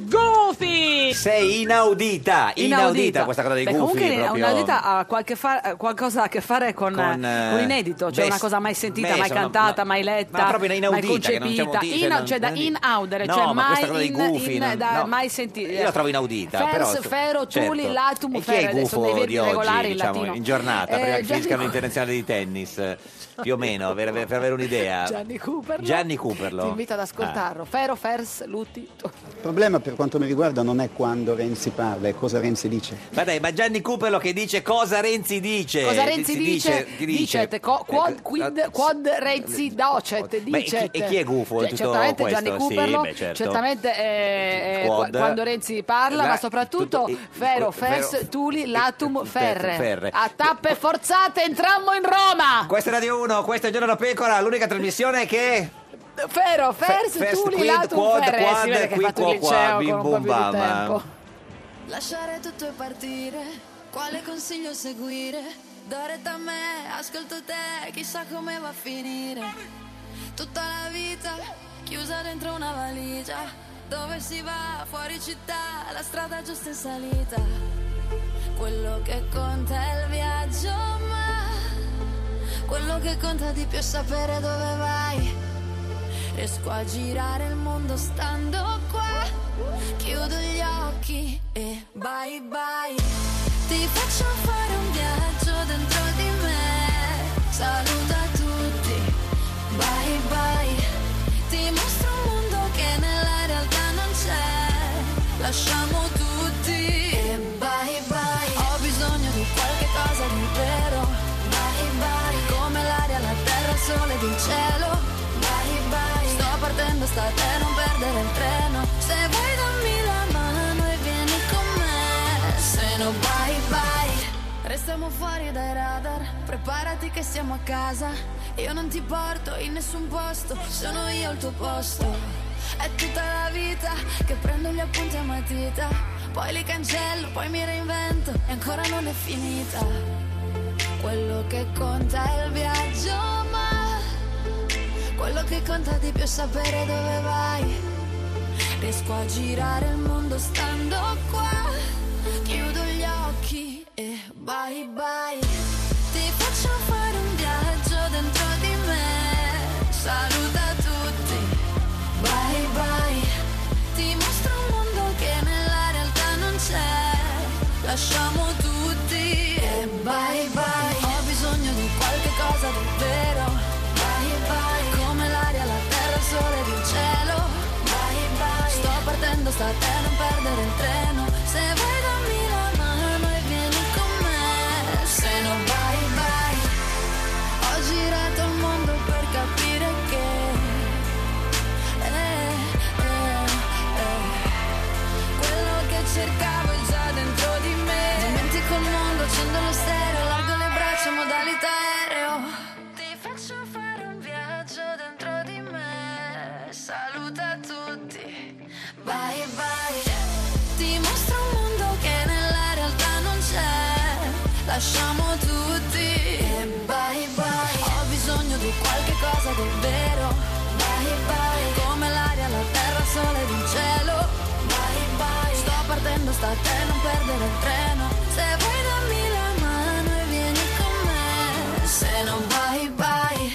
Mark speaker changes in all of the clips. Speaker 1: Goofy!
Speaker 2: Sei inaudita, inaudita, questa cosa dei
Speaker 1: Beh,
Speaker 2: gufi
Speaker 1: comunque
Speaker 2: proprio.
Speaker 1: inaudita ha qualche fa- eh, qualcosa a che fare con,
Speaker 2: Con,
Speaker 1: eh,
Speaker 2: eh,
Speaker 1: con l'inedito, cioè
Speaker 2: beh,
Speaker 1: una cosa mai sentita,
Speaker 2: beh,
Speaker 1: mai
Speaker 2: sono-
Speaker 1: cantata,
Speaker 2: ma-
Speaker 1: mai letta,
Speaker 2: ma proprio inaudita,
Speaker 1: mai
Speaker 2: che non siamo
Speaker 1: concepita,
Speaker 2: udite,
Speaker 1: Ino-
Speaker 2: non-
Speaker 1: cioè da
Speaker 2: non-
Speaker 1: in audere,
Speaker 2: No,
Speaker 1: cioè
Speaker 2: ma
Speaker 1: mai,
Speaker 2: questa cosa dei
Speaker 1: in-
Speaker 2: gufi,
Speaker 1: in-
Speaker 2: non-
Speaker 1: da-
Speaker 2: no.
Speaker 1: mai sentita.
Speaker 2: Io la trovo inaudita,
Speaker 1: Fers,
Speaker 2: però
Speaker 1: fero, tuli,
Speaker 2: certo.
Speaker 1: latum,
Speaker 2: E chi è il
Speaker 1: ferre, adesso
Speaker 2: gufo
Speaker 1: dei verbi
Speaker 2: di oggi,
Speaker 1: regolari in
Speaker 2: diciamo,
Speaker 1: latino.
Speaker 2: in giornata,
Speaker 1: Eh,
Speaker 2: prima che
Speaker 1: Gianni
Speaker 2: finisca
Speaker 1: Cu-
Speaker 2: l'internazionale di tennis, eh, più o meno, per, per- per avere un'idea.
Speaker 1: Gianni Cooperlo.
Speaker 2: Gianni Cooperlo.
Speaker 1: Ti invito ad ascoltarlo.
Speaker 2: Ah.
Speaker 1: Fero, Fers, Luti.
Speaker 3: Il problema per quanto mi riguarda non è quando Renzi parla, è cosa Renzi dice.
Speaker 2: Ma dai, ma Gianni Cooperlo che dice cosa Renzi dice.
Speaker 1: Cosa Renzi
Speaker 2: Eh, Si
Speaker 1: dice?
Speaker 2: ti Eh,
Speaker 1: Dicet, co- quod, quid, quod Renzi docet,
Speaker 2: Ma e Ah, chi-
Speaker 1: dicet.
Speaker 2: e chi è gufo in
Speaker 1: Cioè,
Speaker 2: tutto
Speaker 1: certamente
Speaker 2: questo?
Speaker 1: Gianni
Speaker 2: Sì,
Speaker 1: Cooperlo,
Speaker 2: beh, certo.
Speaker 1: certamente eh, eh,
Speaker 2: Quod.
Speaker 1: qua- quando Renzi parla,
Speaker 2: La-
Speaker 1: ma soprattutto
Speaker 2: tutto-
Speaker 1: Fero,
Speaker 2: eh,
Speaker 1: Fers,
Speaker 2: Fero-
Speaker 1: Tuli, Latum, Ferre.
Speaker 2: Ferre.
Speaker 1: A tappe forzate entrammo in Roma!
Speaker 2: Questa è Radio 1, questo è Giorno da Pecora, l'unica trasmissione che...
Speaker 1: Fero, Fers,
Speaker 2: Fers,
Speaker 1: Tuli,
Speaker 2: quid,
Speaker 1: Latum,
Speaker 2: quod,
Speaker 1: Ferre. Eh, si
Speaker 2: quad,
Speaker 1: vede che hai
Speaker 2: qui,
Speaker 1: fatto
Speaker 2: qua,
Speaker 1: il liceo
Speaker 2: qua, bim,
Speaker 1: con un po'
Speaker 2: bum,
Speaker 1: più di
Speaker 2: bam.
Speaker 1: tempo.
Speaker 4: Lasciare tutto e partire, quale consiglio seguire? Dare da me, ascolto te, chissà come va a finire. Tutta la vita chiusa dentro una valigia, dove si va fuori città, la strada giusta in salita. Quello che conta è il viaggio, ma quello che conta di più è sapere dove vai. Riesco a girare il mondo stando qua. Chiudo gli occhi e bye bye. Ti faccio fare un viaggio dentro di me. Saluta tutti, bye bye. Ti mostro un mondo che nella realtà non c'è. Lasciamo tutti e bye bye. Ho bisogno di qualche cosa di vero. Bye bye. Come l'aria, la terra, il sole ed il cielo. Bye bye. Sto partendo, sta a te, non perdere il treno. Se vuoi dammi la mano e vieni con me. Se no bye bye. Restiamo fuori dai radar, preparati che siamo a casa. Io non ti porto in nessun posto, sono io il tuo posto. È tutta la vita che prendo gli appunti a matita, poi li cancello, poi mi reinvento e ancora non è finita. Quello che conta è il viaggio, ma quello che conta di più è sapere dove vai. Riesco a girare il mondo stando qua. Chiudo gli occhi e bye bye. Ti faccio fare un viaggio dentro di me. Saluta tutti. Bye bye. Ti mostro un mondo che nella realtà non c'è. Lasciamo tutti e bye bye. Ho bisogno di qualche cosa di vero. Bye bye. Come l'aria, la terra, il sole ed il cielo. Bye bye. Sto partendo, sta a te non perdere il treno. Se vuoi dammi la mano e vieni con me. Se no bye bye. Ho girato il mondo per capire che eh, eh, eh. Quello che cercavo è già dentro di me Dimentico il mondo, accendo lo stereo Largo le braccia, modalità aereo Ti faccio fare un viaggio dentro di me Saluta tutti, bye bye Ti mostro un mondo che nella realtà non c'è Lasciamo tutti, e bye bye Ho bisogno di qualche cosa di vero Bye bye, come l'aria, la terra, il sole ed il cielo. Bye bye, sto partendo, sta a te, non perdere il treno. Se vuoi dammi la mano e vieni con me. Se no bye bye.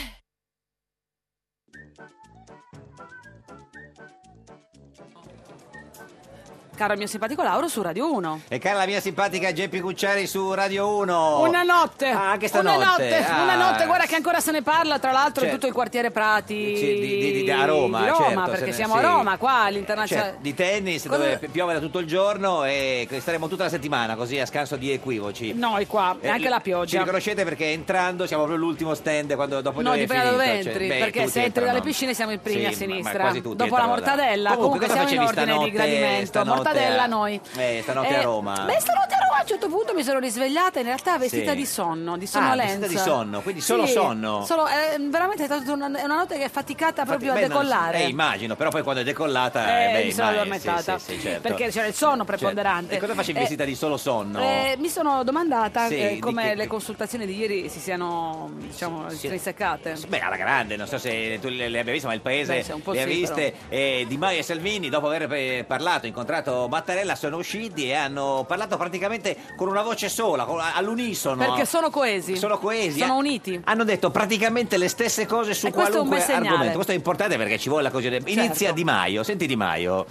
Speaker 1: Caro mio simpatico Lauro su Radio 1.
Speaker 2: E cara la mia simpatica Geppi Cucciari su Radio 1.
Speaker 1: Una notte,
Speaker 2: Ah, anche stanotte.
Speaker 1: una notte,
Speaker 2: Ah.
Speaker 1: una notte, guarda che ancora se ne parla, tra l'altro in
Speaker 2: Certo.
Speaker 1: tutto il quartiere Prati
Speaker 2: Sì, di- di- di- a Roma,
Speaker 1: di Roma,
Speaker 2: certo, se
Speaker 1: perché
Speaker 2: ne-
Speaker 1: siamo
Speaker 2: sì.
Speaker 1: a Roma qua all'internazionale.
Speaker 2: Cioè, di tennis
Speaker 1: Cosa-
Speaker 2: dove piove da tutto il giorno e staremo tutta la settimana così a scanso di equivoci.
Speaker 1: Noi qua,
Speaker 2: Eh,
Speaker 1: anche la
Speaker 2: Ci
Speaker 1: pioggia.
Speaker 2: riconoscete perché entrando siamo proprio l'ultimo stand quando dopo
Speaker 1: No,
Speaker 2: noi è
Speaker 1: dipende da dove
Speaker 2: finito, cioè,
Speaker 1: entri,
Speaker 2: beh,
Speaker 1: perché
Speaker 2: tutti
Speaker 1: se entri dalle
Speaker 2: entrano.
Speaker 1: piscine siamo i primi
Speaker 2: Sì, ma-
Speaker 1: a
Speaker 2: ma
Speaker 1: sinistra.
Speaker 2: quasi tutti
Speaker 1: Dopo la
Speaker 2: entrano da-
Speaker 1: mortadella, comunque,
Speaker 2: cosa
Speaker 1: siamo in
Speaker 2: facevi
Speaker 1: ordine di
Speaker 2: stanotte-
Speaker 1: gradimento.
Speaker 2: stanotte
Speaker 1: Badella noi.
Speaker 2: Eh, stanotte
Speaker 1: Eh,
Speaker 2: a Roma.
Speaker 1: Beh, stanotte a Roma a un certo punto mi sono risvegliata in realtà vestita
Speaker 2: Sì.
Speaker 1: di sonno, di
Speaker 2: Ah,
Speaker 1: sonnolenza.
Speaker 2: vestita di sonno, quindi solo sonno.
Speaker 1: Solo, eh, veramente è stata una, è una notte che è faticata
Speaker 2: Infatti,
Speaker 1: proprio
Speaker 2: beh,
Speaker 1: a
Speaker 2: non-
Speaker 1: decollare.
Speaker 2: eh, immagino, però poi quando è decollata...
Speaker 1: Eh,
Speaker 2: beh,
Speaker 1: mi sono
Speaker 2: immagino,
Speaker 1: addormentata.
Speaker 2: sì, sì, sì, certo.
Speaker 1: Perché c'era il sonno
Speaker 2: Certo.
Speaker 1: preponderante.
Speaker 2: E cosa facevi
Speaker 1: Eh,
Speaker 2: vestita di solo sonno?
Speaker 1: Eh, mi sono domandata
Speaker 2: Sì,
Speaker 1: eh,
Speaker 2: di
Speaker 1: come
Speaker 2: che-
Speaker 1: le consultazioni di ieri si siano diciamo intrinsecate.
Speaker 2: Beh, alla grande, non so se tu le, le abbia viste, ma il
Speaker 1: Beh,
Speaker 2: paese
Speaker 1: sì, un po'
Speaker 2: le ha
Speaker 1: sì,
Speaker 2: viste. Eh, di Maio e Salvini, dopo aver eh, parlato, incontrato Mattarella, sono usciti e hanno parlato praticamente con una voce sola, con- all'unisono.
Speaker 1: Perché sono coesi.
Speaker 2: Sono coesi.
Speaker 1: Sono
Speaker 2: eh.
Speaker 1: uniti.
Speaker 2: Hanno detto praticamente le stesse cose su
Speaker 1: E questo è un
Speaker 2: qualunque
Speaker 1: bel segnale.
Speaker 2: argomento. Questo è importante perché ci vuole la coesione. Inizia
Speaker 1: Certo.
Speaker 2: Di Maio, senti Di Maio.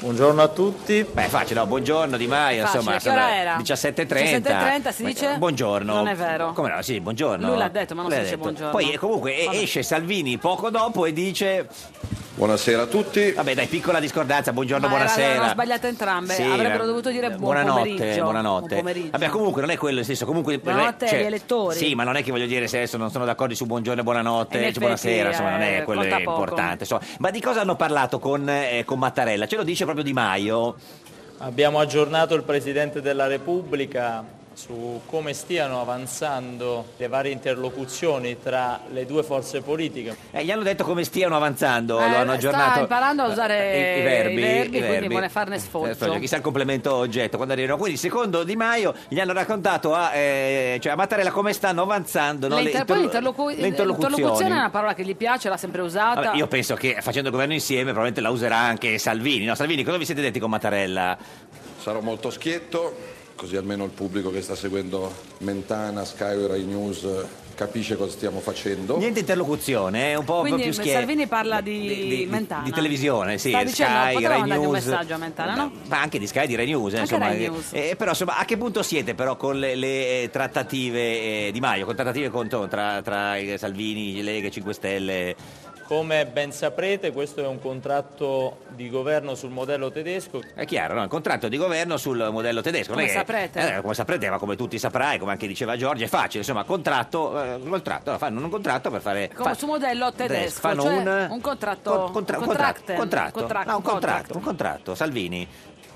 Speaker 5: Buongiorno a tutti.
Speaker 2: Beh, è facile, no? Buongiorno Di Maio,
Speaker 1: Facile,
Speaker 2: insomma,
Speaker 1: che
Speaker 2: sono
Speaker 1: ora era?
Speaker 2: 17.30.
Speaker 1: 17.30 si dice?
Speaker 2: Buongiorno.
Speaker 1: Non è vero.
Speaker 2: Come no? Sì, buongiorno.
Speaker 1: Lui l'ha detto, ma non si
Speaker 2: L'ha
Speaker 1: dice
Speaker 2: detto.
Speaker 1: buongiorno.
Speaker 2: Poi eh, comunque eh,
Speaker 1: Vabbè.
Speaker 2: esce Salvini poco dopo e dice
Speaker 5: Buonasera a tutti.
Speaker 2: Vabbè, dai, piccola discordanza, buongiorno,
Speaker 1: Ma Ah, era-
Speaker 2: buonasera.
Speaker 1: erano sbagliate entrambe,
Speaker 2: Sì,
Speaker 1: avrebbero
Speaker 2: era-
Speaker 1: dovuto dire buon
Speaker 2: Eh, buonanotte,
Speaker 1: pomeriggio.
Speaker 2: Buonanotte.
Speaker 1: Buon pomeriggio.
Speaker 2: Vabbè, comunque non è quello il senso, comunque
Speaker 1: Buonanotte agli elettori.
Speaker 2: Sì, ma non è che voglio dire se adesso non sono d'accordo su buongiorno e buonanotte,
Speaker 1: In
Speaker 2: cioè,
Speaker 1: effetti,
Speaker 2: buonasera, insomma, non
Speaker 1: eh,
Speaker 2: è quello
Speaker 1: conta poco.
Speaker 2: importante, insomma. Ma di cosa hanno parlato con, eh, con Mattarella? Ce lo dice proprio Di Maio.
Speaker 6: Abbiamo aggiornato il Presidente della Repubblica su come stiano avanzando le varie interlocuzioni tra le due forze politiche.
Speaker 2: Eh, gli hanno detto come stiano avanzando,
Speaker 1: Eh,
Speaker 2: lo hanno aggiornato.
Speaker 1: Sta imparando a usare
Speaker 2: Eh, i, i verbi,
Speaker 1: i verbi,
Speaker 2: i
Speaker 1: quindi vuole farne
Speaker 2: Eh,
Speaker 1: sforzo.
Speaker 2: sfoggio, Chissà il complemento oggetto quando arrivano. Quindi, secondo Di Maio, gli hanno raccontato a, eh, cioè a Mattarella come stanno avanzando no,
Speaker 1: Le
Speaker 2: le,
Speaker 1: inter-
Speaker 2: interlo-
Speaker 1: poi l'interlocu-
Speaker 2: le interlocuzioni.
Speaker 1: l'interlocuzione è una parola che gli piace, l'ha sempre usata.
Speaker 2: Vabbè, io penso che facendo il governo insieme probabilmente la userà anche Salvini. No, Salvini, cosa vi siete detti con Mattarella?
Speaker 7: Sarò molto schietto, così almeno il pubblico che sta seguendo Mentana, Sky o Rai News eh, capisce cosa stiamo facendo.
Speaker 2: Niente interlocuzione, eh, un po'
Speaker 1: Quindi
Speaker 2: più schietto.
Speaker 1: Salvini parla di, Mentana.
Speaker 2: Di televisione, sì.
Speaker 1: Sta dicendo,
Speaker 2: Sky,
Speaker 1: potremmo
Speaker 2: Rai
Speaker 1: mandargli un
Speaker 2: News.
Speaker 1: messaggio a Mentana, no?
Speaker 2: Ma anche di Sky, di Rai News. eh,
Speaker 1: Anche
Speaker 2: insomma,
Speaker 1: Rai
Speaker 2: eh,
Speaker 1: News.
Speaker 2: eh, però insomma, a che punto siete però con le, le, eh, trattative eh, di Maio, con trattative con, tra, tra eh, Salvini, Lega, 5 Stelle?
Speaker 6: Come ben saprete questo è un contratto di governo sul modello tedesco.
Speaker 2: È chiaro, no? Il contratto di governo sul modello tedesco. non
Speaker 1: Come
Speaker 2: è che-
Speaker 1: saprete.
Speaker 2: eh, come saprete, ma come tutti saprai, come anche diceva Giorgio, è facile. Insomma, contratto, eh, contratto, no, fanno un contratto per fare...
Speaker 1: Come su modello tedesco,
Speaker 2: fanno
Speaker 1: cioè
Speaker 2: un, eh,
Speaker 1: un contratto-
Speaker 2: Con- contra- contratto,
Speaker 1: un contracten,
Speaker 2: contratto,
Speaker 1: contract-
Speaker 2: no, un
Speaker 1: contract.
Speaker 2: contratto, un contratto, Salvini.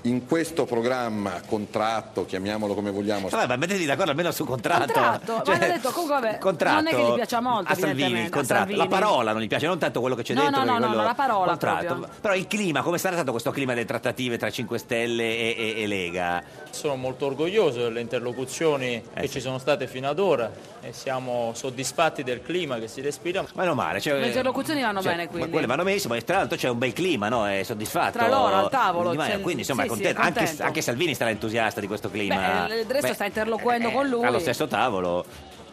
Speaker 7: In questo programma, contratto, chiamiamolo come vogliamo,
Speaker 2: Vabbè, ma mettetevi d'accordo almeno sul contratto.
Speaker 1: Contratto, ma hanno detto, comunque, vabbè,
Speaker 2: Cioè, contratto.
Speaker 1: non è che gli piaccia molto,
Speaker 2: A Salvini il
Speaker 1: evidentemente, a
Speaker 2: contratto. La
Speaker 1: Salvini.
Speaker 2: parola non gli piace, non tanto quello che c'è
Speaker 1: No,
Speaker 2: dentro.
Speaker 1: no,
Speaker 2: perché
Speaker 1: no, no,
Speaker 2: quello-
Speaker 1: la parola
Speaker 2: contratto.
Speaker 1: proprio.
Speaker 2: Però il clima, come sarà stato questo clima delle trattative tra 5 Stelle e, e- e Lega?
Speaker 6: Sono molto orgoglioso delle interlocuzioni
Speaker 2: Eh
Speaker 6: che ci sono state fino ad ora e siamo soddisfatti del clima che si respira.
Speaker 2: Ma non male. Cioè,
Speaker 1: Le interlocuzioni vanno
Speaker 2: cioè,
Speaker 1: bene,
Speaker 2: ma
Speaker 1: quindi.
Speaker 2: Quelle vanno benissimo, ma tra l'altro c'è un bel clima, no? È soddisfatto.
Speaker 1: Tra loro, al tavolo,
Speaker 2: Di Maio,
Speaker 1: c'è-
Speaker 2: Quindi insomma
Speaker 1: sì,
Speaker 2: è
Speaker 1: sì, è
Speaker 2: contento.
Speaker 1: contento.
Speaker 2: Anche, anche Salvini sarà entusiasta di questo clima.
Speaker 1: Beh, il resto sta interloquendo con lui.
Speaker 2: eh, Allo stesso tavolo.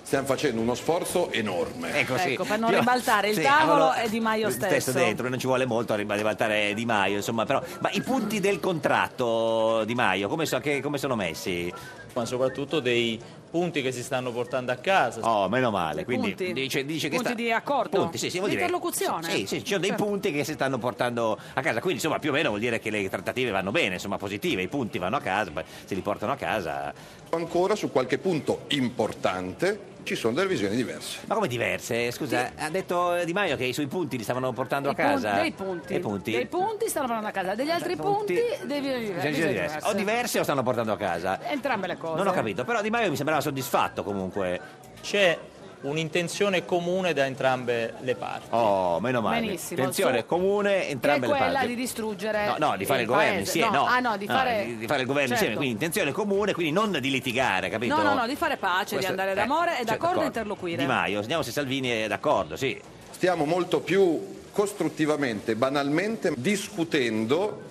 Speaker 7: stiamo facendo uno sforzo enorme.
Speaker 2: Ecco, sì.
Speaker 1: Ecco, per non
Speaker 2: Io-
Speaker 1: ribaltare il
Speaker 2: sì,
Speaker 1: tavolo
Speaker 2: allora,
Speaker 1: e Di Maio stesso.
Speaker 2: dentro, non ci vuole molto a riba- ribaltare Di Maio, insomma, però. Ma i punti del contratto Di Maio, come, so- che- come sono messi?
Speaker 6: ma soprattutto dei punti che si stanno portando a casa.
Speaker 2: Oh, meno male. Quindi
Speaker 1: punti?
Speaker 2: dice, dice che
Speaker 1: Punti di accordo?
Speaker 2: Punti, sì, sì, vuol
Speaker 1: Di
Speaker 2: dire-
Speaker 1: interlocuzione?
Speaker 2: Sì, sì, ci sono dei
Speaker 1: Certo.
Speaker 2: punti che si stanno portando a casa. Quindi, insomma, più o meno vuol dire che le trattative vanno bene, insomma, positive, i punti vanno a casa, poi se li portano a casa.
Speaker 7: Ancora su qualche punto importante ci sono delle visioni diverse.
Speaker 2: Ma come diverse? Scusa, ha detto eh, Di Maio che i suoi punti li stavano portando
Speaker 1: I
Speaker 2: a casa.
Speaker 1: punti- dei punti.
Speaker 2: Dei punti.
Speaker 1: Dei punti stanno parlando a casa, degli altri punti, devi
Speaker 2: Bisogna dire diverse. O diverse o stanno portando a casa?
Speaker 1: Entrambe le cose.
Speaker 2: Non ho capito, però Di Maio mi sembrava soddisfatto comunque.
Speaker 6: C'è un'intenzione comune da entrambe le parti.
Speaker 2: Oh, meno male.
Speaker 1: Benissimo.
Speaker 2: Tensione
Speaker 1: Su-
Speaker 2: comune,
Speaker 1: Che è
Speaker 2: entrambe le
Speaker 1: quella
Speaker 2: parti.
Speaker 1: di distruggere
Speaker 2: No, no, di fare il, governo
Speaker 1: paese.
Speaker 2: insieme. No,
Speaker 1: ah, no, di fare,
Speaker 2: di- di fare il governo
Speaker 1: Certo.
Speaker 2: insieme, quindi intenzione comune, quindi non di litigare, capito?
Speaker 1: No, no, no, di fare pace,
Speaker 2: Questo-
Speaker 1: di andare
Speaker 2: eh,
Speaker 1: d'amore e
Speaker 2: cioè,
Speaker 1: d'accordo e interloquire.
Speaker 2: Di Maio, vediamo se Salvini è d'accordo, sì.
Speaker 7: Stiamo molto più costruttivamente, banalmente, discutendo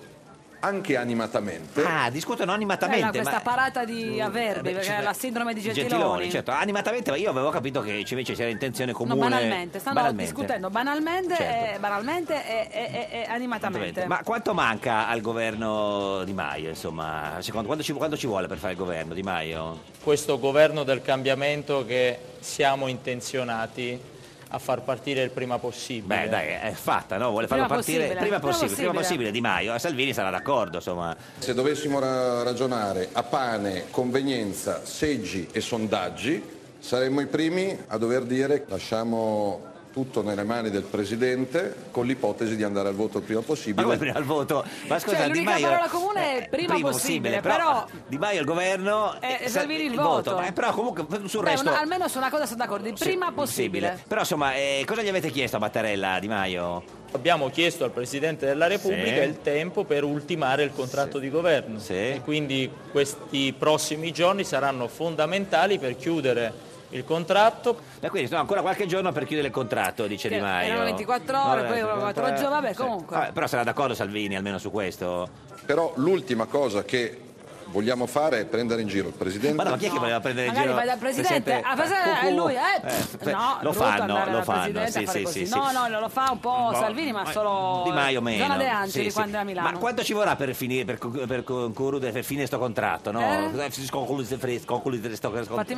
Speaker 7: anche animatamente.
Speaker 2: Ah, discutono
Speaker 1: Bella
Speaker 2: animatamente.
Speaker 1: questa
Speaker 2: ma...
Speaker 1: parata di avverbi,
Speaker 2: Vabbè,
Speaker 1: perché
Speaker 2: certo.
Speaker 1: è la sindrome di Gentiloni.
Speaker 2: certo, animatamente, ma io avevo capito che ci- invece c'era intenzione comune.
Speaker 1: No, banalmente, stanno
Speaker 2: banalmente.
Speaker 1: discutendo banalmente,
Speaker 2: Certo.
Speaker 1: eh, banalmente e, e- e- e animatamente.
Speaker 2: Ma quanto manca al governo Di Maio, insomma? Secondo, quando, ci, quando ci vuole per fare il governo Di Maio?
Speaker 6: questo governo del cambiamento che siamo intenzionati a far partire il prima possibile.
Speaker 2: Beh, dai, è fatta, no? Vuole
Speaker 1: Prima
Speaker 2: farlo partire
Speaker 1: possibile.
Speaker 2: prima
Speaker 1: Prima
Speaker 2: possibile, prima possibile
Speaker 1: possibile.
Speaker 2: Di Maio. Eh, Salvini sarà d'accordo, insomma.
Speaker 7: Se dovessimo ra- ragionare a pane, convenienza, seggi e sondaggi, saremmo i primi a dover dire lasciamo tutto nelle mani del Presidente con l'ipotesi di andare al voto il prima
Speaker 2: Ma come
Speaker 7: possibile.
Speaker 2: prima al voto? Ma scusa,
Speaker 1: Cioè,
Speaker 2: Di
Speaker 1: l'unica
Speaker 2: Maio... eh,
Speaker 1: parola comune è prima
Speaker 2: primo
Speaker 1: possibile,
Speaker 2: però,
Speaker 1: però-
Speaker 2: Di Maio il governo...
Speaker 1: Eh,
Speaker 2: eh,
Speaker 1: servire il voto.
Speaker 2: Eh, però comunque sul
Speaker 1: Beh,
Speaker 2: resto...
Speaker 1: una- almeno su una cosa sono d'accordo, il prima possibile.
Speaker 2: Però insomma, eh, cosa gli avete chiesto a Mattarella, Di Maio?
Speaker 6: Abbiamo chiesto al Presidente della Repubblica
Speaker 2: Sì.
Speaker 6: il tempo per ultimare il contratto di governo e quindi questi prossimi giorni saranno fondamentali per chiudere il contratto.
Speaker 2: Ma quindi sono ancora qualche giorno per chiudere il contratto, dice Di Maio.
Speaker 1: Erano 24 ore,
Speaker 2: No,
Speaker 1: poi erano 4 giorni, vabbè,
Speaker 2: sì.
Speaker 1: comunque.
Speaker 2: Vabbè, però sarà d'accordo Salvini almeno su questo?
Speaker 7: Però l'ultima cosa che vogliamo fare è prendere in giro il Presidente.
Speaker 2: Ma no, ma chi è che voleva prendere in
Speaker 1: Magari
Speaker 2: giro?
Speaker 1: vai dal presidente, a fare
Speaker 2: Cucù?
Speaker 1: lui, eh,
Speaker 2: eh,
Speaker 1: no,
Speaker 2: lo
Speaker 1: brutto
Speaker 2: fanno,
Speaker 1: andare
Speaker 2: lo
Speaker 1: dal
Speaker 2: fanno,
Speaker 1: presidente
Speaker 2: sì,
Speaker 1: a fare
Speaker 2: sì,
Speaker 1: così.
Speaker 2: sì,
Speaker 1: no,
Speaker 2: sì.
Speaker 1: no, lo fa un po',
Speaker 2: Un po'
Speaker 1: Salvini, ma solo
Speaker 2: Di Maio meno.
Speaker 1: Zona De Angeli
Speaker 2: Sì, sì.
Speaker 1: quando era a Milano.
Speaker 2: Ma quanto ci vorrà per finire per, co- per concludere per finire sto contratto, no?
Speaker 6: Eh?
Speaker 2: Cosa- si conclude- fre- conclude sto contratto.
Speaker 6: Fatti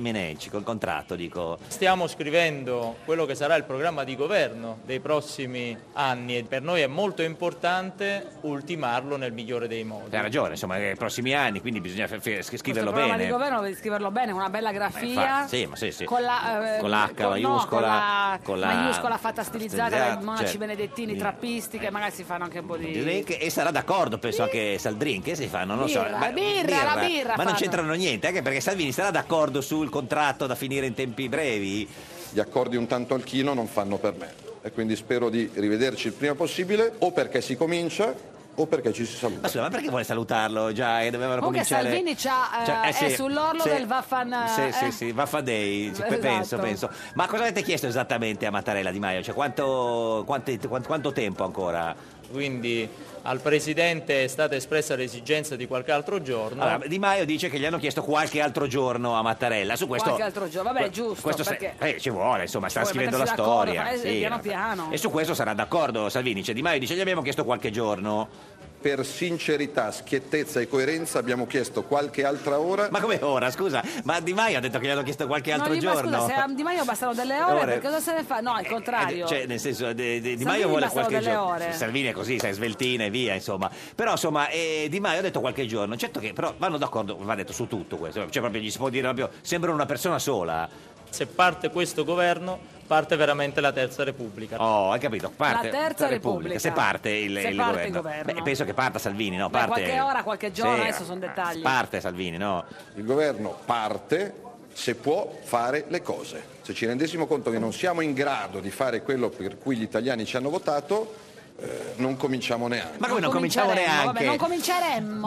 Speaker 6: Menonci?
Speaker 2: col contratto, dico.
Speaker 6: Stiamo scrivendo quello che sarà il programma di governo dei prossimi anni e per noi è molto importante ultimarlo nel migliore dei modi.
Speaker 2: Hai ragione, insomma, nei prossimi anni, quindi bisogna fe- fe-
Speaker 1: Questo
Speaker 2: scriverlo
Speaker 1: programma
Speaker 2: bene.
Speaker 1: di governo devi scriverlo bene, con una bella
Speaker 2: Eh,
Speaker 1: grafia.
Speaker 2: fa- sì, ma sì, sì.
Speaker 1: Con la, eh,
Speaker 2: Con l'H
Speaker 1: con- no, con
Speaker 2: maiuscola,
Speaker 1: la
Speaker 2: con la-
Speaker 1: maiuscola fatta stilizzata dai
Speaker 2: stilizzata,
Speaker 1: monaci
Speaker 2: cioè,
Speaker 1: benedettini
Speaker 2: di-
Speaker 1: trappisti che magari si fanno anche un po' di
Speaker 2: Drink, e sarà d'accordo, penso anche Saldrin, che si fa, non lo so.
Speaker 1: Birra, birra, la birra
Speaker 2: Ma non
Speaker 1: fanno.
Speaker 2: c'entrano niente, anche Eh, perché Salvini sarà d'accordo sul contratto da finire in tempi brevi.
Speaker 7: Gli accordi un tanto al chino non fanno per me e quindi spero di rivederci il prima possibile o perché si comincia o perché ci si saluta.
Speaker 2: Ma scusa, ma perché vuole salutarlo già? E dovevano
Speaker 1: Comunque
Speaker 2: cominciare...
Speaker 1: Salvini c'ha, eh,
Speaker 2: Cioè, eh,
Speaker 1: è
Speaker 2: sì,
Speaker 1: sull'orlo
Speaker 2: sì.
Speaker 1: del vaffan
Speaker 2: Sì,
Speaker 1: eh,
Speaker 2: sì, sì, Vaffa Day, cioè, pe-
Speaker 1: Esatto.
Speaker 2: penso, penso. Ma cosa avete chiesto esattamente a Mattarella Di Maio? Cioè, quanto, quanti- quant- quanto tempo ancora?
Speaker 6: Quindi al Presidente è stata espressa l'esigenza di qualche altro giorno.
Speaker 2: Allora, Di Maio dice che gli hanno chiesto qualche altro giorno a Mattarella. Su questo,
Speaker 1: qualche altro giorno. Vabbè,
Speaker 2: que-
Speaker 1: giusto,
Speaker 2: questo se-
Speaker 1: perché
Speaker 2: eh, ci vuole, insomma, sta
Speaker 1: Vuole
Speaker 2: scrivendo la
Speaker 1: mettersi d'accordo,
Speaker 2: storia.
Speaker 1: fare-
Speaker 2: sì,
Speaker 1: piano
Speaker 2: ma-
Speaker 1: piano.
Speaker 2: E su questo sarà d'accordo Salvini. Cioè, Di Maio dice gli abbiamo chiesto qualche giorno.
Speaker 7: Per sincerità, schiettezza e coerenza abbiamo chiesto qualche altra ora.
Speaker 2: Ma come ora, scusa? Ma Di Maio ha detto che gli hanno chiesto qualche altro
Speaker 1: no, Di- ma
Speaker 2: giorno.
Speaker 1: scusa, se a Di Maio bastano delle ore,
Speaker 2: Ore.
Speaker 1: perché cosa se ne fa? No, al contrario.
Speaker 2: Cioè, nel senso, de- de- Di
Speaker 1: Salvini
Speaker 2: Maio vuole
Speaker 1: bastano
Speaker 2: qualche
Speaker 1: delle
Speaker 2: giorno.
Speaker 1: ore.
Speaker 2: Salvini è così, sai, sveltina e via, insomma. Però, insomma, eh, Di Maio ha detto qualche giorno. Certo che, però, vanno d'accordo, va detto su tutto questo. Cioè, proprio gli si può dire, proprio, sembrano una persona sola.
Speaker 6: Se parte questo governo, parte veramente la Terza Repubblica.
Speaker 2: Oh, hai capito? Parte
Speaker 1: La Terza Repubblica.
Speaker 2: Se parte il,
Speaker 1: Se
Speaker 2: il
Speaker 1: parte
Speaker 2: governo.
Speaker 1: il governo.
Speaker 2: Beh, penso che parta Salvini, no?
Speaker 1: Beh,
Speaker 2: Parte...
Speaker 1: qualche ora, qualche giorno,
Speaker 2: Sì,
Speaker 1: adesso sono dettagli.
Speaker 2: Parte Salvini, no?
Speaker 7: Il governo parte se può fare le cose. Se ci rendessimo conto che non siamo in grado di fare quello per cui gli italiani ci hanno votato, eh, non cominciamo neanche.
Speaker 2: Ma come non cominciamo
Speaker 1: cominceremmo,
Speaker 2: neanche?
Speaker 1: Vabbè, non cominceremmo.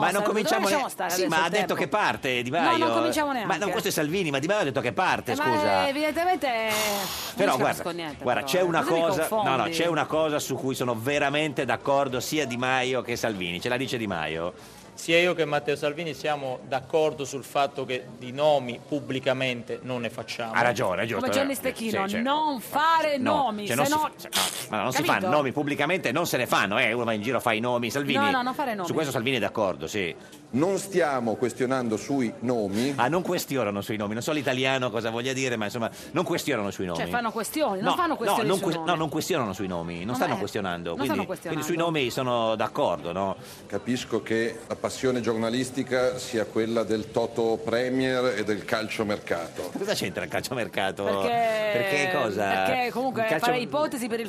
Speaker 2: ma non
Speaker 1: Salvo,
Speaker 2: cominciamo
Speaker 1: dove lasciamo
Speaker 2: neanche.
Speaker 1: stare
Speaker 2: Sì,
Speaker 1: adesso
Speaker 2: ma
Speaker 1: il
Speaker 2: ha detto
Speaker 1: tempo?
Speaker 2: che parte Di
Speaker 1: No,
Speaker 2: Maio.
Speaker 1: non cominciamo
Speaker 2: Ma no,
Speaker 1: neanche.
Speaker 2: questo è Salvini, ma Di Maio ha detto che parte,
Speaker 1: Eh,
Speaker 2: scusa.
Speaker 1: Ma eh, evidentemente eh, non
Speaker 2: Però
Speaker 1: ci
Speaker 2: guarda,
Speaker 1: capisco niente,
Speaker 2: guarda,
Speaker 1: però,
Speaker 2: c'è
Speaker 1: eh.
Speaker 2: una
Speaker 1: Cosa mi
Speaker 2: cosa, no, no,
Speaker 1: confondi?
Speaker 2: c'è una cosa su cui sono veramente d'accordo sia Di Maio che Salvini, ce la dice Di Maio.
Speaker 6: Sia io che Matteo Salvini siamo d'accordo sul fatto che di nomi pubblicamente non ne facciamo.
Speaker 2: Ha ragione, è giusto.
Speaker 1: Come Gianni Stecchino,
Speaker 2: Sì, cioè,
Speaker 1: non fare
Speaker 2: no,
Speaker 1: nomi,
Speaker 2: cioè,
Speaker 1: se
Speaker 2: non
Speaker 1: no...
Speaker 2: si, fa- cioè, no, ma no, non si fanno
Speaker 1: Capito?
Speaker 2: nomi pubblicamente, non se ne fanno, eh, uno va in giro fa i nomi, Salvini.
Speaker 1: No, no, non fare nomi.
Speaker 2: Su questo Salvini è d'accordo, sì.
Speaker 7: Non stiamo questionando sui nomi.
Speaker 2: Ah, non questionano sui nomi, non so l'italiano cosa voglia dire, ma insomma, non questionano sui nomi.
Speaker 1: Cioè, fanno questioni,
Speaker 2: No,
Speaker 1: non fanno questioni
Speaker 2: no, non
Speaker 1: sui
Speaker 2: que-
Speaker 1: nomi.
Speaker 2: no, non questionano sui nomi, non
Speaker 1: No,
Speaker 2: stanno
Speaker 1: eh,
Speaker 2: questionando.
Speaker 1: non
Speaker 2: quindi,
Speaker 1: stanno
Speaker 2: quindi sui nomi sono d'accordo, no?
Speaker 7: Capisco che la passione giornalistica sia quella del Toto Premier e del calciomercato.
Speaker 2: Cosa c'entra il calciomercato?
Speaker 1: Perché,
Speaker 2: Perché cosa?
Speaker 1: perché comunque
Speaker 2: Il calcio-
Speaker 1: fare ipotesi per il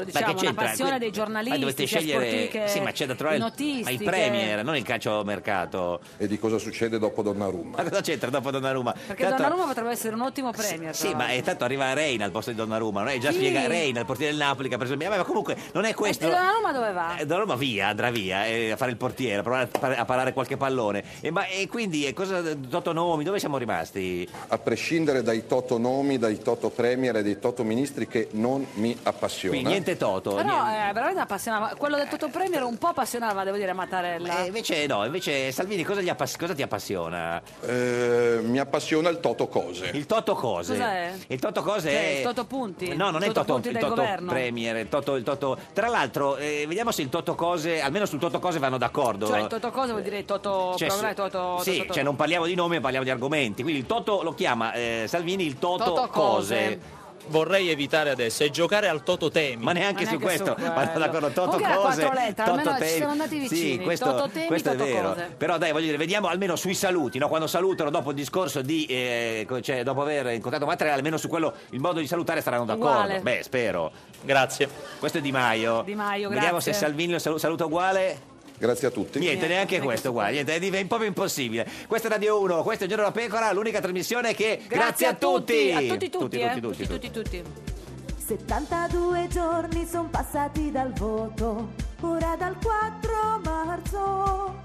Speaker 2: Ma che
Speaker 1: diciamo, una
Speaker 2: c'entra?
Speaker 1: passione dei
Speaker 2: Quindi-
Speaker 1: giornalisti,
Speaker 2: Ma dovete
Speaker 1: sia
Speaker 2: scegliere.
Speaker 1: sportiche,
Speaker 2: Sì, ma c'è da trovare. il- Ma il
Speaker 1: notistiche.
Speaker 2: Premier, non il calciomercato.
Speaker 7: E di cosa succede dopo Donnarumma?
Speaker 2: Ma cosa c'entra dopo Donnarumma?
Speaker 1: Perché
Speaker 2: Tanto-
Speaker 1: Donnarumma potrebbe essere un ottimo premier.
Speaker 2: Sì,
Speaker 1: tra
Speaker 2: ma
Speaker 1: l'altro.
Speaker 2: eh, tanto arriva Reina al posto di Donnarumma, non è già
Speaker 1: Sì.
Speaker 2: spiega Reina, il portiere del Napoli che ha preso il Vabbè, ma comunque non è questo.
Speaker 1: E Donnarumma dove va?
Speaker 2: Eh, Donnarumma via, andrà via eh, a fare il portiere, a provare a par- a parare qualche pallone. E, ma, e quindi, eh, cosa, Toto Nomi, dove siamo rimasti?
Speaker 7: A prescindere dai Toto nomi, dai Toto Premier e dai Toto ministri che non mi appassionano.
Speaker 2: Quindi niente Toto.
Speaker 1: Però
Speaker 2: niente-
Speaker 1: eh, veramente appassionava. Quello del Toto Premier un po' appassionava, devo dire, Mattarella.
Speaker 2: Eh, invece no, invece Salvini cosa, gli appass- cosa ti appassiona?
Speaker 7: Eh, mi appassiona il Toto Cose.
Speaker 2: Il Toto Cose.
Speaker 1: Cos'è?
Speaker 2: Il Toto Cose
Speaker 1: Cioè,
Speaker 2: è...
Speaker 1: il Toto Punti?
Speaker 2: No, non è il
Speaker 1: Toto
Speaker 2: Toto,
Speaker 1: Punti
Speaker 2: il
Speaker 1: del
Speaker 2: Toto
Speaker 1: governo?
Speaker 2: Premier, il Toto, il Toto... Tra l'altro, eh, vediamo se il Toto Cose, almeno sul Toto Cose vanno d'accordo.
Speaker 1: Cioè, il Toto cosa vuol dire Toto
Speaker 2: Cioè,
Speaker 1: Progre-
Speaker 2: su-
Speaker 1: Toto,
Speaker 2: sì,
Speaker 1: Toto-
Speaker 2: cioè non parliamo di nome, parliamo di argomenti. Quindi il Toto lo chiama eh, Salvini il Toto,
Speaker 1: Toto
Speaker 2: Cose.
Speaker 1: Cose.
Speaker 6: vorrei evitare adesso è giocare al tototemi.
Speaker 2: Ma neanche Ma su neanche su questo, quello. ma sono d'accordo, Toto
Speaker 1: Comunque era
Speaker 2: cose,
Speaker 1: quattro lettere,
Speaker 2: Toto
Speaker 1: almeno ci
Speaker 2: temi.
Speaker 1: siamo andati vicini.
Speaker 2: Sì, questo,
Speaker 1: Toto temi,
Speaker 2: questo è
Speaker 1: Toto
Speaker 2: vero.
Speaker 1: cose.
Speaker 2: Però dai, voglio dire, vediamo almeno sui saluti, no? quando salutano dopo il discorso di, eh, co- cioè, dopo aver incontrato Mattarella, almeno su quello, il modo di salutare saranno d'accordo.
Speaker 1: Uguale.
Speaker 2: Beh, spero. Grazie. Questo è Di Maio.
Speaker 1: Di Maio,
Speaker 2: Vediamo
Speaker 1: Ah, grazie.
Speaker 2: se Salvini lo salu- saluta uguale.
Speaker 7: Grazie a tutti.
Speaker 2: Niente, neanche questo qua, niente, è un po' più impossibile. Questa è Radio 1, questo è Giorno da Pecora, l'unica trasmissione che... Grazie,
Speaker 8: Grazie a tutti, a tutti, tutti,
Speaker 2: tutti,
Speaker 8: eh.
Speaker 2: tutti, tutti, tutti.
Speaker 8: Tutti, tutti.
Speaker 9: 72 giorni sono passati dal voto, ora dal 4 marzo.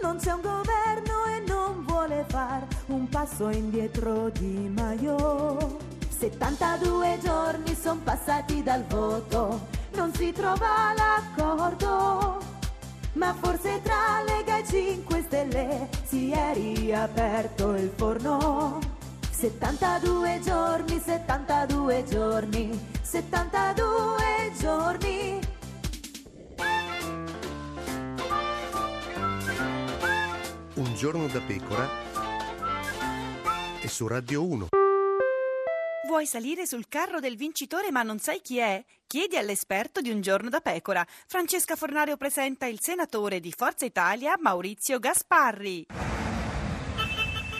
Speaker 9: Non c'è un governo e non vuole far un passo indietro di Maio. 72 giorni sono passati dal voto, non si trova l'accordo. Ma forse tra Lega e 5 Stelle si è riaperto il forno. 72 giorni, 72 giorni, 72 giorni.
Speaker 10: Un giorno da pecora e su Radio 1.
Speaker 11: Vuoi salire sul carro del vincitore ma non sai chi è? Chiedi all'esperto di Un giorno da pecora. Francesca Fornario presenta il senatore di Forza Italia Maurizio Gasparri.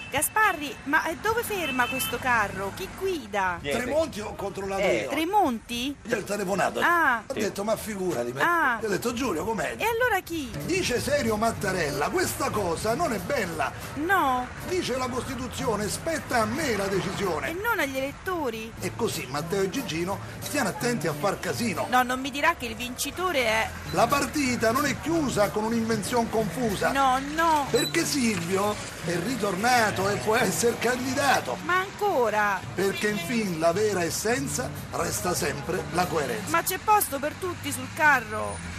Speaker 11: Gasparri, ma eh, dove ferma questo carro? Chi guida?
Speaker 12: Tremonti ho controllato
Speaker 11: Eh,
Speaker 12: io.
Speaker 11: Tremonti?
Speaker 12: Gli ho telefonato.
Speaker 11: Ah.
Speaker 12: Ho detto ma figurati. me."
Speaker 11: Ah.
Speaker 12: Gli ho detto Giulio com'è?
Speaker 11: E allora chi?
Speaker 12: Dice Serio Mattarella, questa cosa non è bella.
Speaker 11: No.
Speaker 12: Dice la Costituzione, spetta a me la decisione.
Speaker 11: E non agli elettori?
Speaker 12: E così Matteo e Gigino stiano attenti a far casino.
Speaker 11: No, non mi dirà che il vincitore è...
Speaker 12: La partita non è chiusa con un'invenzione confusa.
Speaker 11: No, no.
Speaker 12: Perché Silvio è ritornato e può essere candidato.
Speaker 11: Ma ancora?
Speaker 12: Perché infine la vera essenza resta sempre la coerenza.
Speaker 11: Ma c'è posto per tutti sul carro?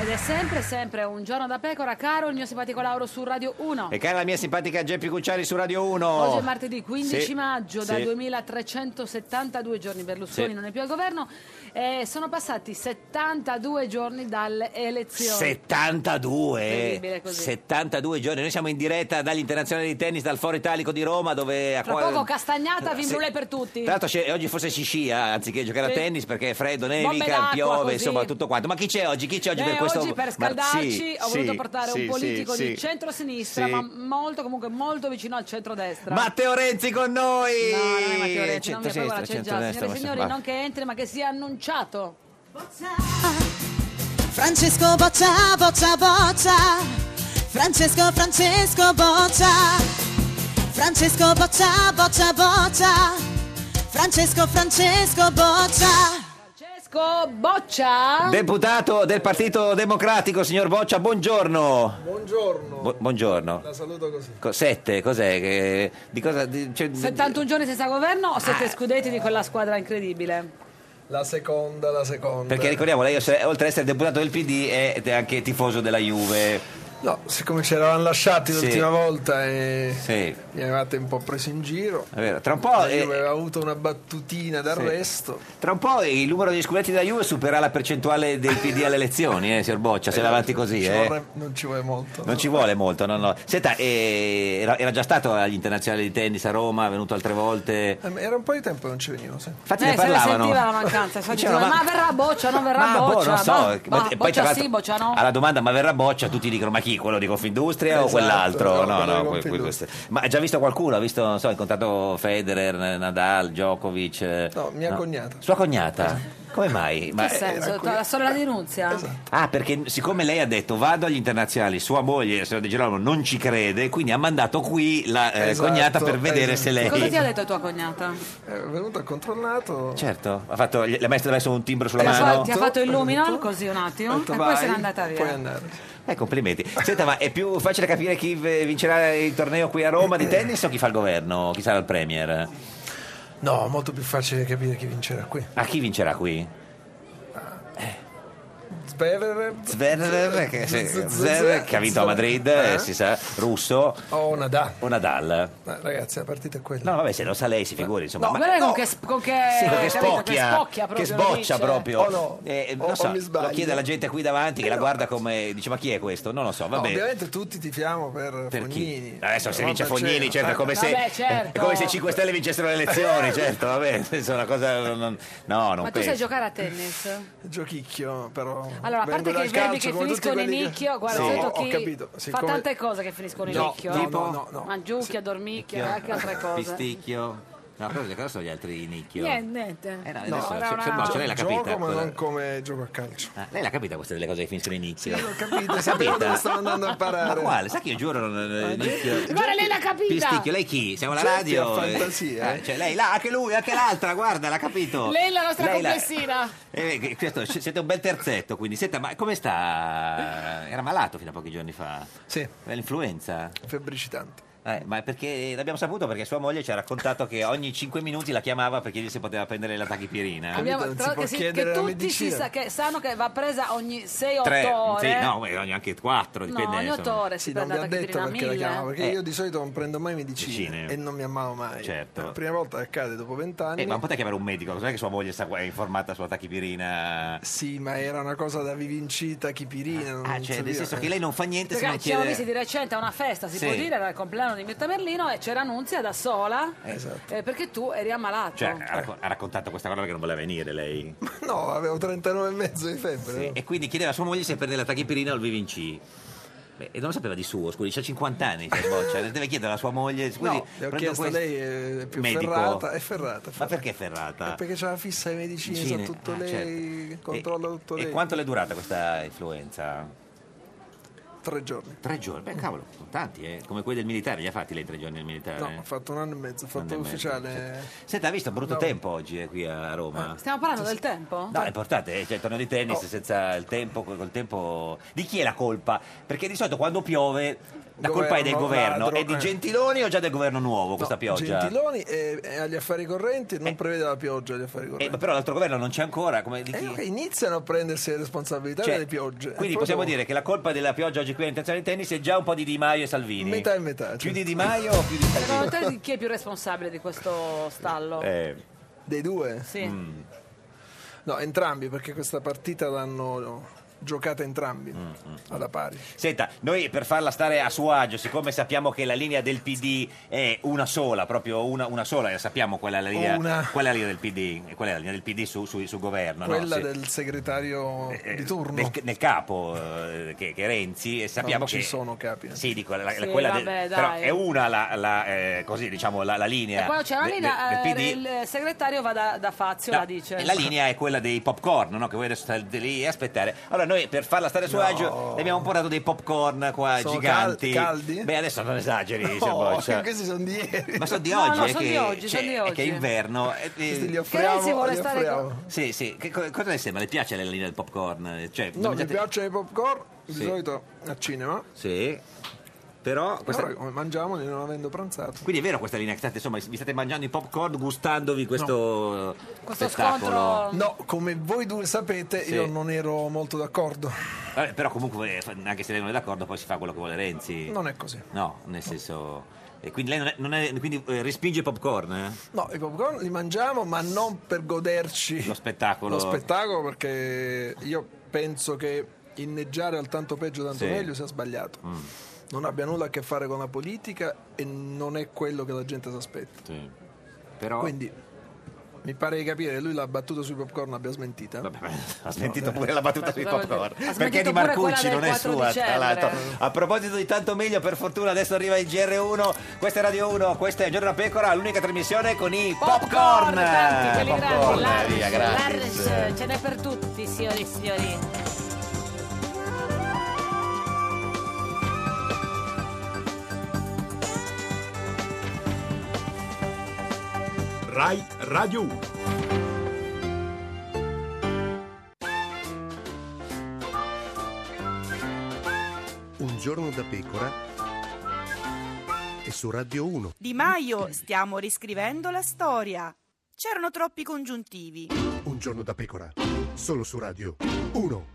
Speaker 1: Ed è sempre, sempre un giorno da pecora, caro il mio simpatico Lauro su Radio 1.
Speaker 2: E cara la mia simpatica Geppi Cucciari su Radio 1.
Speaker 1: Oggi è martedì 15
Speaker 2: Sì,
Speaker 1: maggio, da
Speaker 2: sì.
Speaker 1: 2372 giorni Berlusconi
Speaker 2: Sì.
Speaker 1: non è più al governo, eh, sono passati 72 giorni dalle elezioni.
Speaker 2: 72
Speaker 1: Terribile così.
Speaker 2: 72 eh. giorni noi siamo in diretta dall'internazionale di tennis dal foro italico di Roma dove a
Speaker 1: Tra
Speaker 2: qua-
Speaker 1: poco castagnata, vin
Speaker 2: Eh, Sì.
Speaker 1: brulè per tutti.
Speaker 2: Tra l'altro c'è- oggi forse si scia anziché giocare
Speaker 1: Sì.
Speaker 2: a tennis perché è freddo,
Speaker 1: Bombe
Speaker 2: nevica,
Speaker 1: d'acqua,
Speaker 2: piove,
Speaker 1: così.
Speaker 2: insomma tutto quanto. Ma chi c'è oggi? Chi c'è oggi
Speaker 1: Eh,
Speaker 2: per questo?
Speaker 1: oggi per
Speaker 2: Mar-
Speaker 1: scaldarci
Speaker 2: sì,
Speaker 1: ho voluto
Speaker 2: sì,
Speaker 1: portare
Speaker 2: sì,
Speaker 1: un politico
Speaker 2: sì,
Speaker 1: di
Speaker 2: sì.
Speaker 1: centrosinistra,
Speaker 2: Sì.
Speaker 1: ma molto comunque molto vicino al centrodestra.
Speaker 2: Matteo Renzi con noi!
Speaker 1: No, non è Matteo Renzi, non mi
Speaker 2: Centrosinistra,
Speaker 1: paura, c'è già.
Speaker 2: centrodestra,
Speaker 1: Signore e
Speaker 2: ma-
Speaker 1: signori,
Speaker 2: va.
Speaker 1: non che entri, ma che sia annunciato.
Speaker 9: Francesco boccia, boccia, boccia. Francesco, Francesco boccia. Francesco boccia, boccia, boccia. Francesco, Francesco boccia.
Speaker 1: Francesco Boccia.
Speaker 2: Deputato del Partito Democratico, signor Boccia, buongiorno.
Speaker 13: Buongiorno,
Speaker 2: Bu- buongiorno.
Speaker 13: la saluto così.
Speaker 2: Co- Sette, cos'è? Che- Di cosa? di- cioè-
Speaker 1: 71 giorni senza governo o
Speaker 2: Ah.
Speaker 1: siete scudeti di quella squadra incredibile?
Speaker 13: La seconda, la seconda.
Speaker 2: Perché ricordiamo, lei se- oltre ad essere deputato del PD è anche tifoso della Juve.
Speaker 13: No, siccome ci eravamo lasciati
Speaker 2: Sì.
Speaker 13: l'ultima volta e
Speaker 2: Sì,
Speaker 13: mi avevate un po' preso in giro.
Speaker 2: è vero. Tra un po',
Speaker 13: Io
Speaker 2: eh,
Speaker 13: avevo avuto una battutina d'arresto.
Speaker 2: tra un po' il numero di scudetti della Juve supera la percentuale del PD alle elezioni, eh, signor Boccia, se va avanti così.
Speaker 13: Esatto, Ci
Speaker 2: eh.
Speaker 13: vorre- non ci vuole molto.
Speaker 2: Non ci vuole molto, no, no. Senta, eh, era, era già stato agli internazionali di tennis a Roma, è venuto altre volte.
Speaker 13: Eh, Era un po' di tempo che non ci venivo. sì.
Speaker 2: Infatti
Speaker 1: Eh,
Speaker 2: ne
Speaker 1: se ne
Speaker 2: parlavano.
Speaker 1: sentiva la mancanza. infatti
Speaker 2: Dicevano,
Speaker 1: dicevano, ma, verrà Boccia, non verrà
Speaker 2: ma boh,
Speaker 1: Boccia?
Speaker 2: non so.
Speaker 1: ma-
Speaker 2: eh,
Speaker 1: ma
Speaker 2: e poi Ah, tra
Speaker 1: boccia
Speaker 2: l'altro-
Speaker 1: sì, Boccia no?
Speaker 2: Alla domanda ma verrà Boccia, tutti dicono ma chi? Quello di Confindustria o
Speaker 13: Esatto,
Speaker 2: quell'altro?
Speaker 13: no,
Speaker 2: No, no,
Speaker 13: quello di
Speaker 2: que- que-
Speaker 13: Confindustria.
Speaker 2: questo. Ma ha già visto qualcuno? Ha visto, non so, ha incontrato Federer, Nadal, Djokovic? eh,
Speaker 13: No, mia cognata. Esatto.
Speaker 2: Sua cognata? Come mai? Ma- eh,
Speaker 1: che senso? La sola denunzia?
Speaker 2: Ah, perché siccome lei ha detto vado agli internazionali, sua moglie, signora Di Girolamo, non ci crede, quindi ha mandato qui la eh,
Speaker 13: Esatto,
Speaker 2: cognata per vedere
Speaker 13: esatto.
Speaker 2: se lei...
Speaker 1: Cosa ti ha detto tua cognata?
Speaker 13: È venuto, ha controllato.
Speaker 2: Certo, ha fatto, le ha messo adesso un timbro sulla
Speaker 1: Ti ha fa-
Speaker 2: mano.
Speaker 1: ti Eh, ha fatto il luminol così un attimo e poi se n'è andata via.
Speaker 13: Puoi andare.
Speaker 2: Eh, complimenti. Senta, ma è più facile capire chi v- vincerà il torneo qui a Roma di tennis o chi fa il governo? Chi sarà il premier?
Speaker 13: No, molto più facile capire chi vincerà qui.
Speaker 2: Ah, chi vincerà qui?
Speaker 13: Zverev.
Speaker 2: Zverev
Speaker 13: Eh,
Speaker 2: che, sì, Zverev, che ha vinto a Madrid, eh, si sa, russo.
Speaker 13: Oh, Nadal.
Speaker 2: O Nadal.
Speaker 13: Eh, Ragazzi, la partita è quella.
Speaker 2: No, vabbè, se lo sa lei si figuri, insomma.
Speaker 1: No,
Speaker 2: ma-
Speaker 1: guarda con che, sp- con che,
Speaker 2: Sì, che
Speaker 1: Eh, capito,
Speaker 2: spocchia,
Speaker 1: spocchia proprio,
Speaker 2: che sboccia
Speaker 1: lo dice.
Speaker 13: Oh,
Speaker 2: proprio. Eh, non
Speaker 13: o-
Speaker 2: so,
Speaker 13: o mi sbaglio? Eh,
Speaker 2: lo chiede alla gente qui davanti che la guarda come dice ma chi è questo? Non lo so,
Speaker 13: No,
Speaker 2: vabbè.
Speaker 13: Ovviamente tutti tifiamo per,
Speaker 2: Per chi?
Speaker 13: Fognini.
Speaker 2: Adesso se
Speaker 13: Per
Speaker 2: vince
Speaker 13: Montalcino.
Speaker 2: Fognini, certo, è come se,
Speaker 13: Vabbè,
Speaker 1: certo.
Speaker 2: è come se i 5 Stelle vincessero le
Speaker 13: Eh.
Speaker 2: elezioni, certo, vabbè, è una cosa... non- non- no, non
Speaker 1: Ma tu
Speaker 2: penso.
Speaker 1: sai giocare a tennis?
Speaker 13: Giochicchio, però.
Speaker 1: Allora, a parte
Speaker 13: vengo dal
Speaker 1: che i verbi
Speaker 13: calcio,
Speaker 1: che
Speaker 13: come tutti
Speaker 1: finiscono in
Speaker 13: quelli che-
Speaker 1: nicchio, guarda,
Speaker 13: No,
Speaker 1: vedo
Speaker 13: ho
Speaker 1: chi
Speaker 13: capito.
Speaker 1: fa
Speaker 13: siccome-
Speaker 1: tante cose che finiscono in
Speaker 13: No,
Speaker 1: nicchio.
Speaker 13: no, Tipo? no, no, no.
Speaker 1: Mangiucchia, dormicchia, anche altre cose.
Speaker 2: Pisticchio. No, cosa, cosa sono gli altri nicchio?
Speaker 1: Niente, niente.
Speaker 2: Eh, no,
Speaker 13: No,
Speaker 2: adesso,
Speaker 13: era
Speaker 2: se-
Speaker 1: una-
Speaker 2: se- no, cioè, lei l'ha
Speaker 13: Gioco,
Speaker 2: capita.
Speaker 13: ma
Speaker 2: quella-
Speaker 13: non come gioco a calcio.
Speaker 2: Ah, lei l'ha capita queste delle cose che finiscono in nicchio?
Speaker 13: Io l'ho capito,
Speaker 2: L'ha
Speaker 13: sapevo
Speaker 2: capita?
Speaker 13: dove stavo andando a Eh,
Speaker 2: Ma
Speaker 13: parare.
Speaker 2: quale? Sai che io giuro non... eh, nicchio.
Speaker 1: Guarda, lei l'ha capita.
Speaker 2: Pisticchio, lei chi? Siamo alla
Speaker 13: Gente
Speaker 2: radio.
Speaker 13: a
Speaker 2: eh.
Speaker 13: fantasia, eh.
Speaker 2: cioè, lei là, anche lui, anche l'altra, guarda, l'ha capito.
Speaker 1: Lei è la nostra
Speaker 2: Lei l'ha-
Speaker 1: complessina.
Speaker 2: Eh, che- questo, c- siete un bel terzetto, quindi. Senta, ma come sta? Era malato fino a pochi giorni fa.
Speaker 13: Sì.
Speaker 2: L'influenza?
Speaker 13: Febbricitante.
Speaker 2: Eh, ma perché l'abbiamo saputo perché sua moglie ci ha raccontato che ogni 5 minuti la chiamava per chiedere se poteva prendere la tachipirina.
Speaker 1: Abbiamo- tra l'altro che, si- che tutti si sa, che sanno che va presa ogni 6-8 ore.
Speaker 2: sì, no, eh, ogni- anche 4,
Speaker 1: No,
Speaker 2: dipende.
Speaker 1: ogni
Speaker 2: insomma.
Speaker 1: 8 ore si
Speaker 13: Sì, non
Speaker 1: prende
Speaker 13: mi
Speaker 1: la
Speaker 13: ha detto
Speaker 1: tachipirina
Speaker 13: perché la chiamavo,
Speaker 1: 1000.
Speaker 13: perché
Speaker 2: Eh.
Speaker 13: io di solito non prendo mai medicine,
Speaker 2: Medicine.
Speaker 13: e non mi ammavo mai.
Speaker 2: Certo.
Speaker 13: La prima volta che accade dopo vent'anni.
Speaker 2: Eh, ma non poteva chiamare un medico, cos'è che sua moglie sta- è informata sulla tachipirina?
Speaker 13: Sì, ma era una cosa da vivincita, chipirina. non
Speaker 2: Ah, cioè,
Speaker 13: serviva.
Speaker 2: nel senso che lei non fa niente se
Speaker 13: Cioè,
Speaker 1: Perché
Speaker 2: non
Speaker 1: ci siamo
Speaker 2: chiede...
Speaker 1: visti di recente a una festa, si
Speaker 2: Sì.
Speaker 1: può dire, era il compleanno di Mirta Merlino e c'era Nunzia da sola
Speaker 13: Esatto. Eh,
Speaker 1: eh, perché tu eri ammalato.
Speaker 2: Cioè, ha, racco- ha raccontato questa cosa perché non voleva venire lei.
Speaker 13: No, avevo 39 e mezzo di febbre.
Speaker 2: Sì, E quindi chiedeva a sua moglie se prendeva la tachipirina o il Vivinci. Beh, e non lo sapeva di suo, scusi, c'ha 50 anni, c'è Boccia, deve chiedere alla sua moglie. Scusi,
Speaker 13: no, le ho
Speaker 2: prendo
Speaker 13: chiesto,
Speaker 2: questo-
Speaker 13: lei è più
Speaker 2: Medico.
Speaker 13: ferrata. È ferrata.
Speaker 2: Ma perché Ferrata?
Speaker 13: Perché c'è la fissa di medicine,
Speaker 2: Medicine,
Speaker 13: sa tutto
Speaker 2: ah,
Speaker 13: lei, controlla tutto
Speaker 2: E
Speaker 13: lei.
Speaker 2: quanto le è durata questa influenza?
Speaker 13: Tre giorni.
Speaker 2: Tre giorni? Beh, cavolo, sono tanti, eh. Come quelli del militare, li ha fatti lei tre giorni del militare?
Speaker 13: No, ho fatto un anno e mezzo, ho
Speaker 2: Un
Speaker 13: fatto
Speaker 2: anno e mezzo,
Speaker 13: ufficiale.
Speaker 2: Senta, ha visto brutto
Speaker 13: No. Ah,
Speaker 2: tempo oggi eh, qui a Roma?
Speaker 1: Stiamo parlando del tempo?
Speaker 2: No, è importante, eh, cioè il torneo di
Speaker 13: Oh.
Speaker 2: tennis senza il tempo, col col tempo... Di chi è la colpa? Perché di solito quando piove la
Speaker 13: Governo,
Speaker 2: colpa è del governo.
Speaker 13: ladro,
Speaker 2: è di
Speaker 13: eh.
Speaker 2: Gentiloni o già del governo nuovo questa pioggia?
Speaker 13: Gentiloni è, è agli affari correnti, non prevede la pioggia agli affari
Speaker 2: Eh,
Speaker 13: correnti.
Speaker 2: ma però l'altro governo non c'è ancora, come di chi?
Speaker 13: Eh, iniziano a prendersi le responsabilità
Speaker 2: Cioè,
Speaker 13: delle piogge.
Speaker 2: Quindi
Speaker 13: È
Speaker 2: possiamo
Speaker 13: proprio
Speaker 2: dire che la colpa della pioggia oggi qui all'intenzionale di tennis è già un po' di Di Maio e Salvini.
Speaker 13: Metà e metà.
Speaker 2: Più
Speaker 13: cioè.
Speaker 2: di Di Maio o più di Salvini?
Speaker 1: Secondo te di chi è più responsabile di questo stallo?
Speaker 2: Eh,
Speaker 13: Dei due?
Speaker 1: Sì.
Speaker 2: Mm.
Speaker 13: No, entrambi, perché questa partita l'hanno giocata entrambi
Speaker 2: Mm,
Speaker 13: alla pari.
Speaker 2: Senta, noi per farla stare a suo agio, siccome sappiamo che la linea del PD è una sola, proprio una, una sola, e sappiamo qual è la linea,
Speaker 13: Una.
Speaker 2: qual è la linea del PD, eh, qual è la linea del PD su- su- sul governo, no? Eh,
Speaker 13: Quella
Speaker 2: Se-
Speaker 13: del segretario di turno.
Speaker 2: nel, nel capo eh, che, che è Renzi e sappiamo
Speaker 13: non
Speaker 2: che
Speaker 13: ci sono capi. eh.
Speaker 2: Sì, dico, la- la-
Speaker 1: Sì,
Speaker 2: quella
Speaker 1: vabbè,
Speaker 2: del-
Speaker 1: dai.
Speaker 2: però è una la, la, eh, così, diciamo, la, la linea.
Speaker 1: E quando c'è la
Speaker 2: de- de-
Speaker 1: linea,
Speaker 2: del
Speaker 1: eh,
Speaker 2: PD.
Speaker 1: il segretario va da, da Fazio,
Speaker 2: No,
Speaker 1: la dice.
Speaker 2: e la linea è quella dei popcorn, no? che voi adesso state lì a aspettare. Allora, noi per farla stare a suo
Speaker 13: No.
Speaker 2: agio, le abbiamo un po' dato dei popcorn qua
Speaker 13: Sono
Speaker 2: giganti.
Speaker 13: cal- caldi?
Speaker 2: Beh, adesso non esageri, signor
Speaker 13: No,
Speaker 2: Boccia.
Speaker 13: questi sono di ieri.
Speaker 2: Ma sono di
Speaker 1: No,
Speaker 2: oggi,
Speaker 1: no,
Speaker 2: eh,
Speaker 1: sono
Speaker 2: che,
Speaker 1: di oggi,
Speaker 2: cioè,
Speaker 1: sono di
Speaker 2: è
Speaker 1: oggi.
Speaker 2: che è inverno. eh,
Speaker 13: Questi li
Speaker 1: Renzi
Speaker 13: offriamo.
Speaker 1: vuole
Speaker 13: li
Speaker 1: stare
Speaker 13: offriamo.
Speaker 2: Sì, sì. Che co- cosa le sembra? Le piace la linea del popcorn? Cioè,
Speaker 13: No, mi
Speaker 2: mangiate-
Speaker 13: piacciono i popcorn, di
Speaker 2: Sì.
Speaker 13: solito al cinema.
Speaker 2: Sì. Però questa-
Speaker 13: Però come mangiamoli non avendo pranzato.
Speaker 2: Quindi è vero questa linea che state, insomma, vi state mangiando i popcorn gustandovi questo
Speaker 1: Questo
Speaker 2: spettacolo.
Speaker 1: scontro-
Speaker 13: No, come voi due sapete,
Speaker 2: Sì.
Speaker 13: io non ero molto d'accordo.
Speaker 2: Vabbè, però comunque eh, anche se lei non è d'accordo poi si fa quello che vuole Renzi.
Speaker 13: Non è così.
Speaker 2: No, nel senso e quindi lei non è, non è- quindi eh, respinge i popcorn, eh?
Speaker 13: No, i popcorn li mangiamo, ma non per goderci
Speaker 2: Lo spettacolo.
Speaker 13: lo spettacolo, perché io penso che inneggiare al tanto peggio tanto
Speaker 2: Sì.
Speaker 13: meglio sia sbagliato.
Speaker 2: Mm,
Speaker 13: Non abbia nulla a che fare con la politica e non è quello che la gente si aspetta.
Speaker 2: Sì. Però
Speaker 13: Quindi mi pare di capire che lui l'ha battuta sui popcorn abbia smentita.
Speaker 2: Vabbè, ha smentito pure la battuta sui
Speaker 1: Ma cosa vuol
Speaker 2: popcorn
Speaker 1: dire? Ha
Speaker 2: perché è di
Speaker 1: smentito pure
Speaker 2: Marcucci
Speaker 1: quella del
Speaker 2: non è
Speaker 1: 4
Speaker 2: sua tra
Speaker 1: dicembre.
Speaker 2: l'altro a proposito di tanto meglio per fortuna adesso arriva il GR1 questa è Radio 1 questa è Giorno da Pecora l'unica trasmissione con i popcorn,
Speaker 1: Popcorn, tanti, quelli grandi,
Speaker 2: Popcorn, eh,
Speaker 1: Lars,
Speaker 2: via, gratis.
Speaker 1: Lars, ce n'è per tutti, signori e signori.
Speaker 8: Rai Radio 1.
Speaker 10: Un giorno da pecora e su Radio 1.
Speaker 11: Di Maio, stiamo riscrivendo la storia. C'erano troppi congiuntivi.
Speaker 10: Un giorno da pecora, solo su Radio 1.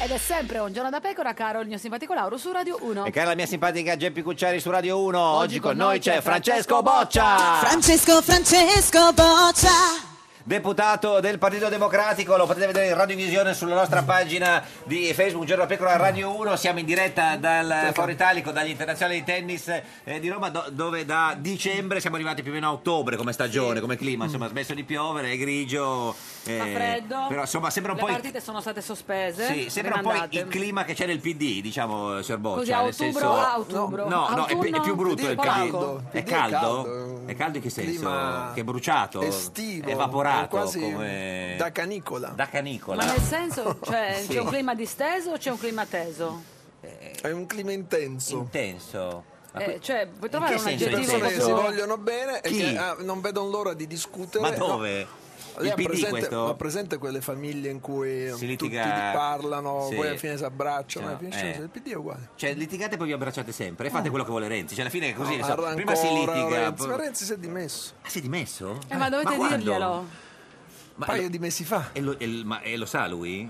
Speaker 1: Ed è sempre un giorno da pecora, caro il mio simpatico Lauro su Radio 1.
Speaker 2: E cara la mia simpatica Geppi Cucciari su Radio 1, oggi, con noi c'è Francesco Boccia,
Speaker 8: Francesco, Francesco Boccia.
Speaker 2: deputato del Partito Democratico, lo potete vedere in radiovisione sulla nostra pagina di Facebook Giorno da Pecora Radio 1, siamo in diretta dal Foro Italico, dagli internazionali di tennis eh, di Roma, do- dove da dicembre siamo arrivati più o meno a ottobre come stagione, come clima, insomma ha smesso di piovere, è grigio, eh,
Speaker 1: Mm. Fa freddo.
Speaker 2: però insomma sembra un
Speaker 1: Le
Speaker 2: po' il
Speaker 1: partite sono state sospese.
Speaker 2: Sì, sembra un po' il-
Speaker 1: rimandate.
Speaker 2: il clima che c'è nel PD, diciamo, Sir Boccia.
Speaker 1: Così a
Speaker 2: nel
Speaker 1: outubro,
Speaker 2: senso-
Speaker 1: a outubro.
Speaker 2: No, no, è, pi- è
Speaker 1: Autunno,
Speaker 2: più brutto
Speaker 1: PD
Speaker 2: il
Speaker 1: è
Speaker 2: caldo.
Speaker 1: caldo.
Speaker 2: È
Speaker 1: PD è caldo.
Speaker 2: caldo? È caldo in che senso?
Speaker 13: clima
Speaker 2: Che è bruciato?
Speaker 13: estivo,
Speaker 2: È evaporato?
Speaker 13: quasi
Speaker 2: come...
Speaker 13: da canicola.
Speaker 2: Da canicola.
Speaker 1: Ma nel senso, cioè,
Speaker 2: Sì.
Speaker 1: c'è un clima disteso o c'è un clima teso?
Speaker 13: È un clima intenso.
Speaker 2: Intenso. Ma
Speaker 1: Eh,
Speaker 2: que-
Speaker 1: cioè, vuoi trovare
Speaker 2: che
Speaker 1: un
Speaker 2: senso
Speaker 1: aggettivo
Speaker 2: intenso?
Speaker 13: Che si vogliono bene e
Speaker 2: Chi?
Speaker 13: che ah, non vedono l'ora di discutere.
Speaker 2: Ma
Speaker 13: No.
Speaker 2: dove?
Speaker 13: Lei
Speaker 2: Il
Speaker 13: ha
Speaker 2: PD
Speaker 13: presente,
Speaker 2: questo?
Speaker 13: ha presente quelle famiglie in cui eh,
Speaker 2: Si
Speaker 13: tutti
Speaker 2: litiga-
Speaker 13: parlano,
Speaker 2: sì.
Speaker 13: poi alla fine si abbracciano,
Speaker 2: Cioè,
Speaker 13: alla fine
Speaker 2: eh.
Speaker 13: scendono. il PD è uguale.
Speaker 2: Cioè, litigate e poi vi abbracciate sempre e fate quello che vuole Renzi. Cioè, alla fine è così.
Speaker 13: Mm. No,
Speaker 2: insomma,
Speaker 13: arrancora,
Speaker 2: prima si litiga.
Speaker 13: Renzi,
Speaker 2: poi-
Speaker 13: ma Renzi si è dimesso.
Speaker 2: Ah, si è dimesso?
Speaker 1: Eh, ma dovete
Speaker 2: quando?
Speaker 1: dirglielo.
Speaker 2: Ma
Speaker 13: paio
Speaker 2: lo-
Speaker 13: di mesi fa.
Speaker 2: E lo, e l- ma- e lo sa lui?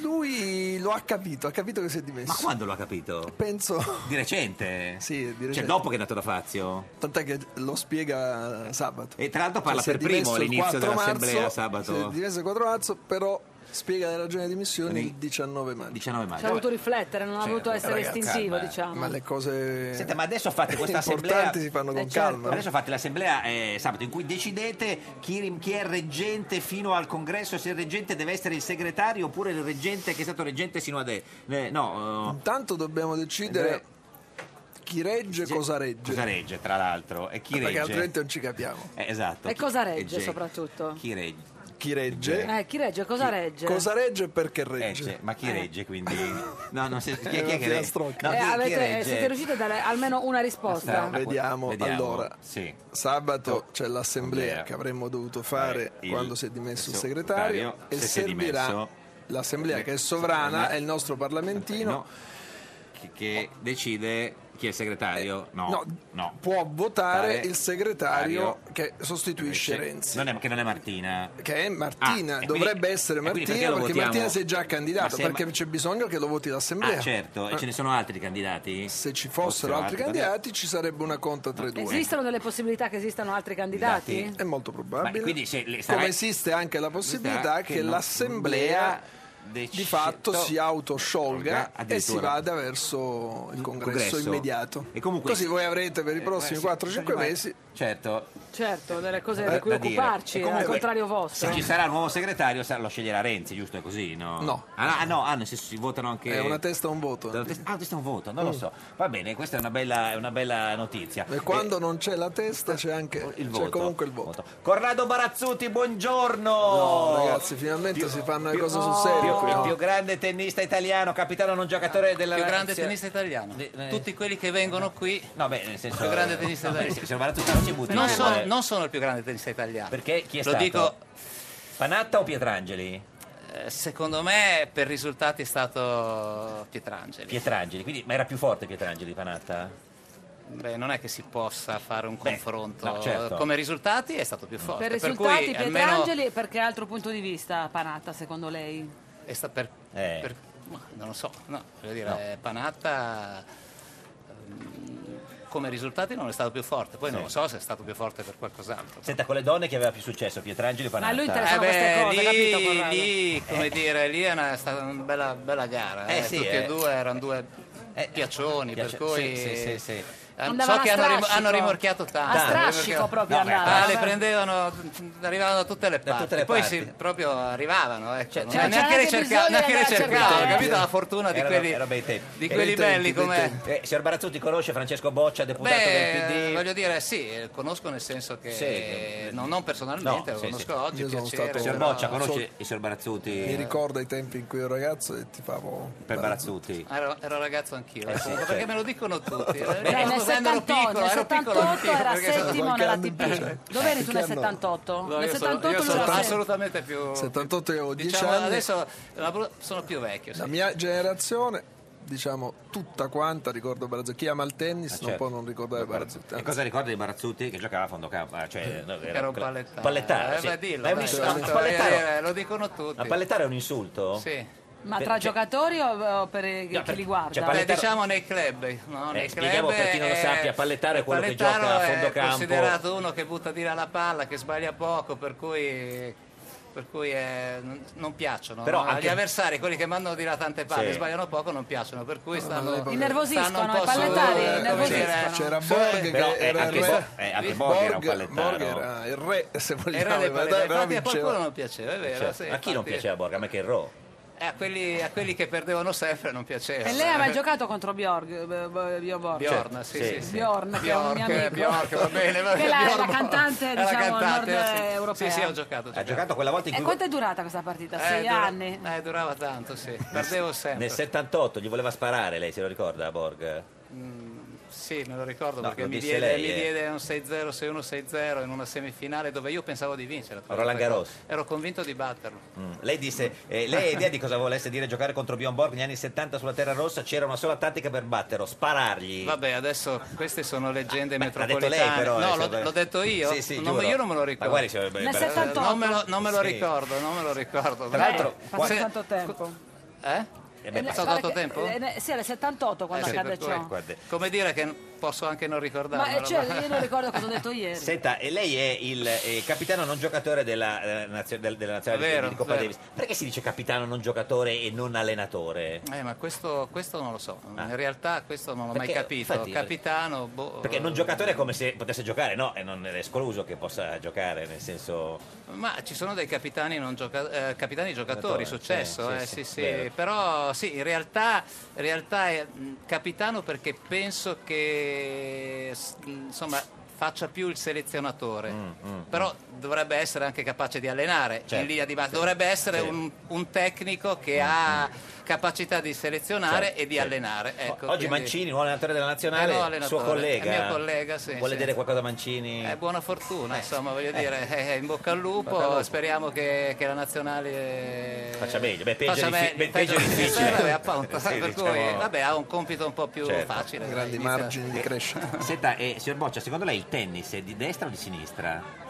Speaker 13: Lui lo ha capito, ha capito che si è dimesso.
Speaker 2: Ma quando lo ha capito?
Speaker 13: Penso,
Speaker 2: Di recente?
Speaker 13: Sì, di
Speaker 2: Cioè,
Speaker 13: recente.
Speaker 2: dopo che è nato da Fazio?
Speaker 13: tant'è che lo spiega sabato.
Speaker 2: E tra l'altro parla
Speaker 13: Cioè, si è
Speaker 2: per primo
Speaker 13: dimesso il
Speaker 2: all'inizio
Speaker 13: 4
Speaker 2: dell'assemblea
Speaker 13: marzo,
Speaker 2: sabato.
Speaker 13: Si è dimesso il 4 marzo, però spiega le ragioni di missione il 19 maggio.
Speaker 2: 19
Speaker 1: Ci ha dovuto riflettere, non ha voluto essere
Speaker 13: ragazzi,
Speaker 1: istintivo,
Speaker 2: Cioè, calma, eh.
Speaker 1: diciamo.
Speaker 13: Ma le cose
Speaker 2: Senta, ma adesso fate questa assemblea.
Speaker 13: importanti Eh, si fanno con
Speaker 1: Eh, certo.
Speaker 13: calma.
Speaker 2: Adesso fate l'assemblea eh, sabato in cui decidete chi, rim- chi è reggente fino al congresso, se il reggente deve essere il segretario oppure il reggente che è stato reggente sino ad. eh, no, eh,
Speaker 13: Intanto dobbiamo decidere chi regge e cosa regge.
Speaker 2: cosa regge tra l'altro e chi
Speaker 13: Ah, Perché altrimenti
Speaker 2: regge.
Speaker 13: non ci capiamo.
Speaker 2: Eh, esatto.
Speaker 1: E
Speaker 2: Chi-
Speaker 1: cosa regge
Speaker 2: eh,
Speaker 1: soprattutto?
Speaker 2: Chi regge?
Speaker 13: Chi regge?
Speaker 1: Eh, chi regge? Cosa regge?
Speaker 13: Cosa regge e perché regge?
Speaker 2: Regge, ma chi regge quindi? No, non si- chi, chi è che
Speaker 13: una
Speaker 2: regge? No, chi,
Speaker 13: filastrocca.
Speaker 1: Eh,
Speaker 2: chi
Speaker 1: avete-
Speaker 2: regge?
Speaker 1: siete riusciti a dare almeno una risposta.
Speaker 13: No, vediamo,
Speaker 2: Eh, Vediamo.
Speaker 13: allora
Speaker 2: Sì.
Speaker 13: sabato c'è
Speaker 2: Assemblea.
Speaker 13: l'assemblea che avremmo dovuto fare
Speaker 2: Eh, il-
Speaker 13: quando si è dimesso il
Speaker 2: il
Speaker 13: segretario
Speaker 2: segretario,
Speaker 13: e
Speaker 2: se si è
Speaker 13: servirà
Speaker 2: dimesso-
Speaker 13: l'assemblea che è sovrana
Speaker 2: Sovrana.
Speaker 13: è il nostro parlamentino
Speaker 2: Chi- che decide chi è il segretario? No,
Speaker 13: Eh, no,
Speaker 2: no.
Speaker 13: può votare
Speaker 2: Fare-
Speaker 13: il segretario
Speaker 2: Dario.
Speaker 13: che sostituisce Renzi
Speaker 2: Eh, Non è, che non è Martina.
Speaker 13: che è Martina,
Speaker 2: Ah, e quindi-
Speaker 13: dovrebbe essere
Speaker 2: e quindi
Speaker 13: Martina
Speaker 2: perché
Speaker 13: perché,
Speaker 2: lo votiamo?
Speaker 13: Martina si è già
Speaker 2: Ma
Speaker 13: candidato
Speaker 2: se-
Speaker 13: perché
Speaker 2: ma-
Speaker 13: c'è bisogno che lo voti l'assemblea
Speaker 2: Ah, certo, e ce ne sono altri candidati?
Speaker 13: se ci fossero altri candidati ci sarebbe una conta tra i due
Speaker 1: Esistono delle possibilità che esistano altri candidati?
Speaker 13: È molto probabile.
Speaker 2: Ma quindi se le-
Speaker 13: Come
Speaker 2: sarà-
Speaker 13: esiste anche la possibilità
Speaker 2: che
Speaker 13: che
Speaker 2: non-
Speaker 13: l'assemblea di
Speaker 2: decide-
Speaker 13: fatto si autosciolga e si
Speaker 2: addirittura.
Speaker 13: vada verso il congresso,
Speaker 2: congresso.
Speaker 13: immediato.
Speaker 2: E comunque-
Speaker 13: Così voi avrete per i
Speaker 2: Eh,
Speaker 13: prossimi
Speaker 2: sì,
Speaker 13: 4-5
Speaker 2: rimane-
Speaker 13: mesi
Speaker 2: Certo,
Speaker 14: Eh,
Speaker 1: Certo, delle cose
Speaker 2: da-
Speaker 1: di cui
Speaker 2: da dire.
Speaker 1: occuparci,
Speaker 2: E comunque,
Speaker 1: al contrario vostro.
Speaker 2: se ci sarà un nuovo segretario sa- lo sceglierà Renzi, giusto? È così, no?
Speaker 13: No.
Speaker 2: Ah, ah, no, ah, nel senso si votano anche...
Speaker 13: è una testa un voto. Mm.
Speaker 2: Da- Ah, questo è un voto, non lo so. Va bene, questa è una bella, è una bella notizia.
Speaker 13: E quando non c'è la testa c'è anche
Speaker 2: Eh, il
Speaker 13: c'è
Speaker 2: voto.
Speaker 13: comunque il voto.
Speaker 2: Corrado Barazzuti, buongiorno!
Speaker 13: No, ragazzi, finalmente si fanno le cose sul serio.
Speaker 2: Più-
Speaker 13: qui,
Speaker 2: il
Speaker 13: no?
Speaker 2: più grande tennista italiano, capitano non giocatore della
Speaker 14: più grande
Speaker 2: Lazio.
Speaker 14: tennista italiano.
Speaker 1: eh.
Speaker 14: Tutti quelli che vengono qui.
Speaker 2: No, beh, nel senso eh,
Speaker 14: più grande tennista
Speaker 2: no,
Speaker 14: italiano.
Speaker 2: sì, Signor Barazzuti, non si butti
Speaker 14: Non
Speaker 2: nel-
Speaker 14: sono, non sono il più grande tennista italiano.
Speaker 2: Perché chi è
Speaker 14: Lo
Speaker 2: stato?
Speaker 14: dico-
Speaker 2: Panatta o Pietrangeli?
Speaker 14: Eh, Secondo me per risultati è stato Pietrangeli.
Speaker 2: Pietrangeli, quindi ma era più forte Pietrangeli di Panatta?
Speaker 14: Beh, non è che si possa fare un confronto.
Speaker 2: no, certo.
Speaker 14: Come risultati è stato più forte.
Speaker 1: Per risultati,
Speaker 14: cui, almeno-
Speaker 1: Pietrangeli, perché altro punto di vista, Panatta, secondo lei?
Speaker 14: è sta- per-
Speaker 2: Eh.
Speaker 14: per- ma non lo so, no, voglio dire,
Speaker 1: No.
Speaker 14: eh, Panatta ehm, come risultati non è stato più forte, poi non
Speaker 2: Sì.
Speaker 14: lo so se è stato più forte per qualcos'altro.
Speaker 2: Senta, con le donne chi aveva più successo, Pietrangeli o Panatta?
Speaker 1: lui
Speaker 14: Eh beh, lì,
Speaker 1: capito, Corrado?
Speaker 14: lì, come dire, lì è, una- è stata una bella, bella gara.
Speaker 2: Eh
Speaker 14: eh,
Speaker 2: sì,
Speaker 14: Tutti
Speaker 2: eh.
Speaker 14: e due erano due piaccioni,
Speaker 2: piace-
Speaker 14: per cui...
Speaker 2: sì, sì, sì, sì.
Speaker 14: eh,
Speaker 1: Andavano
Speaker 14: So
Speaker 1: a
Speaker 14: che hanno, rim-
Speaker 1: strascico.
Speaker 14: hanno rimorchiato tanto.
Speaker 1: A strascico
Speaker 14: hanno rimorchiato-
Speaker 1: proprio
Speaker 14: No, beh,
Speaker 1: andavano.
Speaker 14: ah, le prendevano, arrivavano da tutte le parti.
Speaker 2: eh. tutte le
Speaker 14: poi
Speaker 2: parti.
Speaker 14: si, proprio arrivano. Ecco. non
Speaker 2: cioè,
Speaker 14: è neanche
Speaker 2: c'era anche
Speaker 14: ricercato,
Speaker 2: bisogno
Speaker 14: neanche
Speaker 2: di andare a
Speaker 14: ricercato,
Speaker 2: cercare.
Speaker 14: capito la fortuna di
Speaker 2: Erano-
Speaker 14: quelli,
Speaker 2: erano bei tempi.
Speaker 14: di
Speaker 2: Bei
Speaker 14: quelli
Speaker 2: tempi,
Speaker 14: belli
Speaker 2: bei
Speaker 14: come...
Speaker 2: tempi. Eh, signor Barazzutti conosce Francesco Boccia, deputato del
Speaker 14: Beh,
Speaker 2: PD?
Speaker 14: voglio dire, sì, eh, conosco nel senso che
Speaker 2: Sì, eh,
Speaker 14: non, non personalmente,
Speaker 2: no,
Speaker 14: lo
Speaker 2: sì,
Speaker 14: conosco
Speaker 2: sì.
Speaker 14: oggi.
Speaker 13: Io sono
Speaker 14: piacere,
Speaker 13: stato-
Speaker 2: Signor
Speaker 14: però-
Speaker 2: Boccia conosce il signor Barazzuti?
Speaker 13: Mi ricorda i tempi in cui ero ragazzo e tifavo
Speaker 2: Per Barazzuti.
Speaker 14: Ah, Ero, ero ragazzo anch'io,
Speaker 2: Eh
Speaker 14: eh,
Speaker 2: sì,
Speaker 14: comunque,
Speaker 2: certo.
Speaker 14: perché me lo dicono tutti. Eh,
Speaker 2: Beh,
Speaker 1: Cioè, nel
Speaker 14: quando ero
Speaker 1: 78,
Speaker 14: piccolo, ero
Speaker 1: nel
Speaker 14: piccolo
Speaker 1: 78
Speaker 14: anch'io.
Speaker 1: era
Speaker 14: perché-
Speaker 1: settimo
Speaker 13: qualche
Speaker 1: nella
Speaker 13: anno in più.
Speaker 1: TP. Dove eri tu
Speaker 13: Che
Speaker 1: nel
Speaker 13: anno?
Speaker 1: 78?
Speaker 14: No,
Speaker 1: nel
Speaker 14: io sono,
Speaker 1: 78
Speaker 14: io
Speaker 1: lui
Speaker 14: sono
Speaker 1: era settimo.
Speaker 14: assolutamente più...
Speaker 13: 78 avevo 10
Speaker 14: diciamo,
Speaker 13: anni.
Speaker 14: adesso la bru- sono più vecchio.
Speaker 13: La
Speaker 14: sì.
Speaker 13: mia generazione, diciamo tutta quanta, ricordo Barazzutti. Chi ama il
Speaker 14: Ah,
Speaker 13: tennis non
Speaker 2: certo.
Speaker 13: può non ricordare Barazzutti.
Speaker 14: ecco,
Speaker 2: E cosa ricorda di Barazzutti che giocava a fondo campo? Ah, cioè, no,
Speaker 14: Eh, Era un pallettare.
Speaker 2: pallettaro,
Speaker 14: Eh,
Speaker 2: sì.
Speaker 14: beh, dillo,
Speaker 2: Ma è un
Speaker 14: dai,
Speaker 2: insulto.
Speaker 14: dai,
Speaker 2: Un
Speaker 14: dai,
Speaker 2: pallettaro-
Speaker 14: dai, lo dicono tutti.
Speaker 2: Ma pallettare è un insulto?
Speaker 14: Sì.
Speaker 1: Ma
Speaker 14: Per-
Speaker 1: tra
Speaker 14: cioè-
Speaker 1: giocatori o o per eh,
Speaker 14: No,
Speaker 1: chi
Speaker 14: per-
Speaker 1: li guarda?
Speaker 14: Beh, diciamo nei club, no?
Speaker 2: Eh,
Speaker 14: nei
Speaker 2: spieghiamo
Speaker 14: club
Speaker 2: per chi non lo
Speaker 14: è-
Speaker 2: sappia, Pallettaro è quello che
Speaker 14: Pallettaro
Speaker 2: gioca a
Speaker 14: è
Speaker 2: fondo campo.
Speaker 14: considerato uno che butta di là la palla, che sbaglia poco, per cui, per cui è- non, non piacciono.
Speaker 2: Però
Speaker 14: no?
Speaker 2: anche-
Speaker 14: Gli avversari, quelli che mandano di là tante palle,
Speaker 2: Sì.
Speaker 14: sbagliano poco, non piacciono, per cui stanno...
Speaker 1: Innervosiscono,
Speaker 14: stanno un
Speaker 1: i
Speaker 14: po'
Speaker 1: pallettari
Speaker 14: sul-
Speaker 1: innervosiscono.
Speaker 14: come dire,
Speaker 13: C'era
Speaker 14: sì.
Speaker 13: Borg che
Speaker 14: Però, eh,
Speaker 13: era
Speaker 14: anche
Speaker 13: il
Speaker 14: Bo-
Speaker 13: re.
Speaker 14: eh, anche Borg era un
Speaker 2: pallettaro.
Speaker 13: Borg era il re, se vogliamo.
Speaker 14: Era dei
Speaker 13: ma dai,
Speaker 14: pallettari,
Speaker 13: però
Speaker 14: infatti a
Speaker 13: vinceva.
Speaker 14: qualcuno non piaceva, è vero.
Speaker 2: Cioè,
Speaker 14: sì,
Speaker 2: a chi non
Speaker 14: infatti-
Speaker 2: piaceva Borga? A me che Ro.
Speaker 14: eh, a, quelli, a quelli che perdevano sempre non piaceva.
Speaker 1: E lei aveva giocato contro Bjorg, eh, b- Bjorg.
Speaker 2: Certo,
Speaker 1: Cioè,
Speaker 14: Bjorn, sì, sì, sì.
Speaker 1: Bjorn, che è un mio
Speaker 14: Bjorg,
Speaker 1: amico.
Speaker 14: Bjorg, va bene, va
Speaker 1: Che
Speaker 14: bene,
Speaker 1: la, è la
Speaker 14: Bjorn.
Speaker 1: cantante,
Speaker 14: È la
Speaker 1: diciamo,
Speaker 14: cantante,
Speaker 1: nord
Speaker 14: sì.
Speaker 1: europea.
Speaker 14: Sì, sì, ho giocato. ho
Speaker 15: Ha giocato quella volta in
Speaker 1: E
Speaker 15: cui
Speaker 1: quanto è durata questa partita?
Speaker 14: Eh,
Speaker 1: Sei
Speaker 14: dura-
Speaker 1: anni?
Speaker 14: Eh, durava tanto, sì. Perdevo sempre.
Speaker 2: Nel 78 gli voleva sparare, lei se lo ricorda, Borg?
Speaker 14: Mm, sì, me lo ricordo
Speaker 2: No,
Speaker 14: perché
Speaker 2: lo
Speaker 14: mi
Speaker 2: disse
Speaker 14: diede,
Speaker 2: lei,
Speaker 14: mi
Speaker 2: eh.
Speaker 14: diede un 6-0, 6-1, 6-0 in una semifinale dove io pensavo di vincere. tra
Speaker 2: Roland
Speaker 14: l'altro.
Speaker 2: Garros.
Speaker 14: Ero convinto di batterlo.
Speaker 2: Mm. Lei disse, eh, lei ha idea di cosa volesse dire giocare contro Bjorn Borg negli anni 70 sulla Terra Rossa? C'era una sola tattica per batterlo, sparargli.
Speaker 14: Vabbè, adesso queste sono leggende
Speaker 2: L'ha detto
Speaker 14: metropolitane.
Speaker 2: lei però.
Speaker 14: no,
Speaker 2: eh,
Speaker 14: l'ho,
Speaker 2: se-
Speaker 14: l'ho detto io.
Speaker 2: Sì, sì,
Speaker 14: non,
Speaker 2: giuro.
Speaker 14: io non me lo
Speaker 2: Ma
Speaker 14: ricordo.
Speaker 2: guardi se- beh, per-
Speaker 14: Non me lo, non me lo
Speaker 2: Sì.
Speaker 14: ricordo, non me lo ricordo.
Speaker 2: Tra l'altro,
Speaker 14: Se-
Speaker 1: Passa tanto tempo.
Speaker 14: Eh?
Speaker 2: Eh
Speaker 14: È
Speaker 2: beh,
Speaker 14: passato
Speaker 1: Guarda
Speaker 14: tanto
Speaker 1: che-
Speaker 14: tempo?
Speaker 1: eh, ne- sì, era il 78 quando
Speaker 14: Eh sì,
Speaker 1: accade
Speaker 14: per cui-
Speaker 1: ciò.
Speaker 14: Come dire che n- posso anche non ricordarlo.
Speaker 1: Ma eh, cioè, io non ricordo cosa ho detto ieri.
Speaker 2: Senta, e lei è il eh, capitano non giocatore della, eh, nazio- del- della nazionale
Speaker 14: Vero,
Speaker 2: di- di Coppa
Speaker 14: vero.
Speaker 2: Davis. Perché si dice capitano non giocatore e non allenatore?
Speaker 14: Eh, ma questo, questo non lo so.
Speaker 2: Ah.
Speaker 14: In realtà questo non l'ho
Speaker 2: Perché,
Speaker 14: mai capito.
Speaker 2: infatti,
Speaker 14: Capitano, boh,
Speaker 2: Perché non giocatore è come se potesse giocare, no? E non è escluso che possa giocare, nel senso...
Speaker 14: Ma ci sono dei capitani, non gioca- eh, capitani giocatori,
Speaker 2: Giocatore,
Speaker 14: successo,
Speaker 2: sì,
Speaker 14: eh,
Speaker 2: sì,
Speaker 14: sì,
Speaker 2: sì,
Speaker 14: sì.
Speaker 2: vero.
Speaker 14: però sì, in realtà, in realtà è mh, capitano perché penso che s- insomma faccia più il
Speaker 2: Mm,
Speaker 14: selezionatore, però dovrebbe essere anche capace di allenare
Speaker 2: Certo,
Speaker 14: in linea di base, dovrebbe essere
Speaker 2: Sì. Mm,
Speaker 14: un, un tecnico che ha capacità di selezionare
Speaker 2: Certo,
Speaker 14: e di
Speaker 2: sì.
Speaker 14: allenare. Ecco,
Speaker 2: Oggi
Speaker 14: quindi-
Speaker 2: Mancini, nuovo allenatore della nazionale,
Speaker 14: Eh, nuovo allenatore,
Speaker 2: suo collega.
Speaker 14: è mio collega, sì,
Speaker 2: Vuole
Speaker 14: sì.
Speaker 2: dire qualcosa a Mancini?
Speaker 14: È buona fortuna, insomma, voglio
Speaker 2: eh.
Speaker 14: dire, eh, in bocca al lupo,
Speaker 2: Bocca al lupo.
Speaker 14: speriamo che, che la nazionale
Speaker 2: Faccia meglio, beh, peggio
Speaker 14: faccia
Speaker 2: è diffi-
Speaker 14: meglio,
Speaker 2: beh, peggio è
Speaker 14: peggio-
Speaker 2: difficile.
Speaker 14: eh, vabbè, appunto,
Speaker 2: Sì,
Speaker 14: per
Speaker 2: diciamo-
Speaker 14: cui, vabbè, ha un compito un po' più
Speaker 2: Certo.
Speaker 14: facile.
Speaker 13: Grandi
Speaker 14: Inizia-
Speaker 13: margini di crescita.
Speaker 2: Senta, eh, signor Boccia, secondo lei il tennis è di destra o di sinistra?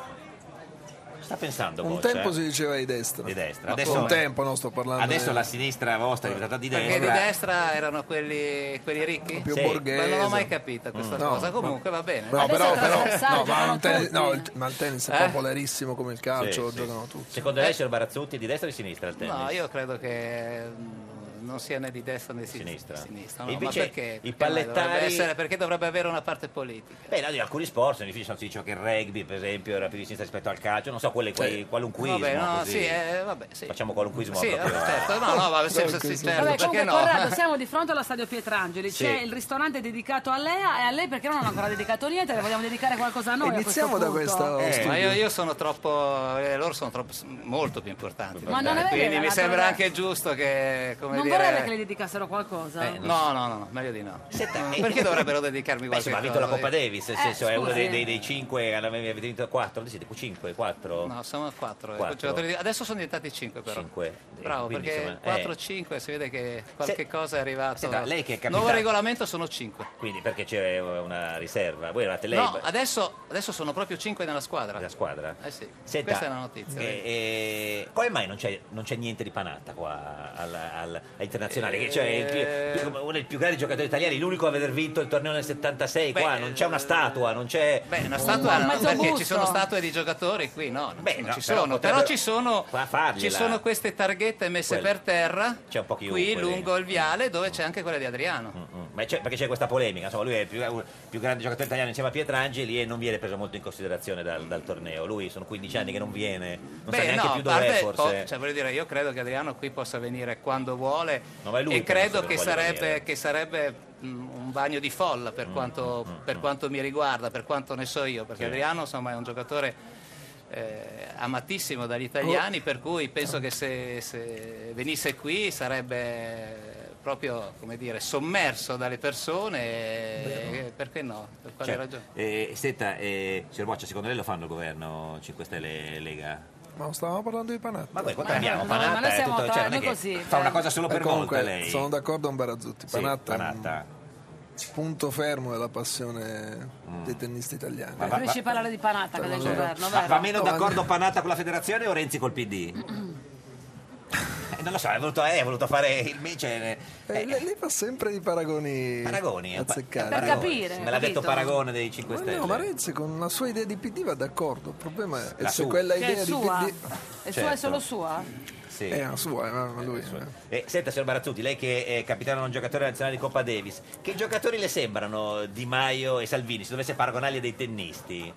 Speaker 2: Sta pensando
Speaker 13: Un
Speaker 2: Boccia?
Speaker 13: tempo si diceva di destra.
Speaker 2: Di destra.
Speaker 13: Ma
Speaker 2: Adesso-
Speaker 13: un tempo, no, sto parlando.
Speaker 2: Adesso
Speaker 13: di-
Speaker 2: la sinistra vostra è diventata di destra.
Speaker 14: Perché di destra erano quelli, quelli ricchi?
Speaker 13: Più
Speaker 2: Sì.
Speaker 13: borghese.
Speaker 14: Ma non l'ho mai capita questa
Speaker 13: Mm. No,
Speaker 14: cosa,
Speaker 13: ma-
Speaker 14: comunque va bene.
Speaker 13: No, però, però- no, ma,
Speaker 14: non
Speaker 13: un tennis, no, il, ma il tennis è
Speaker 14: Eh?
Speaker 13: popolarissimo come il calcio, giocano tutti. Eh,
Speaker 2: Secondo lei, signor Barazzutti, è di destra o di sinistra il tennis?
Speaker 14: No, io credo che mm, non sia né di destra né di sinistra. sinistra no,
Speaker 2: E
Speaker 14: ma
Speaker 2: invece
Speaker 14: perché?
Speaker 2: i
Speaker 14: Perché mai dovrebbe
Speaker 2: pallettari-
Speaker 14: essere- perché dovrebbe avere una parte politica?
Speaker 2: Beh, no, di alcuni sport sono difficili, non si diceva che il rugby, per esempio, era più di sinistra rispetto al calcio, non so, quelle, quei, qualunquismo.
Speaker 14: Vabbè, no,
Speaker 2: così.
Speaker 14: sì, eh, vabbè, sì.
Speaker 2: Facciamo qualunquismo
Speaker 14: Sì,
Speaker 2: proprio.
Speaker 14: eh, certo, no, no, vabbè, sì, sì, sì, certo,
Speaker 1: Vabbè,
Speaker 14: perché
Speaker 1: comunque,
Speaker 14: no?
Speaker 1: Corrado, siamo di fronte allo stadio Pietrangeli.
Speaker 2: Sì.
Speaker 1: C'è il ristorante dedicato a Lea e a lei perché non hanno ancora dedicato niente, le vogliamo dedicare qualcosa a noi. a questo punto.
Speaker 14: Eh,
Speaker 13: studio.
Speaker 14: ma io, io sono troppo, eh, loro sono troppo, molto più importanti. per
Speaker 1: Ma non
Speaker 14: me,
Speaker 1: è vero,
Speaker 14: quindi mi
Speaker 1: la
Speaker 14: sembra
Speaker 1: dovre-
Speaker 14: anche giusto che, come
Speaker 1: Non
Speaker 14: dire,
Speaker 1: vorrebbe che le dedicassero qualcosa?
Speaker 14: eh, no, no, no, no, meglio di no.
Speaker 2: Senta, eh,
Speaker 14: Perché dovrebbero dedicarmi
Speaker 2: Beh,
Speaker 14: qualcosa?
Speaker 2: insomma, ha vinto la Coppa Davis, nel
Speaker 14: Eh,
Speaker 2: senso è uno
Speaker 14: scusi.
Speaker 2: dei, dei, dei cinque, avete vinto quattro, dove siete? Cinque, quattro?
Speaker 14: No, siamo a eh, cioè, 4.
Speaker 2: Quattro.
Speaker 14: Adesso sono diventati 5 però.
Speaker 2: Cinque. Eh,
Speaker 14: Bravo,
Speaker 2: quindi,
Speaker 14: perché
Speaker 2: insomma, eh.
Speaker 14: 4-5 si vede che qualche cosa è arrivato.
Speaker 2: Senta, lei che è capitano-
Speaker 14: Nuovo regolamento sono 5.
Speaker 2: Quindi perché c'è una riserva? Voi eravate lei?
Speaker 14: No, adesso, adesso sono proprio 5 nella squadra.
Speaker 2: La squadra?
Speaker 14: Eh sì,
Speaker 2: Senta,
Speaker 14: questa è una notizia.
Speaker 2: eh,
Speaker 14: vedi.
Speaker 2: eh, come mai non c'è, non c'è niente di panata qua al, al- all'internazionale? Che cioè, il più- più-
Speaker 14: Eh.
Speaker 2: uno dei più grandi giocatori italiani, l'unico a aver vinto il torneo nel 76 qua, non c'è una statua, non c'è...
Speaker 14: eh, Beh, una statua no, perché ci sono statue di giocatori qui, no, non, non
Speaker 2: no,
Speaker 14: ci sono.
Speaker 2: però
Speaker 14: Però,
Speaker 2: potrebbero
Speaker 14: ci, sono,
Speaker 2: fa- fargliela.
Speaker 14: ci sono queste targhette messe
Speaker 2: Quelle.
Speaker 14: per terra
Speaker 2: C'è un po' chiunque.
Speaker 14: qui
Speaker 2: lì.
Speaker 14: lungo il viale dove c'è anche quella di Adriano.
Speaker 2: Mm, ma c'è- perché c'è questa polemica, insomma, lui è il più, il più grande giocatore italiano insieme a Pietrangeli e non viene preso molto in considerazione dal, dal torneo. Lui sono 15 anni che non viene, non sa neanche
Speaker 14: no,
Speaker 2: più
Speaker 14: a
Speaker 2: dov'è
Speaker 14: parte-
Speaker 2: forse.
Speaker 14: po- cioè, voglio dire, io credo che Adriano qui possa venire quando vuole
Speaker 2: No, ma è lui
Speaker 14: e
Speaker 2: che non
Speaker 14: credo
Speaker 2: so
Speaker 14: che
Speaker 2: dove voglia
Speaker 14: sarebbe,
Speaker 2: venire. Mm,
Speaker 14: che sarebbe, mm, un bagno di folla per, quanto, per quanto mi riguarda, per quanto ne so io, perché
Speaker 2: Sì.
Speaker 14: Adriano insomma è un giocatore eh, amatissimo dagli italiani,
Speaker 2: Oh.
Speaker 14: per cui penso che se, se venisse qui sarebbe proprio come dire, sommerso dalle persone, e- perché no? Per quale
Speaker 2: Cioè,
Speaker 14: ragione?
Speaker 2: eh, senta, eh, signor Boccia, secondo lei lo fanno il governo 5 Stelle e Lega?
Speaker 13: Ma non stavamo parlando di Panatta.
Speaker 2: Ma voi quanto
Speaker 13: Ma-
Speaker 2: abbiamo?
Speaker 13: no,
Speaker 2: Panatta
Speaker 13: ma noi
Speaker 2: è
Speaker 13: siamo
Speaker 2: tutto-
Speaker 13: tra-
Speaker 2: cioè, non è
Speaker 13: noi
Speaker 2: che
Speaker 13: così,
Speaker 2: fa una
Speaker 13: eh.
Speaker 2: cosa solo
Speaker 13: Eh,
Speaker 2: per
Speaker 13: comunque,
Speaker 2: volta lei.
Speaker 13: Sono d'accordo con Barazzutti.
Speaker 2: Sì,
Speaker 13: Panatta,
Speaker 2: Panatta.
Speaker 13: è un punto fermo della passione
Speaker 2: Mm.
Speaker 13: dei tennisti italiani.
Speaker 1: Ma Preferisci parlare di Panatta che del
Speaker 13: Allora,
Speaker 1: governo,
Speaker 2: Ma
Speaker 1: vero?
Speaker 2: va meno d'accordo Panatta con la federazione o Renzi col PD? non lo so, è voluto, eh, è voluto fare il mice. eh,
Speaker 13: Eh, lei, lei fa sempre i paragoni.
Speaker 2: Paragoni, eh, pa-
Speaker 13: azzeccati.
Speaker 2: Per Paragoni. capire, Me l'ha capito? detto Paragone dei 5
Speaker 13: Ma
Speaker 2: Stelle.
Speaker 13: No, ma Renzi con la sua idea di PD va d'accordo. Il problema è
Speaker 2: La
Speaker 13: se
Speaker 2: sua.
Speaker 13: quella
Speaker 1: Che è
Speaker 13: idea di
Speaker 1: sua?
Speaker 13: PD.
Speaker 1: È
Speaker 2: Certo.
Speaker 1: Ah. sua, è solo sua?
Speaker 2: Sì.
Speaker 13: È la sua, eh, ma lui.
Speaker 2: Eh, senta, signor Barazzuti, lei che è capitano di un giocatore nazionale di Coppa Davis, che giocatori le sembrano Di Maio e Salvini, se dovesse paragonarli a dei tennisti?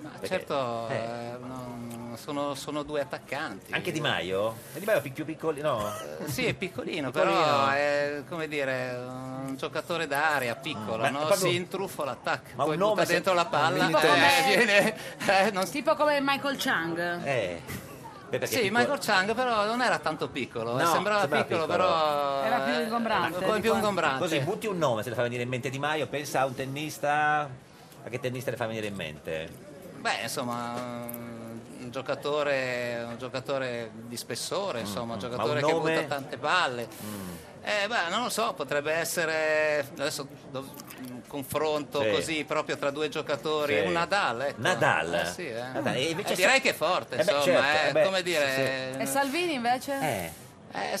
Speaker 2: Perché-
Speaker 14: Certo,
Speaker 2: eh,
Speaker 14: eh, no, sono, sono due attaccanti.
Speaker 2: anche Di Maio? È Di Maio più piccolo? No.
Speaker 14: Eh, Sì, è piccolino,
Speaker 2: Piccolino.
Speaker 14: però
Speaker 2: eh.
Speaker 14: è come dire un giocatore d'area piccolo,
Speaker 2: Ma
Speaker 14: no?
Speaker 2: è proprio-
Speaker 14: si intruffa l'attacco,
Speaker 2: Ma
Speaker 14: poi
Speaker 2: un
Speaker 14: butta
Speaker 2: nome se-
Speaker 14: dentro la palla
Speaker 2: Un
Speaker 14: eh,
Speaker 2: militare.
Speaker 14: viene, eh, non
Speaker 1: Tipo come Michael Chang.
Speaker 2: Eh. Beh, perché
Speaker 14: Sì,
Speaker 2: piccolo-
Speaker 14: Michael Chang però non era tanto piccolo, eh,
Speaker 2: No,
Speaker 14: sembrava,
Speaker 2: sembrava
Speaker 14: piccolo,
Speaker 2: piccolo.
Speaker 14: però eh,
Speaker 1: Era più ingombrante.
Speaker 14: Come
Speaker 1: di
Speaker 14: più
Speaker 1: quanto-
Speaker 14: ingombrante.
Speaker 2: Così butti un nome se le fa venire in mente Di Maio, pensa a un tennista. A che tennista le fa venire in mente?
Speaker 14: Beh, insomma, un giocatore, un giocatore di spessore, insomma, un
Speaker 2: mm. Ma
Speaker 14: giocatore
Speaker 2: un
Speaker 14: che
Speaker 2: nome? Mm.
Speaker 14: butta tante palle. Eh, beh, non lo so, potrebbe essere adesso do- un confronto
Speaker 2: Sì.
Speaker 14: così proprio tra due giocatori,
Speaker 2: Sì.
Speaker 14: un Nadal, ecco.
Speaker 2: Nadal.
Speaker 14: Eh, sì, eh.
Speaker 2: Nadal, e invece
Speaker 14: Eh, direi
Speaker 2: sa-
Speaker 14: che è forte,
Speaker 2: Eh beh,
Speaker 14: insomma,
Speaker 2: certo,
Speaker 14: eh,
Speaker 2: eh beh,
Speaker 14: come dire...
Speaker 1: E Salvini invece?
Speaker 2: Eh,
Speaker 14: eh,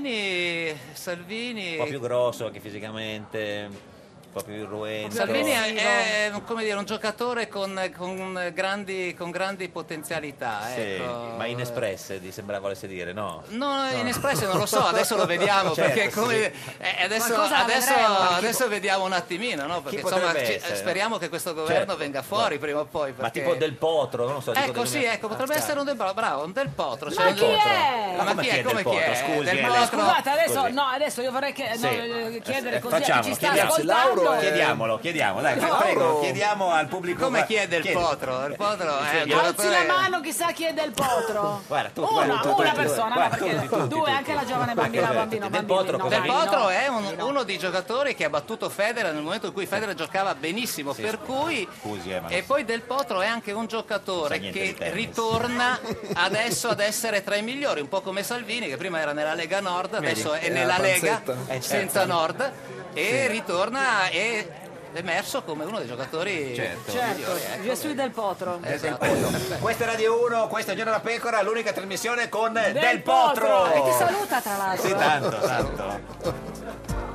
Speaker 14: Salvini,
Speaker 2: un
Speaker 14: Salvini,
Speaker 2: po' più grosso anche fisicamente, un po' più irruento.
Speaker 14: Salvini è, è, come dire, un giocatore con, con grandi, con grandi potenzialità.
Speaker 2: Sì,
Speaker 14: ecco.
Speaker 2: ma inespresse, ti sembra volesse dire, no?
Speaker 14: No, in
Speaker 2: No.
Speaker 14: espresso non lo so, adesso lo vediamo
Speaker 2: Certo,
Speaker 14: perché
Speaker 2: sì.
Speaker 14: come- eh, adesso,
Speaker 1: Qualcosa
Speaker 14: adesso-
Speaker 1: vedremo. Ma chi
Speaker 14: adesso vediamo un attimino, no? Perché insomma
Speaker 2: potrebbe
Speaker 14: ci- eh,
Speaker 2: essere, no?
Speaker 14: speriamo che questo governo
Speaker 2: Certo,
Speaker 14: venga fuori prima o poi.
Speaker 2: Ma
Speaker 14: perché-
Speaker 2: tipo del potro, non lo so. dico
Speaker 14: Ecco,
Speaker 2: del-
Speaker 14: sì, ecco, potrebbe
Speaker 2: Ah,
Speaker 14: essere un del, bravo, un del potro.
Speaker 2: Ma
Speaker 14: un
Speaker 2: chi
Speaker 14: del-
Speaker 2: è?
Speaker 14: Ma chi è?
Speaker 2: del
Speaker 14: Come chi
Speaker 2: potro?
Speaker 14: è?
Speaker 2: Scusi,
Speaker 14: Del
Speaker 2: eh,
Speaker 1: Ma
Speaker 2: lei-
Speaker 1: scusate, adesso,
Speaker 2: Così.
Speaker 1: no, adesso io vorrei che- no,
Speaker 2: Sì.
Speaker 1: eh,
Speaker 2: Eh,
Speaker 1: chiedere così a
Speaker 2: facciamolo,
Speaker 1: chi ci sta
Speaker 2: chiediamo-
Speaker 1: ascoltando.
Speaker 2: eh, Chiediamolo, chiediamo, dai,
Speaker 1: No.
Speaker 2: prego, chiediamo al pubblico.
Speaker 14: Come chi è del
Speaker 2: chiedi-
Speaker 14: potro? Il potro eh, è un
Speaker 1: Alzi la
Speaker 2: Eh.
Speaker 14: giocatore-
Speaker 1: mano, chissà chi è del potro.
Speaker 2: Guarda, tu,
Speaker 1: Una,
Speaker 2: guarda, tu,
Speaker 1: una
Speaker 2: guarda,
Speaker 1: persona,
Speaker 2: guarda,
Speaker 1: no, perché
Speaker 2: tutti, tutti,
Speaker 1: due, anche la giovane bambina,
Speaker 2: Perché
Speaker 1: bambino,
Speaker 2: eh, del
Speaker 1: bambino,
Speaker 2: potro
Speaker 1: no,
Speaker 2: cosa
Speaker 14: Del
Speaker 2: dici?
Speaker 14: Potro è un- uno dei giocatori che ha battuto Federer nel momento in cui Federer giocava benissimo,
Speaker 2: Sì,
Speaker 14: per cui
Speaker 2: Scusi, eh, ma
Speaker 14: E poi Del Potro è anche un giocatore
Speaker 2: Non sa niente
Speaker 14: che
Speaker 2: di tennis.
Speaker 14: ritorna adesso ad essere tra i migliori, un po' come Salvini che prima era nella Lega Nord, adesso
Speaker 2: Vedi?
Speaker 14: è
Speaker 2: Eh,
Speaker 14: nella
Speaker 2: la
Speaker 14: Lega
Speaker 2: panzetta. Eh,
Speaker 14: senza
Speaker 2: certo.
Speaker 14: Nord e
Speaker 2: Sì.
Speaker 14: ritorna e è emerso come uno dei giocatori
Speaker 2: Certo.
Speaker 14: migliori. ecco. Eh,
Speaker 1: Certo, Gesù del potro.
Speaker 2: Questa è Radio 1, questo è Giorno da Pecora, l'unica trasmissione con Del,
Speaker 1: E ti
Speaker 2: Potro.
Speaker 1: saluta tra l'altro.
Speaker 2: Sì, tanto, tanto.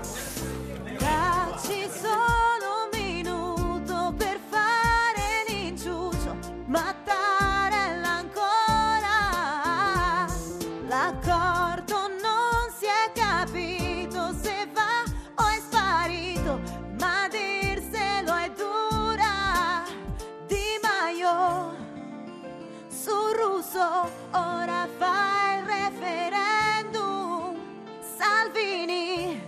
Speaker 9: Dacci solo un minuto per fare l'inciucio, Mattarella ancora. L'accordo non si è capito se va o è sparito, ma dirselo è dura. Di Maio sul russo ora fa il referendum. Salvini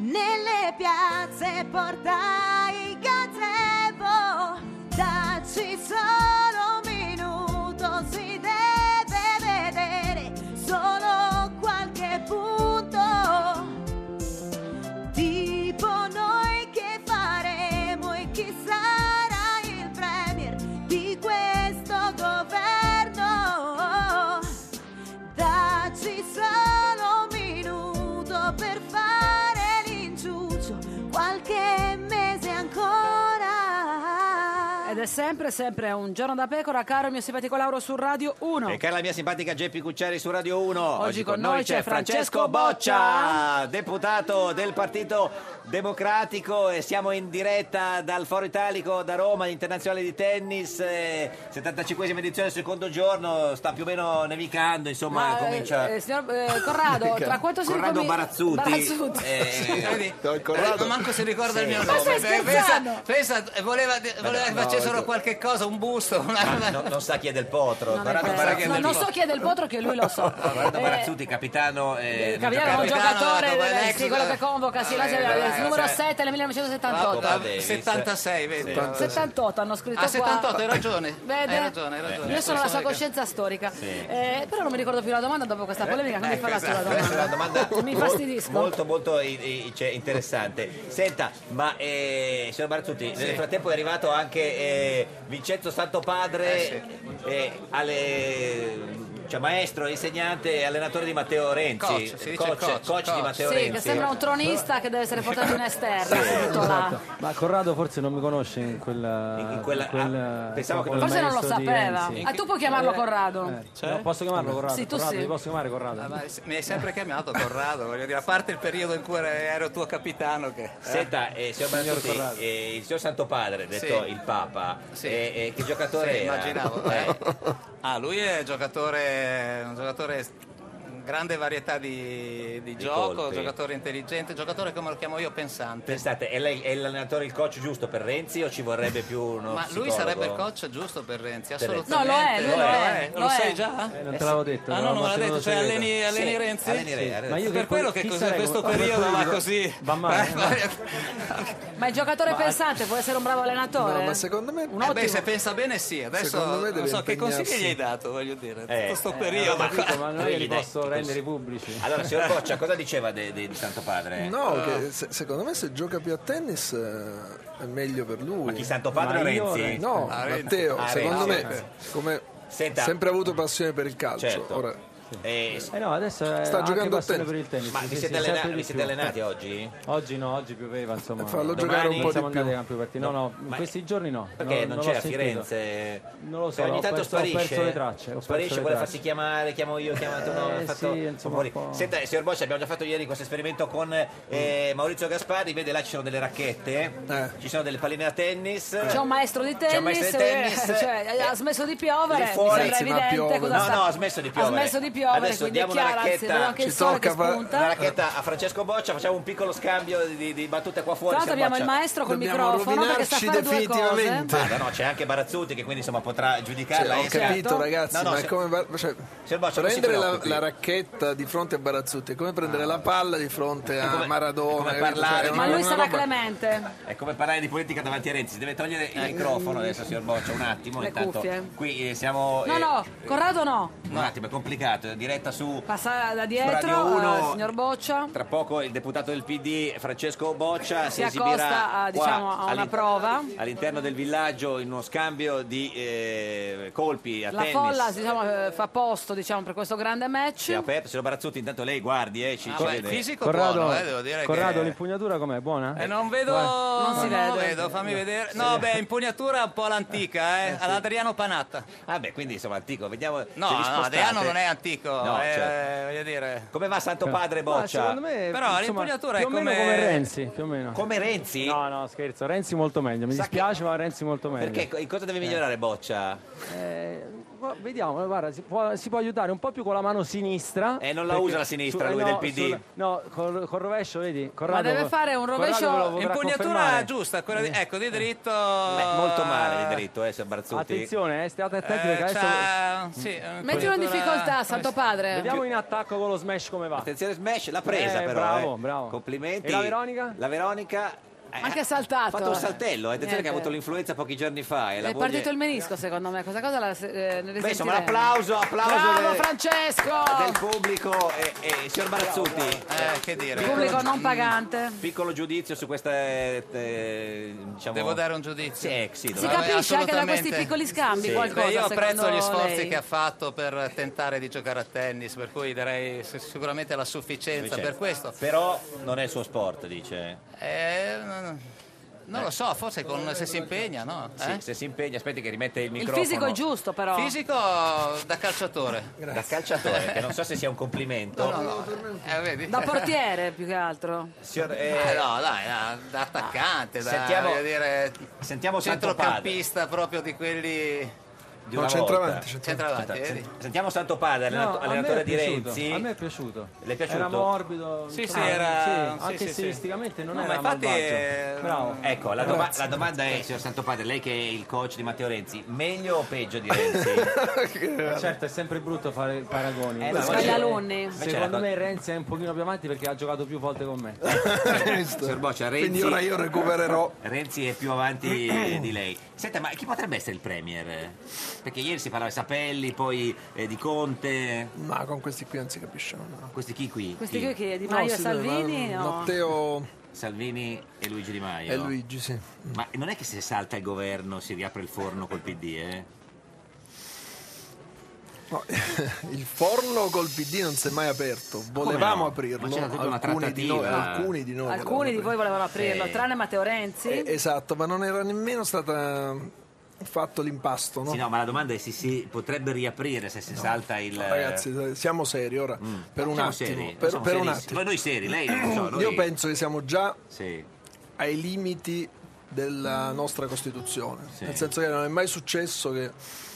Speaker 9: nelle piazze porta il gazebo dacci solo un minuto si deve vedere solo qualche punto tipo noi che faremo e chi sarà il premier di questo governo Dacci solo un minuto per fare l'inciuccio, qualche mese ancora.
Speaker 1: Ed è sempre, sempre un giorno da pecora, caro mio simpatico Lauro su Radio 1.
Speaker 2: E cara la mia simpatica Geppi Cucciari su Radio 1. Oggi,
Speaker 1: con noi c'è Francesco Boccia,
Speaker 2: Boccia, deputato del Partito Democratico e siamo in diretta dal Foro Italico da Roma, l'internazionale di tennis, eh, 75esima edizione, secondo giorno, sta più o meno nevicando, insomma,
Speaker 1: Ma, eh,
Speaker 2: comincia...
Speaker 1: eh, signor eh, Corrado, tra quanto si
Speaker 2: Corrado
Speaker 1: ricomin-
Speaker 2: Barazzuti.
Speaker 1: Barazzuti.
Speaker 14: Vedi?
Speaker 2: Corrado.
Speaker 14: Eh, Manco si ricorda
Speaker 2: Sì.
Speaker 14: il mio
Speaker 2: Ma
Speaker 14: nome.
Speaker 2: stai
Speaker 14: Beh,
Speaker 2: scherzando?
Speaker 14: pensa, pensa, voleva, voleva che
Speaker 2: no,
Speaker 14: facessero
Speaker 2: ecco.
Speaker 14: qualche cosa, un busto, una,
Speaker 2: Ma no- non sa chi è del potro.
Speaker 1: Non, è
Speaker 2: Corrado
Speaker 1: questo.
Speaker 2: Barazzuti.
Speaker 1: No, non so chi è del potro, che lui lo so.
Speaker 2: Corrado
Speaker 1: Eh,
Speaker 2: Barazzuti, capitano... eh,
Speaker 1: Il Caviano è un
Speaker 2: giocatore-
Speaker 1: giocatore,
Speaker 14: capitano,
Speaker 1: eh,
Speaker 14: ex-
Speaker 1: sì, quello che convoca, sì, là c'è
Speaker 2: Eh,
Speaker 1: il
Speaker 2: eh,
Speaker 1: numero
Speaker 2: cioè-
Speaker 1: 7 del 1978.
Speaker 2: Coppa Davis.
Speaker 14: 76, vedi?
Speaker 2: Sì.
Speaker 1: 78 hanno scritto
Speaker 14: Ah,
Speaker 1: qua.
Speaker 14: 78, hai ragione.
Speaker 1: Vede?
Speaker 14: Hai ragione, hai ragione.
Speaker 1: Io sono la sua
Speaker 14: Storica.
Speaker 1: coscienza storica.
Speaker 2: Sì.
Speaker 1: Eh, però non mi ricordo più la domanda dopo questa
Speaker 14: Eh,
Speaker 1: polemica,
Speaker 14: ecco,
Speaker 1: non mi farà
Speaker 14: esatto.
Speaker 1: sulla
Speaker 2: Questa è
Speaker 1: domanda.
Speaker 2: una domanda
Speaker 1: Mi
Speaker 2: mo-
Speaker 1: fastidisco.
Speaker 2: molto molto i- i- cioè, interessante. Senta, ma eh, signor Barazzutti, nel frattempo è arrivato anche eh, Vincenzo Santopadre eh, alle Cioè maestro, insegnante e allenatore di Matteo Renzi.
Speaker 14: Coach, si dice coach,
Speaker 2: di
Speaker 14: coach.
Speaker 2: Matteo
Speaker 1: Sì,
Speaker 2: Renzi.
Speaker 1: che sembra
Speaker 14: ecco.
Speaker 1: un tronista che deve essere portato in esterna, subito
Speaker 14: esatto.
Speaker 1: là.
Speaker 16: Ma Corrado forse non mi conosce in quella. In
Speaker 2: quella- ah, pensavo che-
Speaker 1: Forse non lo sapeva. Ah, tu puoi
Speaker 14: Eh.
Speaker 1: chiamarlo Corrado.
Speaker 14: Cioè?
Speaker 2: eh,
Speaker 16: posso chiamarlo Corrado?
Speaker 1: Sì, tu
Speaker 16: Corrado,
Speaker 1: sì.
Speaker 16: ti posso chiamare Corrado?
Speaker 14: Ma Ah, mi hai sempre chiamato Corrado, voglio dire, a parte il periodo in cui ero tuo capitano. Che, eh?
Speaker 2: Senta, eh, signor Bertuzzi,
Speaker 14: Corrado.
Speaker 2: eh, il signor Santo Padre, detto
Speaker 14: Sì.
Speaker 2: il Papa, eh, eh, che giocatore
Speaker 14: Sì,
Speaker 2: era?
Speaker 14: immaginavo.
Speaker 2: Eh,
Speaker 14: Ah, lui è giocatore, un giocatore s- grande varietà di, di gioco,
Speaker 2: colpi.
Speaker 14: giocatore intelligente, giocatore come lo chiamo io pensante.
Speaker 2: Pensate, è lei è l'allenatore, il coach giusto per Renzi o ci vorrebbe più uno
Speaker 14: Ma lui
Speaker 2: psicologo?
Speaker 14: sarebbe il coach giusto per Renzi,
Speaker 2: Per Renzi.
Speaker 14: assolutamente.
Speaker 2: No, lo è,
Speaker 16: lui lo è,
Speaker 14: Non
Speaker 16: lo
Speaker 14: lo sai
Speaker 16: è.
Speaker 14: già?
Speaker 16: Eh, non te l'avevo detto,
Speaker 14: Ah, no,
Speaker 16: l'avevamo
Speaker 14: non me l'ha detto, cioè
Speaker 16: tenuto segreto.
Speaker 14: alleni, alleni
Speaker 16: Sì,
Speaker 14: Renzi?
Speaker 16: alleni Renzi, alleni Renzi.
Speaker 14: per quello che
Speaker 16: Chi
Speaker 14: cos-
Speaker 16: sarebbe-
Speaker 14: questo
Speaker 16: come
Speaker 14: periodo
Speaker 16: quello
Speaker 14: va
Speaker 16: di-
Speaker 14: così.
Speaker 16: va male,
Speaker 14: Eh,
Speaker 16: no?
Speaker 1: Ma il giocatore pensante può essere un bravo allenatore?
Speaker 14: No, ma
Speaker 13: secondo me...
Speaker 1: Un
Speaker 14: Eh
Speaker 1: ottimo.
Speaker 14: beh, se pensa bene sì, adesso
Speaker 16: Secondo me
Speaker 14: non
Speaker 16: deve
Speaker 14: so che
Speaker 16: impegnarsi.
Speaker 14: consigli gli hai dato, voglio dire,
Speaker 2: Eh,
Speaker 14: tutto sto
Speaker 2: eh,
Speaker 14: periodo.
Speaker 2: allora,
Speaker 14: qua.
Speaker 2: capito, ma non è che li posso
Speaker 16: Posso rendere pubblici. Ah,
Speaker 2: Allora, signor Boccia, cosa diceva de- de- di Santo Padre?
Speaker 13: No, che se- secondo me se gioca più a tennis eh, è meglio per lui.
Speaker 2: Ma chi, Santo Padre
Speaker 13: Ma
Speaker 2: o
Speaker 13: io-
Speaker 2: Renzi?
Speaker 13: No,
Speaker 2: Ah, Renzi.
Speaker 13: Matteo,
Speaker 2: Ah,
Speaker 13: secondo
Speaker 2: Renzi,
Speaker 13: me,
Speaker 2: Renzi.
Speaker 13: come
Speaker 2: Senta.
Speaker 13: sempre ha avuto passione per il calcio.
Speaker 2: Certo.
Speaker 13: Ora,
Speaker 2: Eh,
Speaker 16: Eh no, adesso è
Speaker 13: Sta
Speaker 16: anche
Speaker 13: giocando a
Speaker 16: passione
Speaker 13: tennis.
Speaker 16: per il tennis.
Speaker 2: Ma
Speaker 16: sì,
Speaker 2: vi
Speaker 16: sì,
Speaker 2: siete,
Speaker 16: sì,
Speaker 2: allena-
Speaker 16: sempre di
Speaker 2: vi siete
Speaker 16: più.
Speaker 2: allenati oggi?
Speaker 16: Oggi no, oggi pioveva, insomma.
Speaker 2: Fallo giocare un po' di
Speaker 16: siamo
Speaker 2: più.
Speaker 16: andati a campi aperti. No, no, in
Speaker 2: Ma-
Speaker 16: questi giorni no.
Speaker 2: Perché non,
Speaker 16: l'ho
Speaker 2: c'è a
Speaker 16: sentito.
Speaker 2: Firenze?
Speaker 16: Non lo so,
Speaker 2: Eh, ogni
Speaker 16: ho
Speaker 2: tanto
Speaker 16: perso- ho
Speaker 2: sparisce.
Speaker 16: perso le tracce, ho perso
Speaker 2: sparisce,
Speaker 16: le
Speaker 2: vuole
Speaker 16: tracce.
Speaker 2: farsi chiamare, chiamo io, chiamo tu. No,
Speaker 16: Eh,
Speaker 2: ha fatto
Speaker 16: sì, insomma,
Speaker 2: fuori.
Speaker 16: un po'.
Speaker 2: Senta, signor Boccia, abbiamo già fatto ieri questo esperimento con
Speaker 16: Mm.
Speaker 2: eh, Maurizio Gasparri. Vede, là ci sono delle racchette, eh? ci sono delle palline da tennis.
Speaker 1: Eh. C'è un maestro di
Speaker 2: Eh. C'è un
Speaker 1: tennis,
Speaker 2: maestro di tennis,
Speaker 1: eh, cioè, ha smesso di piovere,
Speaker 2: Lì
Speaker 1: mi
Speaker 2: fuori
Speaker 1: sembra
Speaker 2: si va a
Speaker 1: evidente
Speaker 2: piovere.
Speaker 1: cosa
Speaker 2: no,
Speaker 1: sta-
Speaker 2: no, ha smesso di piovere.
Speaker 1: Ha smesso di piovere,
Speaker 2: Adesso
Speaker 1: quindi è
Speaker 2: diamo una
Speaker 1: chiaro, anzi, vedo
Speaker 2: racchetta,
Speaker 1: anche il sole che spunta.
Speaker 2: una racchetta a Francesco Boccia. Facciamo un piccolo scambio di, di battute qua fuori.
Speaker 1: Tra l'altro
Speaker 2: signor
Speaker 1: abbiamo il
Speaker 2: Boccia.
Speaker 1: maestro col Dobbiamo microfono perché sa fare due definitivamente. cose.
Speaker 2: Ma no, c'è anche Barazzuti che quindi insomma potrà giudicarla.
Speaker 13: cioè, ho
Speaker 2: eh,
Speaker 13: capito,
Speaker 2: certo.
Speaker 13: ragazzi,
Speaker 2: No, no,
Speaker 13: ma è
Speaker 2: se-
Speaker 13: come va- cioè,
Speaker 2: Signor Boccia, non si
Speaker 13: prendere la,
Speaker 2: preoccupi.
Speaker 13: la racchetta di fronte a Barazzutti è come prendere la palla di fronte a
Speaker 2: come-
Speaker 13: Maradona.
Speaker 2: è come
Speaker 13: capito?
Speaker 2: parlare
Speaker 13: Cioè,
Speaker 2: di-
Speaker 13: è
Speaker 1: Ma
Speaker 13: una-
Speaker 1: lui
Speaker 13: una
Speaker 1: sarà
Speaker 13: roba-
Speaker 1: clemente.
Speaker 2: È come parlare di politica davanti a Renzi, si deve togliere il microfono adesso, signor Boccia, un attimo.
Speaker 1: Eh, mm, Le
Speaker 2: intanto
Speaker 1: cuffie.
Speaker 2: qui eh, siamo.
Speaker 1: No,
Speaker 2: eh,
Speaker 1: no, Corrado no.
Speaker 2: Un attimo, è complicato, è diretta su.
Speaker 1: Passa da
Speaker 2: Radio
Speaker 1: dietro,
Speaker 2: Uno.
Speaker 1: eh, signor Boccia.
Speaker 2: Tra poco il deputato del PD Francesco Boccia si,
Speaker 1: Si
Speaker 2: esibirà
Speaker 1: accosta
Speaker 2: qua,
Speaker 1: a, diciamo, a una
Speaker 2: all'in-
Speaker 1: prova.
Speaker 2: all'interno del villaggio in uno scambio di eh, colpi a
Speaker 1: La
Speaker 2: tennis.
Speaker 1: folla diciamo, eh, fa posto diciamo, per questo grande
Speaker 2: Si è
Speaker 1: match.
Speaker 2: aperto, signor Barazzuti, intanto lei guardi, eh, ci,
Speaker 14: Ah,
Speaker 2: ci
Speaker 14: beh,
Speaker 2: vede.
Speaker 14: fisico
Speaker 16: Corrado,
Speaker 14: buono, eh, devo dire
Speaker 16: Corrado,
Speaker 14: che-
Speaker 16: l'impugnatura com'è? Buona?
Speaker 14: Eh, non vedo,
Speaker 16: Guarda.
Speaker 14: non lo vedo, fammi vedere. No,
Speaker 16: Sì.
Speaker 14: beh, impugnatura un po' all'antica, eh, all'Adriano Panatta.
Speaker 2: Ah, beh, quindi insomma, antico, vediamo. se vi
Speaker 14: No, no,
Speaker 2: spostate.
Speaker 14: Adriano non è antico,
Speaker 2: No,
Speaker 14: eh,
Speaker 2: certo.
Speaker 14: voglio dire.
Speaker 2: Come va Santo Padre
Speaker 16: Ma
Speaker 2: Boccia?
Speaker 16: Cioè, secondo me,
Speaker 14: Però
Speaker 16: insomma,
Speaker 14: l'impugnatura
Speaker 16: più
Speaker 14: è
Speaker 16: o meno
Speaker 14: come-
Speaker 16: come Renzi, più o meno.
Speaker 2: Come Renzi?
Speaker 16: No, no, scherzo, Renzi molto meglio, mi dispiace, ma Renzi molto meglio.
Speaker 2: Perché co- in cosa
Speaker 16: Eh.
Speaker 2: deve migliorare Boccia?
Speaker 16: Gu- Vediamo, eh, guarda, si può, si può aiutare un po' più con la mano sinistra.
Speaker 2: Eh, non la
Speaker 16: perché
Speaker 2: usa la sinistra,
Speaker 16: eh,
Speaker 2: lui
Speaker 16: no,
Speaker 2: del PD.
Speaker 16: sulla- no, col, col rovescio, vedi? Corrado,
Speaker 1: deve fare un
Speaker 16: Corrado
Speaker 1: rovescio-
Speaker 16: ve lo vorrà
Speaker 14: Impugnatura
Speaker 16: confermare.
Speaker 14: giusta, quella di, ecco, di dritto.
Speaker 2: Beh, molto male di dritto, Mm. eh, signor Barazzuti.
Speaker 16: Attenzione, eh, state attenti
Speaker 14: Eh,
Speaker 16: perché adesso...
Speaker 14: c'ha- sì, eh, è
Speaker 1: Mettilo in
Speaker 14: un'impugnatura-
Speaker 1: difficoltà, Santo Padre.
Speaker 16: Vediamo in attacco con lo smash come va.
Speaker 2: Attenzione smash, l'ha presa
Speaker 16: Eh,
Speaker 2: però.
Speaker 16: bravo,
Speaker 2: eh.
Speaker 16: bravo.
Speaker 2: Complimenti.
Speaker 16: E la Veronica?
Speaker 2: La Veronica eh,
Speaker 1: Anche
Speaker 2: ha
Speaker 1: saltato.
Speaker 2: fatto un saltello, eh. attenzione
Speaker 1: Niente.
Speaker 2: che ha avuto l'influenza pochi giorni fa. E la
Speaker 1: È
Speaker 2: moglie-
Speaker 1: partito il menisco, secondo me. Questa cosa la eh,
Speaker 2: Beh,
Speaker 1: ne
Speaker 2: insomma,
Speaker 1: risentiremo.
Speaker 2: un applauso, applauso
Speaker 1: Bravo
Speaker 2: del-
Speaker 1: Francesco!
Speaker 2: del pubblico e, e signor Barazzuti.
Speaker 14: Eh, che dire.
Speaker 1: Pubblico non pagante.
Speaker 2: Piccolo giudizio su questa. eh, eh, diciamo...
Speaker 14: Devo dare un giudizio.
Speaker 2: Sì, eh, sì,
Speaker 1: Si
Speaker 2: dovrebbe-
Speaker 1: capisce anche da
Speaker 14: assolutamente.
Speaker 1: questi piccoli scambi
Speaker 2: Sì.
Speaker 1: qualcosa.
Speaker 14: Beh, io apprezzo
Speaker 1: secondo
Speaker 14: gli sforzi
Speaker 1: lei.
Speaker 14: che ha fatto per tentare di giocare a tennis, per cui darei si- sicuramente la sufficienza
Speaker 2: Invece-
Speaker 14: per questo.
Speaker 2: Però non è il suo sport, dice.
Speaker 14: Eh, non- non lo so, forse con- se si impegna, no?
Speaker 2: Sì,
Speaker 14: Eh?
Speaker 2: se si impegna, aspetti che rimette il
Speaker 1: Il
Speaker 2: microfono.
Speaker 1: fisico è giusto, però.
Speaker 14: Fisico da calciatore.
Speaker 2: Da calciatore, che non so se sia un complimento.
Speaker 14: No, no, no. Eh, vedi?
Speaker 1: Da portiere più che altro.
Speaker 2: Signor, eh,
Speaker 14: Eh, no, dai, da, da attaccante, da
Speaker 2: Sentiamo-
Speaker 14: voglio dire,
Speaker 2: sentiamo Santo
Speaker 14: centrocampista proprio di quelli
Speaker 2: di una volta.
Speaker 14: centravanti, vedi?
Speaker 2: Sentiamo Santo Padre,
Speaker 16: No,
Speaker 2: allenato-
Speaker 16: a me
Speaker 2: allenatore
Speaker 16: è
Speaker 2: di
Speaker 16: piaciuto,
Speaker 2: Renzi.
Speaker 16: eh, A me è piaciuto.
Speaker 2: Le è piaciuto?
Speaker 16: Era morbido.
Speaker 2: Sì,
Speaker 16: insomma,
Speaker 2: sì, era-
Speaker 16: sì,
Speaker 2: sì,
Speaker 16: anche
Speaker 2: sì, sì.
Speaker 16: stilisticamente non
Speaker 2: No, ma
Speaker 16: era
Speaker 2: infatti,
Speaker 16: malvagio. Bravo.
Speaker 2: Ecco, la, doma-
Speaker 16: Grazie.
Speaker 2: la domanda è, signor Santo Padre, lei che è il coach di Matteo Renzi, meglio o peggio di Renzi?
Speaker 16: Eh, Certo, è sempre brutto fare paragoni.
Speaker 2: Eh,
Speaker 1: no, Con gli invece- alunni. invece
Speaker 16: Secondo
Speaker 2: la-
Speaker 16: me Renzi è un pochino più avanti perché ha giocato più volte con me.
Speaker 2: Signor Boccia, Renzi,
Speaker 16: Quindi ora io
Speaker 13: recupererò.
Speaker 2: Renzi è più avanti di lei. Senta, ma chi potrebbe essere il Premier? Perché ieri si parlava di Sapelli, poi eh, di Conte.
Speaker 13: Ma con questi qui non si capisce. No.
Speaker 2: Questi chi qui?
Speaker 1: Questi qui che Di Maio e
Speaker 13: sì, ma-
Speaker 1: Salvini? no?
Speaker 13: Matteo
Speaker 2: Salvini e Luigi Di Maio.
Speaker 13: e Luigi, sì.
Speaker 2: Ma non è che se salta il governo si riapre il forno col PD, eh?
Speaker 13: Il forno col PD non si è mai aperto. Volevamo
Speaker 2: no?
Speaker 13: aprirlo.
Speaker 2: Ma c'era tutta una
Speaker 13: alcuni, di noi,
Speaker 2: trattativa.
Speaker 13: alcuni di noi.
Speaker 1: Alcuni di voi volevano aprirlo,
Speaker 13: Sì.
Speaker 1: tranne Matteo Renzi.
Speaker 13: Eh, Esatto, ma non era nemmeno stata eh, fatto l'impasto, no?
Speaker 2: Sì, no, ma la domanda è se si potrebbe riaprire se si salta il... Mm.
Speaker 13: Ragazzi, eh, siamo seri ora. Per un
Speaker 2: Siamo
Speaker 13: attimo.
Speaker 2: seri,
Speaker 13: per,
Speaker 2: siamo
Speaker 13: per un
Speaker 2: serissimi.
Speaker 13: attimo.
Speaker 2: Poi noi seri, lei non lo so, noi-
Speaker 13: Io penso che siamo già
Speaker 2: Sì.
Speaker 13: ai limiti della nostra Costituzione. Nel senso che non è mai successo che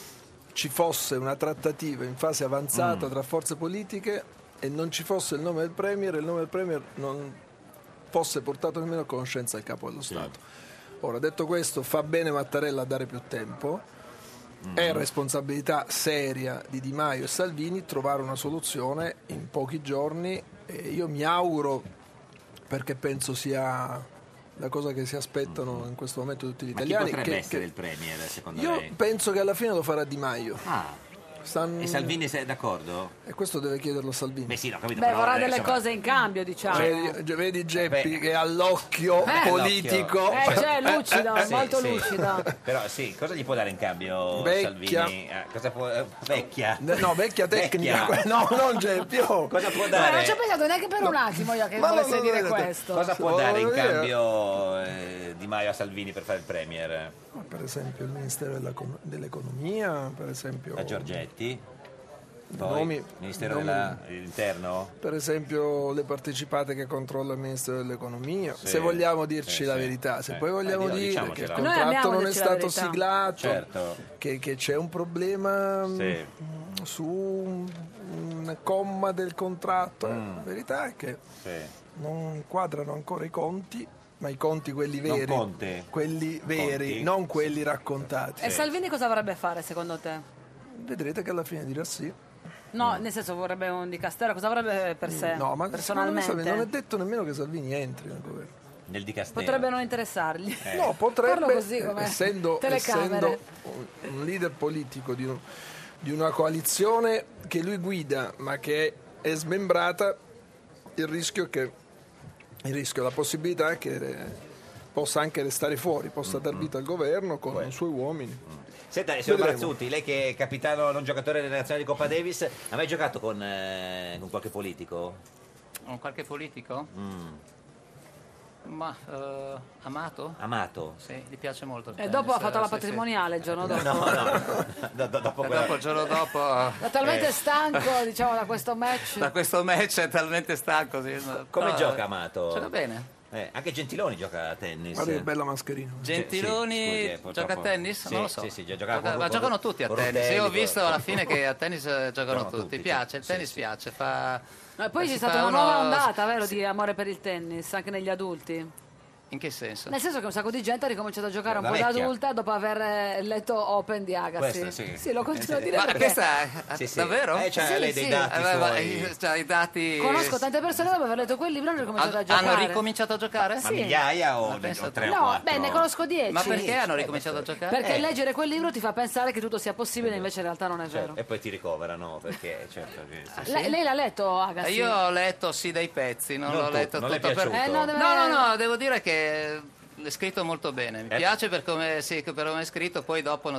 Speaker 13: ci fosse una trattativa in fase avanzata
Speaker 17: Mm.
Speaker 13: tra forze politiche e non ci fosse il nome del Premier e il nome del Premier non fosse portato nemmeno a conoscenza del Capo dello Stato. Ora, detto questo, fa bene Mattarella a dare più tempo.
Speaker 2: Mm.
Speaker 13: È responsabilità seria di Di Maio e Salvini trovare una soluzione in pochi giorni e io mi auguro, perché penso sia la cosa che si aspettano in questo momento tutti gli
Speaker 2: Ma chi
Speaker 13: italiani,
Speaker 2: potrebbe
Speaker 13: che-
Speaker 2: essere
Speaker 13: che-
Speaker 2: il Premier, secondo
Speaker 13: io
Speaker 2: lei? Ah.
Speaker 13: penso che alla fine lo farà Di Maio. Stan-
Speaker 2: E Salvini sei d'accordo?
Speaker 13: E questo deve chiederlo a Salvini.
Speaker 2: Beh sì, no, capito.
Speaker 1: Beh,
Speaker 2: però,
Speaker 1: vorrà
Speaker 2: eh,
Speaker 1: delle
Speaker 2: insomma, Cioè, Eh,
Speaker 1: cose in cambio, diciamo.
Speaker 13: Vedi, ge- vedi Geppi che ha l'occhio
Speaker 1: Eh.
Speaker 13: politico.
Speaker 1: Eh, cioè, lucido,
Speaker 2: eh, sì,
Speaker 1: molto
Speaker 2: sì.
Speaker 1: lucido.
Speaker 2: Però sì, cosa gli può dare in cambio
Speaker 13: Vecchia.
Speaker 2: Salvini? Eh, cosa può- eh, vecchia.
Speaker 13: No, vecchia tecnica. No, non Geppi. oh.
Speaker 2: Cosa può
Speaker 1: Ma non
Speaker 2: dare?
Speaker 1: ci ho pensato neanche per un attimo io che
Speaker 13: Ma
Speaker 1: volesse
Speaker 13: no, no,
Speaker 1: dire
Speaker 13: no, no,
Speaker 1: questo.
Speaker 2: Cosa può
Speaker 13: Oh,
Speaker 2: dare in
Speaker 13: eh.
Speaker 2: cambio eh, Di Maio a Salvini per fare il Premier?
Speaker 13: Ma Ah, per esempio il Ministero della Com- dell'Economia, per esempio...
Speaker 2: A Giorgetti? Poi,
Speaker 13: Nomi-
Speaker 2: Ministero
Speaker 13: nomi-
Speaker 2: della- dell'Interno?
Speaker 13: Per esempio le partecipate che controlla il Ministero dell'Economia,
Speaker 2: Sì,
Speaker 13: se vogliamo dirci
Speaker 2: sì,
Speaker 13: la
Speaker 2: sì.
Speaker 13: verità, se
Speaker 2: Eh,
Speaker 13: poi vogliamo
Speaker 2: eh,
Speaker 13: dire
Speaker 2: diciamocela.
Speaker 13: che il
Speaker 2: Noi
Speaker 13: contratto
Speaker 1: abbiamo
Speaker 13: non è
Speaker 1: dirci la
Speaker 13: stato
Speaker 1: verità.
Speaker 13: siglato,
Speaker 2: Certo.
Speaker 13: che, che c'è un problema mh,
Speaker 2: Sì.
Speaker 13: mh, su un, un comma del contratto,
Speaker 2: Mm.
Speaker 13: la verità è che
Speaker 2: Sì.
Speaker 13: non quadrano ancora i conti, ma i conti quelli
Speaker 2: Non
Speaker 13: veri,
Speaker 2: Conte.
Speaker 13: quelli veri,
Speaker 2: Conti.
Speaker 13: non quelli raccontati.
Speaker 1: E Salvini cosa vorrebbe fare secondo te?
Speaker 13: Vedrete che alla fine dirà sì.
Speaker 1: No, nel senso vorrebbe un dicastero, cosa vorrebbe per sé?
Speaker 13: Mm. No, ma secondo me
Speaker 1: personalmente.
Speaker 13: Salvini- non è detto nemmeno che Salvini entri nel governo.
Speaker 2: Nel di Castello?
Speaker 1: Potrebbe non interessargli.
Speaker 2: Eh.
Speaker 13: No, potrebbe, eh,
Speaker 1: Parlo così come
Speaker 13: essendo,
Speaker 1: telecamere.
Speaker 13: essendo un- un leader politico di, un- di una coalizione che lui guida ma che è smembrata, il rischio è che il rischio, la possibilità è che re- possa anche restare fuori, possa
Speaker 2: Mm,
Speaker 13: dar vita al governo con i suoi uomini.
Speaker 2: Senta, signor
Speaker 13: Vedremo.
Speaker 2: Barazzutti, lei che è capitano non giocatore della nazionale di Coppa Davis, ha mai giocato con, eh, con qualche politico?
Speaker 14: Con qualche politico?
Speaker 2: Mm.
Speaker 14: Ma eh, amato?
Speaker 2: Amato?
Speaker 14: Sì, gli piace molto. il
Speaker 1: E
Speaker 14: tennis,
Speaker 1: dopo ha fatto
Speaker 14: eh,
Speaker 1: la
Speaker 14: sì, sì.
Speaker 1: patrimoniale il giorno
Speaker 2: No,
Speaker 1: dopo.
Speaker 2: no, no. Do- do- dopo
Speaker 14: E
Speaker 2: quella-
Speaker 14: dopo, il giorno dopo...
Speaker 1: Era talmente
Speaker 14: eh,
Speaker 1: stanco, diciamo, da questo match.
Speaker 14: Da questo match è cioè, talmente stanco. sì, no,
Speaker 2: Come
Speaker 14: però-
Speaker 2: gioca Amato?
Speaker 14: Gioca bene.
Speaker 2: Eh, anche Gentiloni gioca a tennis.
Speaker 13: Guarda che bella mascherina.
Speaker 14: Gentiloni
Speaker 2: Sì, scusi, eh, purtroppo-
Speaker 14: gioca a tennis?
Speaker 2: Sì,
Speaker 14: non lo so.
Speaker 2: sì, sì, già giocava
Speaker 14: Gioca-
Speaker 2: con-
Speaker 14: ma
Speaker 2: con-
Speaker 14: giocano tutti a
Speaker 2: con
Speaker 14: tennis.
Speaker 2: Rutelli,
Speaker 14: Io ho
Speaker 2: con-
Speaker 14: visto alla fine che a tennis eh, giocano tutti.
Speaker 2: tutti,
Speaker 14: Piace, il tennis piace. Fa... eh,
Speaker 1: Ma poi
Speaker 14: si
Speaker 1: c'è
Speaker 14: fa
Speaker 1: stata una nuova
Speaker 14: uno-
Speaker 1: ondata, vero, di amore per il tennis, anche negli adulti.
Speaker 14: In che senso?
Speaker 1: Nel senso che un sacco di gente ha ricominciato a giocare un
Speaker 14: Da
Speaker 1: po' da
Speaker 14: vecchia.
Speaker 1: adulta dopo aver eh, letto Open di Agassi.
Speaker 14: Questo, sì.
Speaker 1: lo continuo a dire.
Speaker 14: Ma
Speaker 1: perché
Speaker 14: questa è
Speaker 2: Sì, sì.
Speaker 14: davvero?
Speaker 2: Eh, c'ha Sì, lei dei sì. dati
Speaker 14: Eh, ma- ma-
Speaker 2: suoi.
Speaker 14: c'ha i dati.
Speaker 1: Conosco tante persone dopo aver letto quel libro hanno ricominciato a
Speaker 14: Hanno-
Speaker 1: giocare.
Speaker 14: hanno ricominciato a giocare?
Speaker 2: Ma
Speaker 1: Sì.
Speaker 2: migliaia o, o tre o
Speaker 1: No,
Speaker 2: quattro?
Speaker 1: beh, ne conosco dieci.
Speaker 14: Ma perché hanno ricominciato a giocare?
Speaker 1: Perché
Speaker 2: Eh.
Speaker 1: leggere quel libro ti fa pensare che tutto sia possibile, invece in realtà non è
Speaker 2: Cioè,
Speaker 1: vero.
Speaker 2: e poi ti ricoverano perché certo che... sì, sì.
Speaker 1: Lei, lei l'ha letto, Agassi?
Speaker 14: Ah, Eh, Io ho letto sì dei pezzi, non,
Speaker 2: Non
Speaker 14: l'ho
Speaker 2: tutto,
Speaker 14: letto
Speaker 2: non le è
Speaker 14: tutto per...
Speaker 2: piaciuto? Eh,
Speaker 1: no,
Speaker 14: no,
Speaker 1: deve-
Speaker 14: no, no, devo dire che è scritto molto bene.
Speaker 2: Eh.
Speaker 14: Mi piace per come, sì, per come è scritto, poi dopo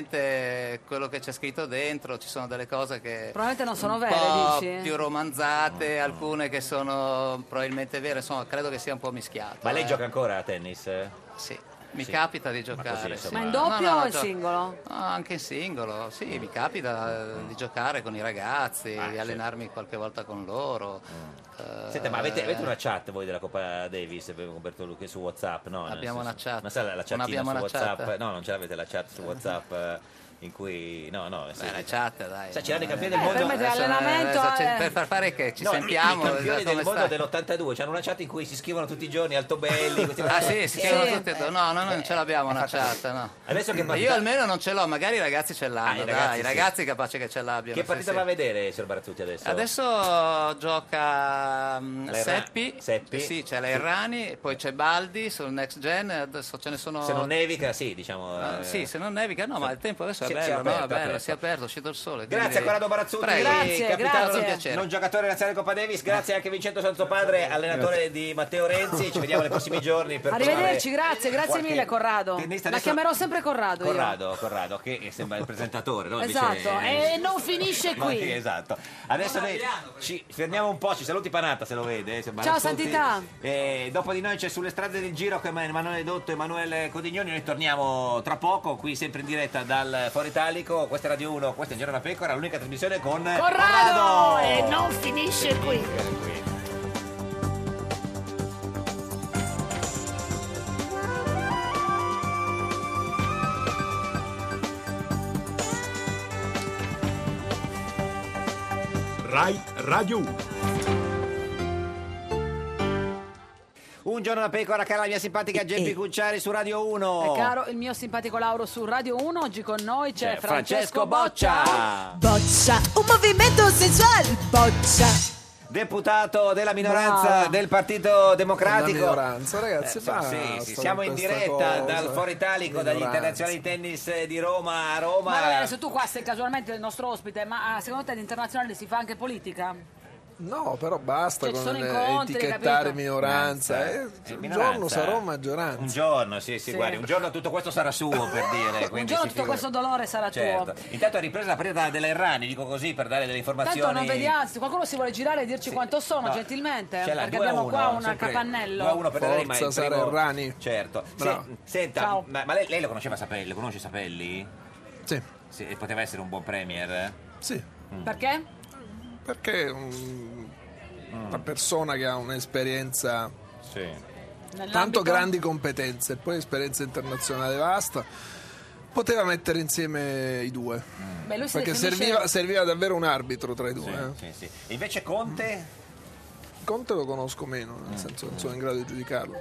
Speaker 14: naturalmente quello che c'è scritto dentro, ci sono delle cose che
Speaker 1: Probabilmente non sono
Speaker 14: un
Speaker 1: vere,
Speaker 14: po'
Speaker 1: dici?
Speaker 14: più romanzate, alcune che sono probabilmente vere, insomma, credo che sia un po' mischiato.
Speaker 2: Ma lei
Speaker 14: eh.
Speaker 2: gioca ancora a tennis?
Speaker 14: Sì. Mi capita di giocare.
Speaker 2: così,
Speaker 14: sì.
Speaker 1: Ma
Speaker 14: No,
Speaker 1: in doppio
Speaker 14: no,
Speaker 1: o in
Speaker 14: gio-
Speaker 1: singolo?
Speaker 14: No, anche in singolo, sì, mi capita eh, di giocare con i ragazzi,
Speaker 2: Ah,
Speaker 14: di allenarmi qualche volta con loro. Eh,
Speaker 2: Mm. Senta, ma avete, avete una chat voi della Coppa Davis eh, con Bertolucci su WhatsApp? No, Nel
Speaker 14: Abbiamo una chat.
Speaker 2: Ma sa la, la
Speaker 14: Non
Speaker 2: chattina
Speaker 14: abbiamo
Speaker 2: su
Speaker 14: una
Speaker 2: WhatsApp?
Speaker 14: chat.
Speaker 2: No, non ce l'avete la chat su WhatsApp eh, in cui. No, no.
Speaker 14: Beh, la chat, dai.
Speaker 2: Sa, ci danno i
Speaker 14: Eh,
Speaker 2: campioni del mondo.
Speaker 1: per mettere
Speaker 14: adesso-
Speaker 1: allenamento,
Speaker 14: adesso c'è-
Speaker 1: eh.
Speaker 14: Per far fare che ci
Speaker 2: No,
Speaker 14: sentiamo.
Speaker 2: I campioni
Speaker 14: come
Speaker 2: del mondo
Speaker 14: sta?
Speaker 2: dell'82 hanno una chat in cui si scrivono tutti i giorni Altobelli. questi-
Speaker 14: Ah sì, si
Speaker 2: Eh,
Speaker 14: chiamano
Speaker 2: eh,
Speaker 14: tutti e due. No, no, non ce l'abbiamo una chat, no.
Speaker 2: Adesso che partita-
Speaker 14: Io almeno non ce l'ho, magari i ragazzi ce l'hanno,
Speaker 2: Ah, i
Speaker 14: dai,
Speaker 2: ragazzi
Speaker 14: i
Speaker 2: sì.
Speaker 14: ragazzi capace che ce l'abbiano.
Speaker 2: Che
Speaker 14: sì,
Speaker 2: partita
Speaker 14: sì.
Speaker 2: va a vedere, signor Barazzutti, adesso?
Speaker 14: Adesso gioca mm,
Speaker 2: La Irra-
Speaker 14: Seppi,
Speaker 2: Seppi.
Speaker 14: Sì, c'è la Irrani, e poi c'è Baldi sul Next Gen, adesso ce ne sono...
Speaker 2: Se non nevica, sì, diciamo.
Speaker 14: Ah,
Speaker 2: eh,
Speaker 14: sì, se non nevica, no, ma il tempo adesso cosa
Speaker 2: Si è- si
Speaker 14: bella,
Speaker 2: è
Speaker 14: no?
Speaker 2: aperta,
Speaker 14: È bello,
Speaker 2: aperta.
Speaker 14: si è aperto, è uscito il sole.
Speaker 2: Grazie a
Speaker 14: quindi-
Speaker 2: Corrado Barazzuti,
Speaker 14: Prego, capitano, è un piacere. Ah.
Speaker 2: non giocatore nazionale Coppa Davis, grazie anche a Vincenzo Santopadre, allenatore di Matteo Renzi, ci vediamo nei prossimi giorni. Per
Speaker 1: Arrivederci,
Speaker 2: trovare
Speaker 1: grazie, grazie
Speaker 2: qualche-
Speaker 1: mille Corrado.
Speaker 2: tennista
Speaker 1: La
Speaker 2: adesso-
Speaker 1: chiamerò sempre Corrado. io.
Speaker 2: Corrado, Corrado, che sembra il presentatore, no? Invece-
Speaker 1: Esatto, e non finisce
Speaker 2: Ma sì,
Speaker 1: qui.
Speaker 2: esatto. Adesso noi ci fermiamo un po', ci saluti Panatta se lo vede. eh, se
Speaker 1: Ciao,
Speaker 2: Barazzuti.
Speaker 1: Santità.
Speaker 2: E dopo di noi c'è sulle strade del giro con Emanuele Dotto e Emanuele Codignoni. Noi torniamo tra poco, qui sempre in diretta dal Foro Italico. Questa è Radio 1, questa è Giorno da Pecora, l'unica trasmissione con
Speaker 17: Corrado! E non finisce qui.
Speaker 18: Rai Radio 1.
Speaker 2: Un giorno da Pecora, cara la mia simpatica Geppi Cucciari su Radio 1.
Speaker 1: E caro il mio simpatico Lauro su Radio 1, oggi con noi c'è,
Speaker 2: C'è Francesco Boccia.
Speaker 8: Boccia, un movimento sensual, boccia.
Speaker 2: Deputato della minoranza
Speaker 8: Brava.
Speaker 2: del Partito Democratico.
Speaker 13: Della minoranza, ragazzi,
Speaker 2: Eh, insomma,
Speaker 13: basta
Speaker 2: sì, sì,
Speaker 13: con
Speaker 2: siamo in
Speaker 13: questa
Speaker 2: diretta
Speaker 13: cosa.
Speaker 2: dal Foro Italico, dagli
Speaker 13: Minoranza.
Speaker 2: internazionali tennis eh, di Roma a Roma.
Speaker 1: Ma allora, adesso tu qua sei casualmente il nostro ospite, ma ah, secondo te l'internazionale si fa anche politica?
Speaker 13: No, però basta
Speaker 1: Cioè, ci
Speaker 13: con
Speaker 1: sono
Speaker 13: le-
Speaker 1: incontri,
Speaker 13: etichettare
Speaker 1: capito?
Speaker 13: minoranza.
Speaker 2: Eh,
Speaker 13: eh,
Speaker 2: sì,
Speaker 13: un
Speaker 2: minoranza.
Speaker 13: giorno sarò maggioranza.
Speaker 2: Un giorno, sì, sì,
Speaker 1: Sì.
Speaker 2: guardi, un giorno tutto questo sarà suo per dire.
Speaker 1: Un
Speaker 2: quindi si
Speaker 1: giorno tutto
Speaker 2: figuri.
Speaker 1: questo dolore sarà
Speaker 2: Certo.
Speaker 1: tuo.
Speaker 2: Intanto è ripresa la partita della Errani, dico così per dare delle informazioni.
Speaker 1: Tanto non vedi, anzi, qualcuno si vuole girare e dirci quanto sono,
Speaker 2: No.
Speaker 1: gentilmente,
Speaker 2: Ce l'ha,
Speaker 1: perché
Speaker 2: 2 a
Speaker 1: abbiamo
Speaker 2: 1,
Speaker 1: qua un
Speaker 2: sempre
Speaker 1: capannello.
Speaker 2: 2 a 1 per Errani, ma il
Speaker 13: Forza,
Speaker 2: primo-
Speaker 13: Sara Errani.
Speaker 2: Certo. Se-
Speaker 13: Bravo.
Speaker 2: senta,
Speaker 13: Ciao.
Speaker 2: ma, ma lei, lei lo conosceva Sapelli? Lo conosce Sapelli?
Speaker 13: Sì.
Speaker 2: Sì, poteva essere un buon premier? eh?
Speaker 13: Sì.
Speaker 1: Perché?
Speaker 13: Perché mm, una persona che ha un'esperienza, tanto grandi competenze e poi esperienza internazionale vasta, poteva mettere insieme i due.
Speaker 1: Beh, lui si
Speaker 13: Perché
Speaker 1: definisce-
Speaker 13: serviva, serviva davvero un arbitro tra i due. eh.
Speaker 2: Sì, sì, sì. Invece Conte? Mm.
Speaker 13: Conte lo conosco meno, nel senso non sono in grado di giudicarlo.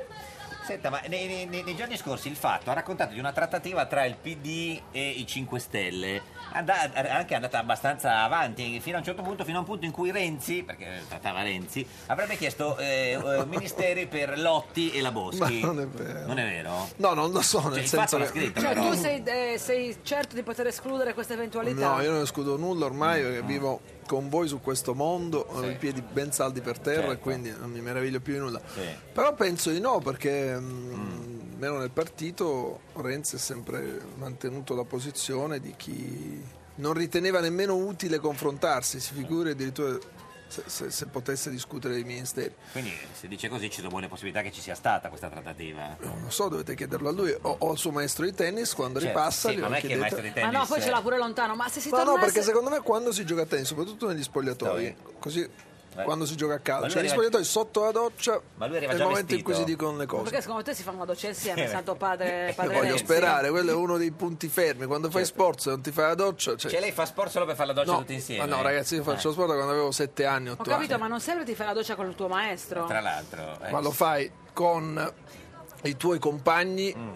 Speaker 2: Senta, ma nei, nei- nei- nei giorni scorsi il fatto ha raccontato di una trattativa tra il PD e i 5 Stelle, Andà- anche andata abbastanza avanti, fino a un certo punto, fino a un punto in cui Renzi, perché trattava Renzi, avrebbe chiesto eh, eh, ministeri per Lotti e la Boschi.
Speaker 13: Ma non è vero.
Speaker 2: Non è vero?
Speaker 13: No, non lo so,
Speaker 2: Cioè,
Speaker 13: nel
Speaker 2: il
Speaker 13: senso
Speaker 2: fatto l'ha
Speaker 13: che-
Speaker 2: scritto,
Speaker 1: Cioè,
Speaker 2: però.
Speaker 1: tu sei, eh, sei certo di poter escludere questa eventualità?
Speaker 13: No, io non escludo nulla ormai perché vivo con voi su questo mondo, ho i piedi ben saldi per terra e
Speaker 19: Certo.
Speaker 13: quindi non mi meraviglio più di nulla.
Speaker 19: Sì.
Speaker 13: Però penso di no perché mm,
Speaker 2: Mm.
Speaker 13: meno nel partito Renzi ha sempre mantenuto la posizione di chi non riteneva nemmeno utile confrontarsi, si figuri addirittura se, se- se potesse discutere dei ministeri.
Speaker 2: Quindi se dice così ci sono buone possibilità che ci sia stata questa trattativa.
Speaker 13: Non so, dovete chiederlo a lui o, o al suo maestro di tennis quando
Speaker 2: Certo,
Speaker 13: ripassa.
Speaker 2: sì,
Speaker 13: glielo
Speaker 2: ma non è che il
Speaker 13: chiedete.
Speaker 2: maestro di
Speaker 1: Ma no, poi ce l'ha pure lontano. Ma se si
Speaker 13: No,
Speaker 1: tornasse...
Speaker 13: no, perché secondo me quando si gioca a tennis, soprattutto negli spogliatoi, così quando si gioca a
Speaker 2: Ma
Speaker 13: calcio,
Speaker 2: lui
Speaker 13: cioè, negli
Speaker 2: arriva-
Speaker 13: spogliatoi sotto la doccia
Speaker 2: Ma lui
Speaker 13: è il
Speaker 2: arriva
Speaker 13: momento
Speaker 2: già
Speaker 13: in cui si
Speaker 2: vestito?
Speaker 13: dicono le
Speaker 1: Ma
Speaker 13: cose.
Speaker 1: Perché secondo te si fanno una doccia cioè, insieme,
Speaker 13: Eh,
Speaker 1: santo padre,
Speaker 13: Io
Speaker 1: padre
Speaker 13: voglio
Speaker 1: Renzi?
Speaker 13: sperare, quello è uno dei punti fermi. Quando fai sport, se non ti fai la doccia, cioè,
Speaker 2: Cioè lei fa sport solo per fare la doccia
Speaker 13: no,
Speaker 2: tutti insieme? Eh.
Speaker 13: Ma no, ragazzi, io faccio sport da quando avevo 7 anni, 8
Speaker 1: Ho capito,
Speaker 13: anni.
Speaker 1: ma non sempre ti fai la doccia con il tuo maestro?
Speaker 2: Tra l'altro. eh.
Speaker 13: Ma lo fai con i tuoi compagni.
Speaker 2: Mm,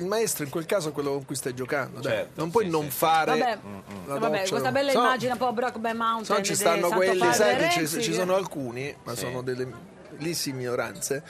Speaker 13: Il maestro in quel caso è quello con cui stai giocando. dai.
Speaker 2: Certo,
Speaker 13: non puoi non fare
Speaker 1: Vabbè,
Speaker 2: mm,
Speaker 13: la
Speaker 1: vabbè,
Speaker 13: doccia.
Speaker 1: questa bella
Speaker 13: Se no-
Speaker 1: immagine un po' Brockback Mountain
Speaker 13: So, ci
Speaker 1: di
Speaker 13: stanno
Speaker 1: Santo
Speaker 13: quelli,
Speaker 1: Padre
Speaker 13: sai che ci,
Speaker 1: Renzi,
Speaker 13: ci
Speaker 1: che-
Speaker 13: sono alcuni, ma
Speaker 1: Sì.
Speaker 13: sono delle lissime minoranze,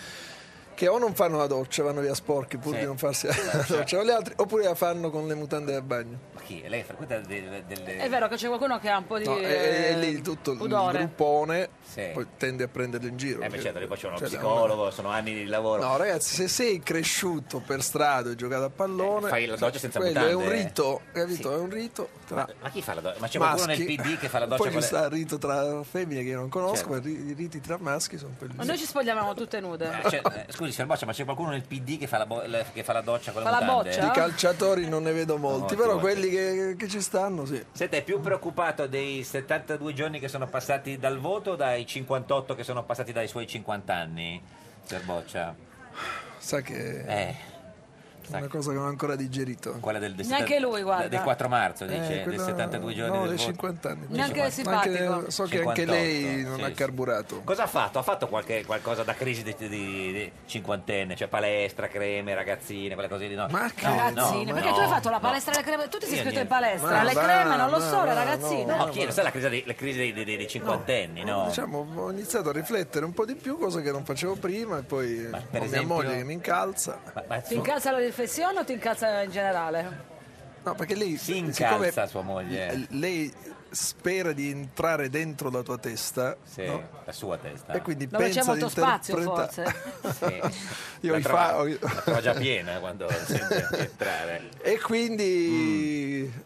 Speaker 13: che o non fanno la doccia, vanno via sporchi pur
Speaker 2: Sì. certo.
Speaker 13: di non farsi la doccia con gli altri, oppure la fanno con le mutande da bagno.
Speaker 2: Ma chi? Lei frequenta delle... delle-
Speaker 13: Eh,
Speaker 1: È vero che c'è qualcuno che ha un po' di
Speaker 13: No, e- e, e lì tutto
Speaker 1: Eh, pudore.
Speaker 13: il gruppone
Speaker 2: Sì.
Speaker 13: poi tende a prenderlo in giro.
Speaker 2: Eh, beh, certo, lì poi c'è uno
Speaker 13: Cioè,
Speaker 2: psicologo, sono anni di lavoro.
Speaker 13: No, ragazzi, se sei cresciuto per strada e giocato a pallone,
Speaker 2: Eh, fai la doccia senza
Speaker 13: quello è un
Speaker 2: mutande, eh.
Speaker 13: rito, capito? È un rito tra
Speaker 2: Ma, ma chi fa la doccia? Ma c'è
Speaker 13: maschi.
Speaker 2: qualcuno nel PD che fa la doccia
Speaker 13: Poi
Speaker 2: con
Speaker 13: ci
Speaker 2: le-
Speaker 13: sta il rito tra femmine che io non conosco,
Speaker 2: Certo.
Speaker 13: ma i i riti tra maschi sono quelli.
Speaker 1: Ma eh, noi ci spogliavamo tutte nude.
Speaker 2: Eh, cioè, eh, scusi, signor Boccia, ma c'è qualcuno nel PD che fa la, bo- le- che fa la doccia con le
Speaker 1: Fa la
Speaker 2: mutande?
Speaker 13: Di calciatori non ne vedo
Speaker 2: Eh.
Speaker 13: molti,
Speaker 2: Molti,
Speaker 13: però
Speaker 2: molti.
Speaker 13: quelli che, che ci stanno, sì.
Speaker 2: Senta, è più preoccupato dei 72 giorni che sono passati dal voto o dai 58 che sono passati dai suoi 50 anni, signor Boccia?
Speaker 13: Sa che
Speaker 2: Eh,
Speaker 13: è una cosa che non ho ancora digerito.
Speaker 2: quella del, del
Speaker 1: Neanche
Speaker 2: settanta-
Speaker 1: lui, guarda.
Speaker 2: Del 4 marzo,
Speaker 13: Eh,
Speaker 2: dice, del
Speaker 13: quella-
Speaker 2: 72 giorni
Speaker 13: No,
Speaker 2: del
Speaker 13: dei
Speaker 2: voto.
Speaker 13: 50 anni.
Speaker 1: Neanche
Speaker 13: Ma
Speaker 1: simpatico.
Speaker 13: anche- so che anche
Speaker 2: 58,
Speaker 13: lei non
Speaker 2: sì,
Speaker 13: ha
Speaker 2: sì.
Speaker 13: carburato.
Speaker 2: Cosa ha fatto? Ha fatto qualche, qualcosa da crisi di, di- di cinquantenne, cioè palestra, creme, ragazzine, quelle cose lì? No. Ma
Speaker 13: che
Speaker 1: Ragazzine, perché tu hai fatto la palestra e le creme? Tu ti sei
Speaker 2: Io
Speaker 1: iscritto in
Speaker 2: niente.
Speaker 1: palestra,
Speaker 2: Ma
Speaker 1: le
Speaker 2: va,
Speaker 1: creme non lo
Speaker 2: ma
Speaker 1: so,
Speaker 2: va,
Speaker 1: le ragazzine.
Speaker 2: No, chi è? Sai la crisi dei, la crisi dei, dei- dei- dei cinquantenni, no?
Speaker 13: Diciamo, ho iniziato a riflettere un po' di più, cosa che non facevo prima, e poi ho mia
Speaker 2: esempio-
Speaker 13: moglie che mi incalza.
Speaker 2: Ma- ma-
Speaker 1: Ti incalza la riflessione o ti incalza in generale?
Speaker 13: No, perché lei
Speaker 2: Si
Speaker 13: siccome
Speaker 2: incalza sua moglie.
Speaker 13: l- Lei spera di entrare dentro la tua testa.
Speaker 2: Sì,
Speaker 13: no?
Speaker 2: la sua testa.
Speaker 13: E quindi
Speaker 1: Dove c'è
Speaker 13: pensa di
Speaker 1: molto spazio,
Speaker 13: interpretare.
Speaker 1: forse.
Speaker 13: Io
Speaker 2: la
Speaker 13: mi
Speaker 2: trova-
Speaker 13: fa- ho-
Speaker 2: la trova già piena quando sente entrare.
Speaker 13: E quindi
Speaker 2: Mm.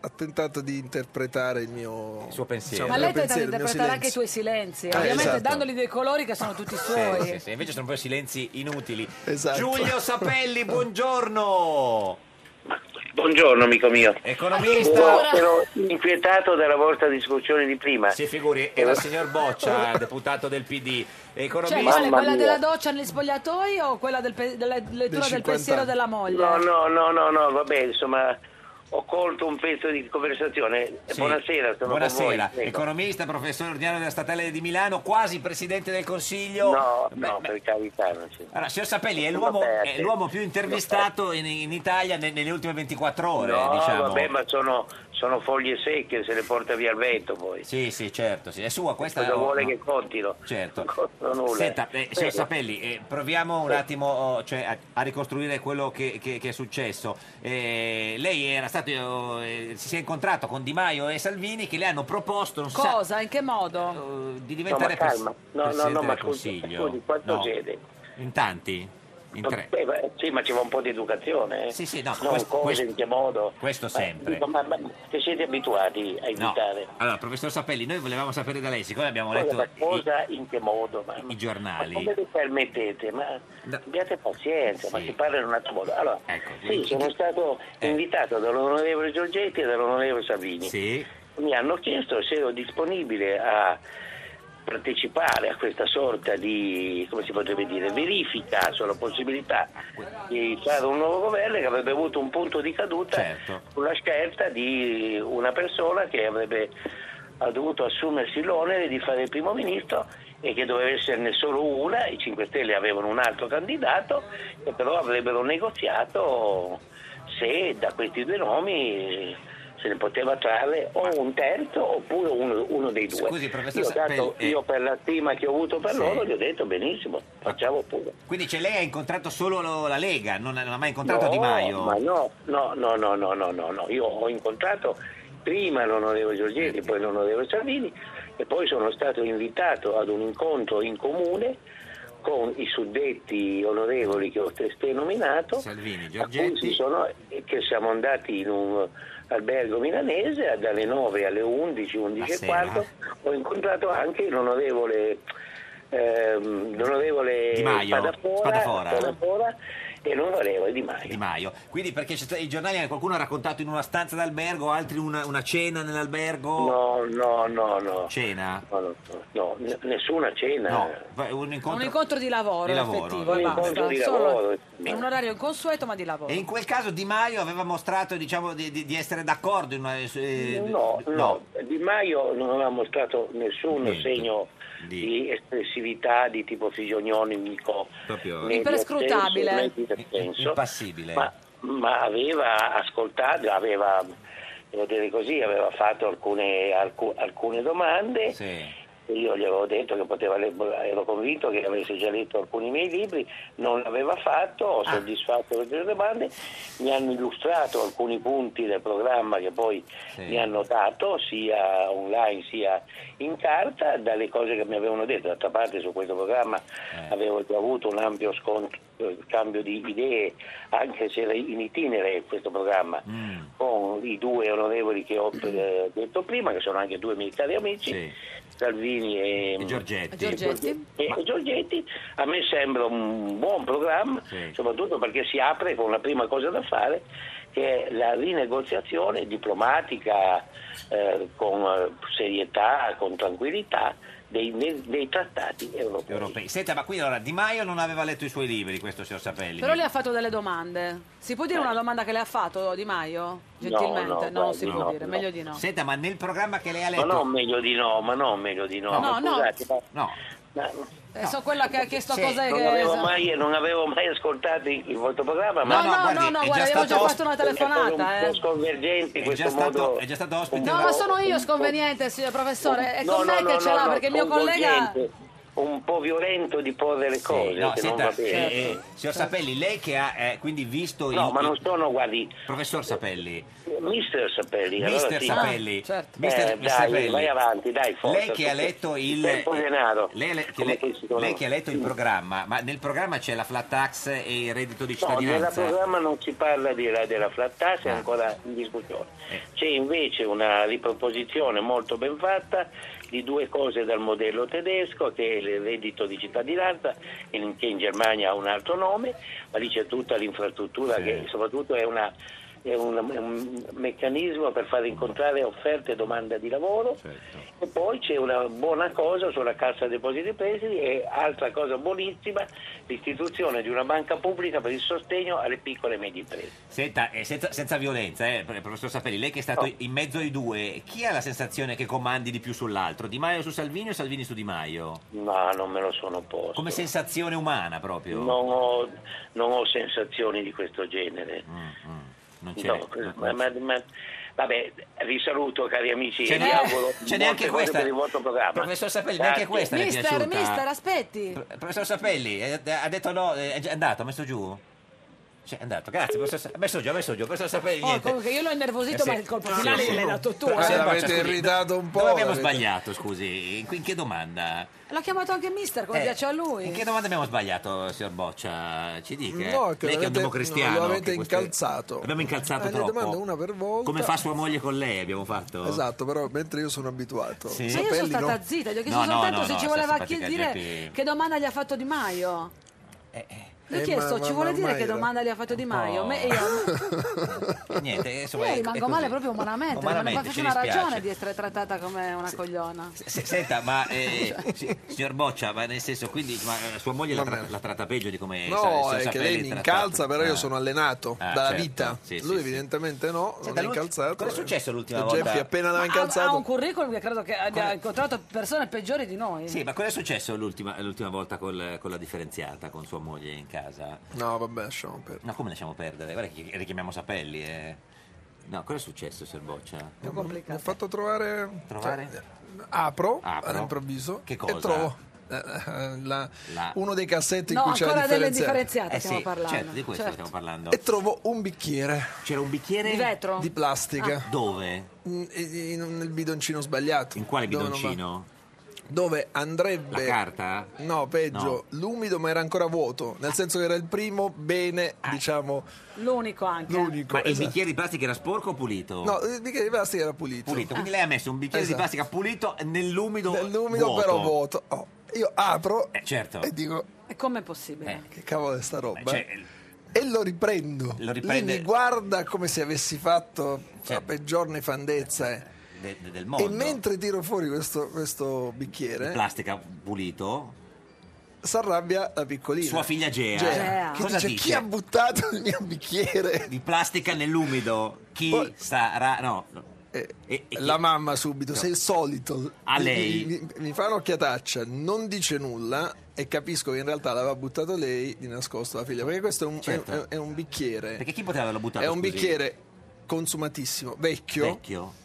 Speaker 13: ha tentato di interpretare il mio il suo pensiero.
Speaker 1: Ma lei tenta di
Speaker 13: il mio
Speaker 1: interpretare anche i
Speaker 13: silenzio.
Speaker 1: tuoi silenzi,
Speaker 2: Eh,
Speaker 1: ovviamente
Speaker 2: esatto.
Speaker 1: dandogli dei colori che sono tutti
Speaker 2: Sì,
Speaker 1: suoi.
Speaker 2: sì, sì, invece sono poi silenzi inutili.
Speaker 20: Esatto.
Speaker 2: Giulio Sapelli, buongiorno.
Speaker 19: Buongiorno amico mio.
Speaker 2: Economista.
Speaker 19: Ero inquietato dalla vostra discussione di prima.
Speaker 2: Si figuri, era il signor Boccia, deputato del PD. Economista.
Speaker 1: Cioè, quale? Quella della doccia negli spogliatoi o quella del pe- della lettura del
Speaker 19: 50
Speaker 1: pensiero della moglie?
Speaker 19: No, no, no, no, no, vabbè, insomma, ho colto un pezzo di conversazione.
Speaker 2: Sì.
Speaker 19: Buonasera, sono
Speaker 2: Buonasera,
Speaker 19: con voi. Ecco. prego.
Speaker 2: economista, professore ordinario della Statale di Milano, quasi presidente del Consiglio.
Speaker 19: No,
Speaker 2: Beh,
Speaker 19: no,
Speaker 2: beh,
Speaker 19: per carità, non c'è.
Speaker 2: Allora, signor Sapelli, è l'uomo,
Speaker 19: Vabbè,
Speaker 2: è l'uomo più intervistato in, in Italia ne- nelle ultime 24 ore,
Speaker 19: no,
Speaker 2: diciamo.
Speaker 19: vabbè, ma sono, sono foglie secche, se le porta via il vento poi.
Speaker 2: Sì, sì, certo, sì. È sua questa...
Speaker 19: Cosa
Speaker 2: oh,
Speaker 19: vuole
Speaker 2: no.
Speaker 19: che contino?
Speaker 2: Certo.
Speaker 19: Non nulla.
Speaker 2: Senta, eh,
Speaker 19: Prego.
Speaker 2: signor Sapelli, eh, proviamo un attimo oh, cioè, a, a ricostruire quello che, che- che è successo. Eh, lei era stato, eh, si è incontrato con Di Maio e Salvini che le hanno proposto non si sa,
Speaker 1: Cosa? In che modo?
Speaker 2: di diventare
Speaker 19: No, ma calma.
Speaker 2: pres-
Speaker 19: No, no,
Speaker 2: presidente
Speaker 19: no, ma
Speaker 2: del
Speaker 19: scusi,
Speaker 2: Consiglio.
Speaker 19: scusi, quanto
Speaker 2: No.
Speaker 19: siete?
Speaker 2: In tanti? In tre?
Speaker 19: Beh, ma- sì, ma ci va un po' di educazione. eh.
Speaker 2: Sì, sì, no,
Speaker 19: non
Speaker 2: questo-
Speaker 19: cose,
Speaker 2: questo-
Speaker 19: in che modo.
Speaker 2: questo
Speaker 19: Ma-
Speaker 2: sempre.
Speaker 19: dico, Ma, ma se siete abituati a
Speaker 2: No.
Speaker 19: invitare,
Speaker 2: Allora, professor Sapelli, noi volevamo sapere da lei, siccome abbiamo
Speaker 19: cosa,
Speaker 2: letto
Speaker 19: ma cosa, in che modo? Ma,
Speaker 2: i
Speaker 19: ma come
Speaker 2: giornali.
Speaker 19: vi permettete? Ma abbiate pazienza, ma si parla in un altro modo. Allora, sì,
Speaker 2: Ecco, quindi- eh.
Speaker 19: sono stato invitato dall'onorevole Giorgetti e dall'onorevole Salvini.
Speaker 2: Sì.
Speaker 19: Mi hanno chiesto se ero disponibile a partecipare a questa sorta di, come si potrebbe dire, verifica sulla possibilità
Speaker 2: Ah,
Speaker 19: di fare un nuovo governo che avrebbe avuto un punto di caduta
Speaker 2: Certo.
Speaker 19: sulla scelta di una persona che avrebbe ha dovuto assumersi l'onere di fare il primo ministro e che doveva esserne solo una, i 5 Stelle avevano un altro candidato che però avrebbero negoziato se da questi due nomi se ne poteva trarre o un terzo oppure uno, uno dei due.
Speaker 2: Scusi, professor
Speaker 19: io, dato-
Speaker 2: Sappelli, eh.
Speaker 19: io per la stima che ho avuto per
Speaker 2: Sì.
Speaker 19: loro gli ho detto benissimo, facciamo pure.
Speaker 2: Quindi cioè, lei ha incontrato solo lo- la Lega, non, non ha mai incontrato
Speaker 19: No,
Speaker 2: Di Maio.
Speaker 19: Ma no, no, no, no, no, no, no, no. Io ho incontrato prima l'onorevole Giorgetti, poi l'onorevole Salvini e poi sono stato invitato ad un incontro in comune con i suddetti onorevoli che ho testé nominato,
Speaker 2: Salvini,
Speaker 19: a cui si sono, che siamo andati in un albergo milanese dalle 9 alle 11, 11 e
Speaker 2: sera.
Speaker 19: quarto, ho incontrato anche l'onorevole, ehm, l'onorevole
Speaker 2: Di Maio, Spadafora.
Speaker 19: Spadafora e l'onorevole Di Maio.
Speaker 2: Di Maio. Quindi perché c'è sta- i giornali qualcuno ha raccontato in una stanza d'albergo, altri una, una cena nell'albergo.
Speaker 19: No, no, no, no.
Speaker 2: Cena?
Speaker 19: No, no, no, n- nessuna cena.
Speaker 2: No, un
Speaker 1: Un
Speaker 2: incontro.
Speaker 1: incontro di lavoro,
Speaker 2: Di lavoro.
Speaker 1: effettivo,
Speaker 2: Un
Speaker 1: e
Speaker 2: incontro
Speaker 1: basta.
Speaker 2: di
Speaker 1: Solo
Speaker 2: lavoro.
Speaker 1: Un orario inconsueto ma di lavoro.
Speaker 2: E in quel caso Di Maio aveva mostrato diciamo, di, di- di essere d'accordo. In una, eh,
Speaker 19: No, no, Di Maio non aveva mostrato nessun segno di... espressività di tipo fisiognomico,
Speaker 2: Proprio-
Speaker 19: né di
Speaker 1: Imperscrutabile.
Speaker 19: assenso, né di dissenso.
Speaker 2: Impassibile.
Speaker 19: Ma, ma aveva ascoltato, aveva, devo dire così, aveva fatto alcune, alcu- alcune domande. E Io gli avevo detto che poteva, le- ero convinto che avesse già letto alcuni miei libri, non l'aveva fatto, ho soddisfatto le due domande, mi hanno illustrato alcuni punti del programma che poi mi hanno dato, sia online sia in carta, dalle cose che mi avevano detto. D'altra parte su questo programma avevo già avuto un ampio scont- eh, cambio di idee, anche se era in itinere questo programma, con i due onorevoli che ho eh, detto prima, che sono anche due miei cari amici. Salvini e,
Speaker 2: Giorgetti.
Speaker 19: Giorgetti. E Giorgetti a me sembra un buon programma, soprattutto perché si apre con la prima cosa da fare che è la rinegoziazione diplomatica eh, con eh, serietà, con tranquillità dei, dei- dei trattati europei.
Speaker 2: Europei. Senta, ma qui allora Di Maio non aveva letto i suoi libri, questo signor Sapelli.
Speaker 1: Però le ha fatto delle domande. Si può dire una domanda che le ha fatto Di Maio? Gentilmente?
Speaker 19: no,
Speaker 1: non si
Speaker 19: no,
Speaker 1: può
Speaker 19: no,
Speaker 1: dire,
Speaker 19: no.
Speaker 1: meglio di no.
Speaker 2: Senta, ma nel programma che lei ha
Speaker 19: Ma
Speaker 2: letto...
Speaker 19: no, meglio di no, ma no, meglio di no.
Speaker 1: No,
Speaker 19: ma
Speaker 1: no.
Speaker 19: scusate, ma- ma-
Speaker 1: Eh, so quella che ha chiesto
Speaker 19: sì,
Speaker 1: cose
Speaker 19: non,
Speaker 1: che...
Speaker 19: avevo mai, non avevo mai ascoltato il il vostro programma,
Speaker 1: No,
Speaker 19: ma
Speaker 1: no, no, no, guarda, avevo già fatto una telefonata.
Speaker 19: un po'
Speaker 1: eh.
Speaker 19: sconvergente
Speaker 2: È
Speaker 19: questo
Speaker 2: già stato-
Speaker 19: modo.
Speaker 2: è già stato ospite
Speaker 1: No, ma sono io sconveniente, signor professore. È
Speaker 19: No,
Speaker 1: con
Speaker 19: no,
Speaker 1: me
Speaker 19: no,
Speaker 1: che
Speaker 19: no,
Speaker 1: ce l'ha,
Speaker 19: no,
Speaker 1: perché il mio collega...
Speaker 19: sconvolgente. un po' violento di porre le cose,
Speaker 2: no,
Speaker 19: che
Speaker 2: senta,
Speaker 19: non va bene.
Speaker 2: eh, eh,
Speaker 19: Certo.
Speaker 2: signor Sapelli, lei che ha eh, quindi visto
Speaker 19: No,
Speaker 2: il...
Speaker 19: ma non sono, guardi...
Speaker 2: Professor Sapelli.
Speaker 19: Mister Sapelli,
Speaker 2: Mister
Speaker 19: allora sì.
Speaker 2: Sapelli.
Speaker 19: Ah, certo.
Speaker 2: Mister
Speaker 19: Eh, dai,
Speaker 2: Sapelli.
Speaker 19: vai avanti, dai, forza,
Speaker 2: Lei che ha
Speaker 19: perché
Speaker 2: letto il...
Speaker 19: il tempo è denaro,
Speaker 2: Lei, le- che
Speaker 19: come
Speaker 2: le-
Speaker 19: che si conosce.
Speaker 2: lei che ha letto il programma, ma nel programma c'è la flat tax e il reddito di
Speaker 19: No, nel
Speaker 2: cittadinanza? eh. Ah.
Speaker 19: programma non si parla di- della flat tax, è ancora in discussione.
Speaker 2: Eh.
Speaker 19: C'è invece una riproposizione molto ben fatta di due cose dal modello tedesco, che è il reddito di cittadinanza, in- che in Germania ha un altro nome, ma lì c'è tutta l'infrastruttura che soprattutto è, una- è un, è un meccanismo per far incontrare offerte e domanda di lavoro.
Speaker 2: Certo.
Speaker 19: E poi c'è una buona cosa sulla Cassa Depositi e Prestiti e altra cosa buonissima, l'istituzione di una banca pubblica per il sostegno alle piccole e medie imprese.
Speaker 2: Senta, eh, senza, senza violenza, eh, professor Sapelli, lei che è stato
Speaker 19: No.
Speaker 2: in mezzo ai due, chi ha la sensazione che comandi di più sull'altro? Di Maio su Salvini o Salvini su Di Maio?
Speaker 19: No, non me lo sono posto.
Speaker 2: Come sensazione umana proprio?
Speaker 19: Non ho, non ho sensazioni di questo genere.
Speaker 2: Mm, Non
Speaker 19: c'è. ma, ma- ma- vabbè, vi saluto cari amici
Speaker 2: Ce
Speaker 19: e vi
Speaker 2: n'è-
Speaker 19: auguro
Speaker 2: ce
Speaker 19: molte
Speaker 2: n'è anche
Speaker 19: cose
Speaker 2: questa.
Speaker 19: per il vostro programma.
Speaker 2: Professor Sapelli, neanche
Speaker 13: Certo.
Speaker 2: questa
Speaker 19: Grazie.
Speaker 2: le è
Speaker 1: Mister,
Speaker 2: piaciuta.
Speaker 1: mister, aspetti.
Speaker 2: Professor Sapelli eh, ha detto no, eh, è andato, ha messo giù? Cioè, è andato, grazie, professor Sa- ha messo giù, ha messo giù, professor Sapelli
Speaker 1: Oh,
Speaker 2: niente.
Speaker 1: comunque io l'ho
Speaker 2: Eh,
Speaker 1: innervosito,
Speaker 2: sì.
Speaker 1: ma il colpo finale l'hai dato tu.
Speaker 2: Però,
Speaker 1: eh.
Speaker 2: signor Boccia,
Speaker 13: l'avete
Speaker 2: scusi,
Speaker 13: irritato un po',
Speaker 2: Dove abbiamo
Speaker 13: l'avete-
Speaker 2: sbagliato, scusi? In, in che domanda?
Speaker 1: L'ha chiamato anche mister, come
Speaker 2: Eh,
Speaker 1: piace a lui.
Speaker 2: In che domanda abbiamo sbagliato, signor Boccia? Ci dica. eh.
Speaker 13: No,
Speaker 2: lei
Speaker 13: che
Speaker 2: che è un
Speaker 13: l'avete-
Speaker 2: democristiano.
Speaker 13: lo avete
Speaker 2: che queste-
Speaker 13: incalzato.
Speaker 2: Abbiamo incalzato
Speaker 13: Eh, ne
Speaker 2: troppo.
Speaker 13: domando una per volta.
Speaker 2: Come fa sua moglie con lei, abbiamo fatto.
Speaker 13: Esatto, però mentre io sono abituato.
Speaker 2: Sì.
Speaker 1: Ma io sono
Speaker 13: Sapelli
Speaker 1: stata
Speaker 13: no.
Speaker 1: zitta, gli ho chiesto
Speaker 2: No, no,
Speaker 1: soltanto
Speaker 2: no,
Speaker 1: se
Speaker 2: no,
Speaker 1: ci
Speaker 2: sta
Speaker 1: voleva chi-
Speaker 2: simpatica,
Speaker 1: dire
Speaker 2: GP.
Speaker 1: che domanda gli ha fatto Di Maio. Gli ho
Speaker 2: Eh,
Speaker 1: chiesto,
Speaker 2: ma-
Speaker 1: ci
Speaker 2: ma-
Speaker 1: vuole
Speaker 2: ma
Speaker 1: dire
Speaker 2: ormai
Speaker 1: che
Speaker 2: era-
Speaker 1: domanda gli ha fatto Di Maio? Me- e io,
Speaker 2: Niente, eh, insomma,
Speaker 1: io
Speaker 2: Ecco, è- è
Speaker 1: rimango
Speaker 2: così.
Speaker 1: male proprio umanamente,
Speaker 2: Umanamente,
Speaker 1: ma
Speaker 2: ci
Speaker 1: non faccio una
Speaker 2: dispiace.
Speaker 1: ragione di essere trattata come una cogliona.
Speaker 2: Se- Senta, ma eh,
Speaker 1: Cioè.
Speaker 2: si- signor Boccia, ma nel senso, quindi ma, eh, sua moglie la, tra- la tratta peggio di come sa- il
Speaker 13: No,
Speaker 2: signor
Speaker 13: è che
Speaker 2: Sapelli
Speaker 13: lei mi
Speaker 2: tratta-
Speaker 13: incalza, però
Speaker 2: Ah.
Speaker 13: io sono allenato
Speaker 2: Ah,
Speaker 13: dalla
Speaker 2: certo.
Speaker 13: vita.
Speaker 2: Sì, sì,
Speaker 13: Lui
Speaker 2: sì.
Speaker 13: evidentemente no,
Speaker 2: Senta,
Speaker 13: non è
Speaker 2: l'ulti-
Speaker 13: incalzato.
Speaker 2: cosa è successo l'ultima
Speaker 13: E
Speaker 2: volta?
Speaker 13: Jeffy appena
Speaker 1: Ma
Speaker 13: l'ha
Speaker 1: ha, ha
Speaker 13: incalzato.
Speaker 1: un curriculum che credo che abbia incontrato persone peggiori di noi.
Speaker 2: Sì, ma cosa è successo l'ultima, l'ultima volta col- con la differenziata con sua moglie in casa?
Speaker 13: No, vabbè, lasciamo perdere.
Speaker 2: No, come lasciamo perdere? Guarda che richiamiamo Sapelli. eh. No, cosa è successo, signor Boccia?
Speaker 13: Mi ha fatto trovare.
Speaker 2: Esatto. Trovare?
Speaker 13: cioè, apro,
Speaker 2: Apro.
Speaker 13: all'improvviso
Speaker 2: Che cosa?
Speaker 13: e trovo eh, eh, la-
Speaker 2: La-
Speaker 13: uno dei cassetti
Speaker 1: No,
Speaker 13: in cui c'è la
Speaker 1: ancora delle
Speaker 13: differenziata.
Speaker 1: differenziate stiamo
Speaker 2: sì,
Speaker 1: parlando.
Speaker 2: certo, di questo
Speaker 1: Certo.
Speaker 2: stiamo parlando.
Speaker 13: E trovo un bicchiere.
Speaker 2: C'era un bicchiere? Ah.
Speaker 1: Di vetro?
Speaker 13: Di plastica.
Speaker 2: Dove?
Speaker 13: Mm, e- in- nel bidoncino sbagliato. In
Speaker 2: Quale bidoncino?
Speaker 13: Dove andrebbe.
Speaker 2: La carta?
Speaker 13: No, peggio, l'umido ma era ancora vuoto, nel senso che era il primo bene, diciamo,
Speaker 1: L'unico anche.
Speaker 13: l'unico.
Speaker 2: Ah. Ma il
Speaker 13: esatto.
Speaker 2: bicchiere di plastica era sporco o pulito?
Speaker 13: No, eh, il bicchiere di plastica era pulito.
Speaker 2: Pulito, quindi lei ha messo un bicchiere
Speaker 13: Esatto.
Speaker 2: di plastica pulito nell'umido
Speaker 13: L'umido
Speaker 2: vuoto.
Speaker 13: però vuoto. Oh, io apro
Speaker 2: Eh, certo.
Speaker 13: e dico,
Speaker 1: E com'è possibile?
Speaker 13: che cavolo è sta roba?
Speaker 2: Cioè,
Speaker 13: E lo riprendo.
Speaker 2: Lo riprende-
Speaker 13: Lei mi guarda come se avessi fatto per giorni fandezza. eh.
Speaker 2: de- de- del
Speaker 13: E
Speaker 2: mondo.
Speaker 13: mentre tiro fuori questo, questo bicchiere,
Speaker 2: Di plastica pulito.
Speaker 13: s'arrabbia la piccolina.
Speaker 2: Sua figlia Gea.
Speaker 13: Che
Speaker 2: Cosa
Speaker 13: dice,
Speaker 2: dice?
Speaker 13: chi ha buttato il mio bicchiere?
Speaker 2: Di plastica nell'umido. Chi sarà... No.
Speaker 13: Eh, La mamma subito, sei il solito.
Speaker 2: A
Speaker 13: Mi-
Speaker 2: lei.
Speaker 13: Mi, mi fa un'occhiataccia, non dice nulla e capisco che in realtà l'aveva buttato lei di nascosto la figlia. Perché questo è un,
Speaker 2: Certo.
Speaker 13: è- è un bicchiere.
Speaker 2: Perché chi poteva averlo buttato?
Speaker 13: È un
Speaker 2: scusi?
Speaker 13: bicchiere consumatissimo, vecchio,
Speaker 2: Vecchio.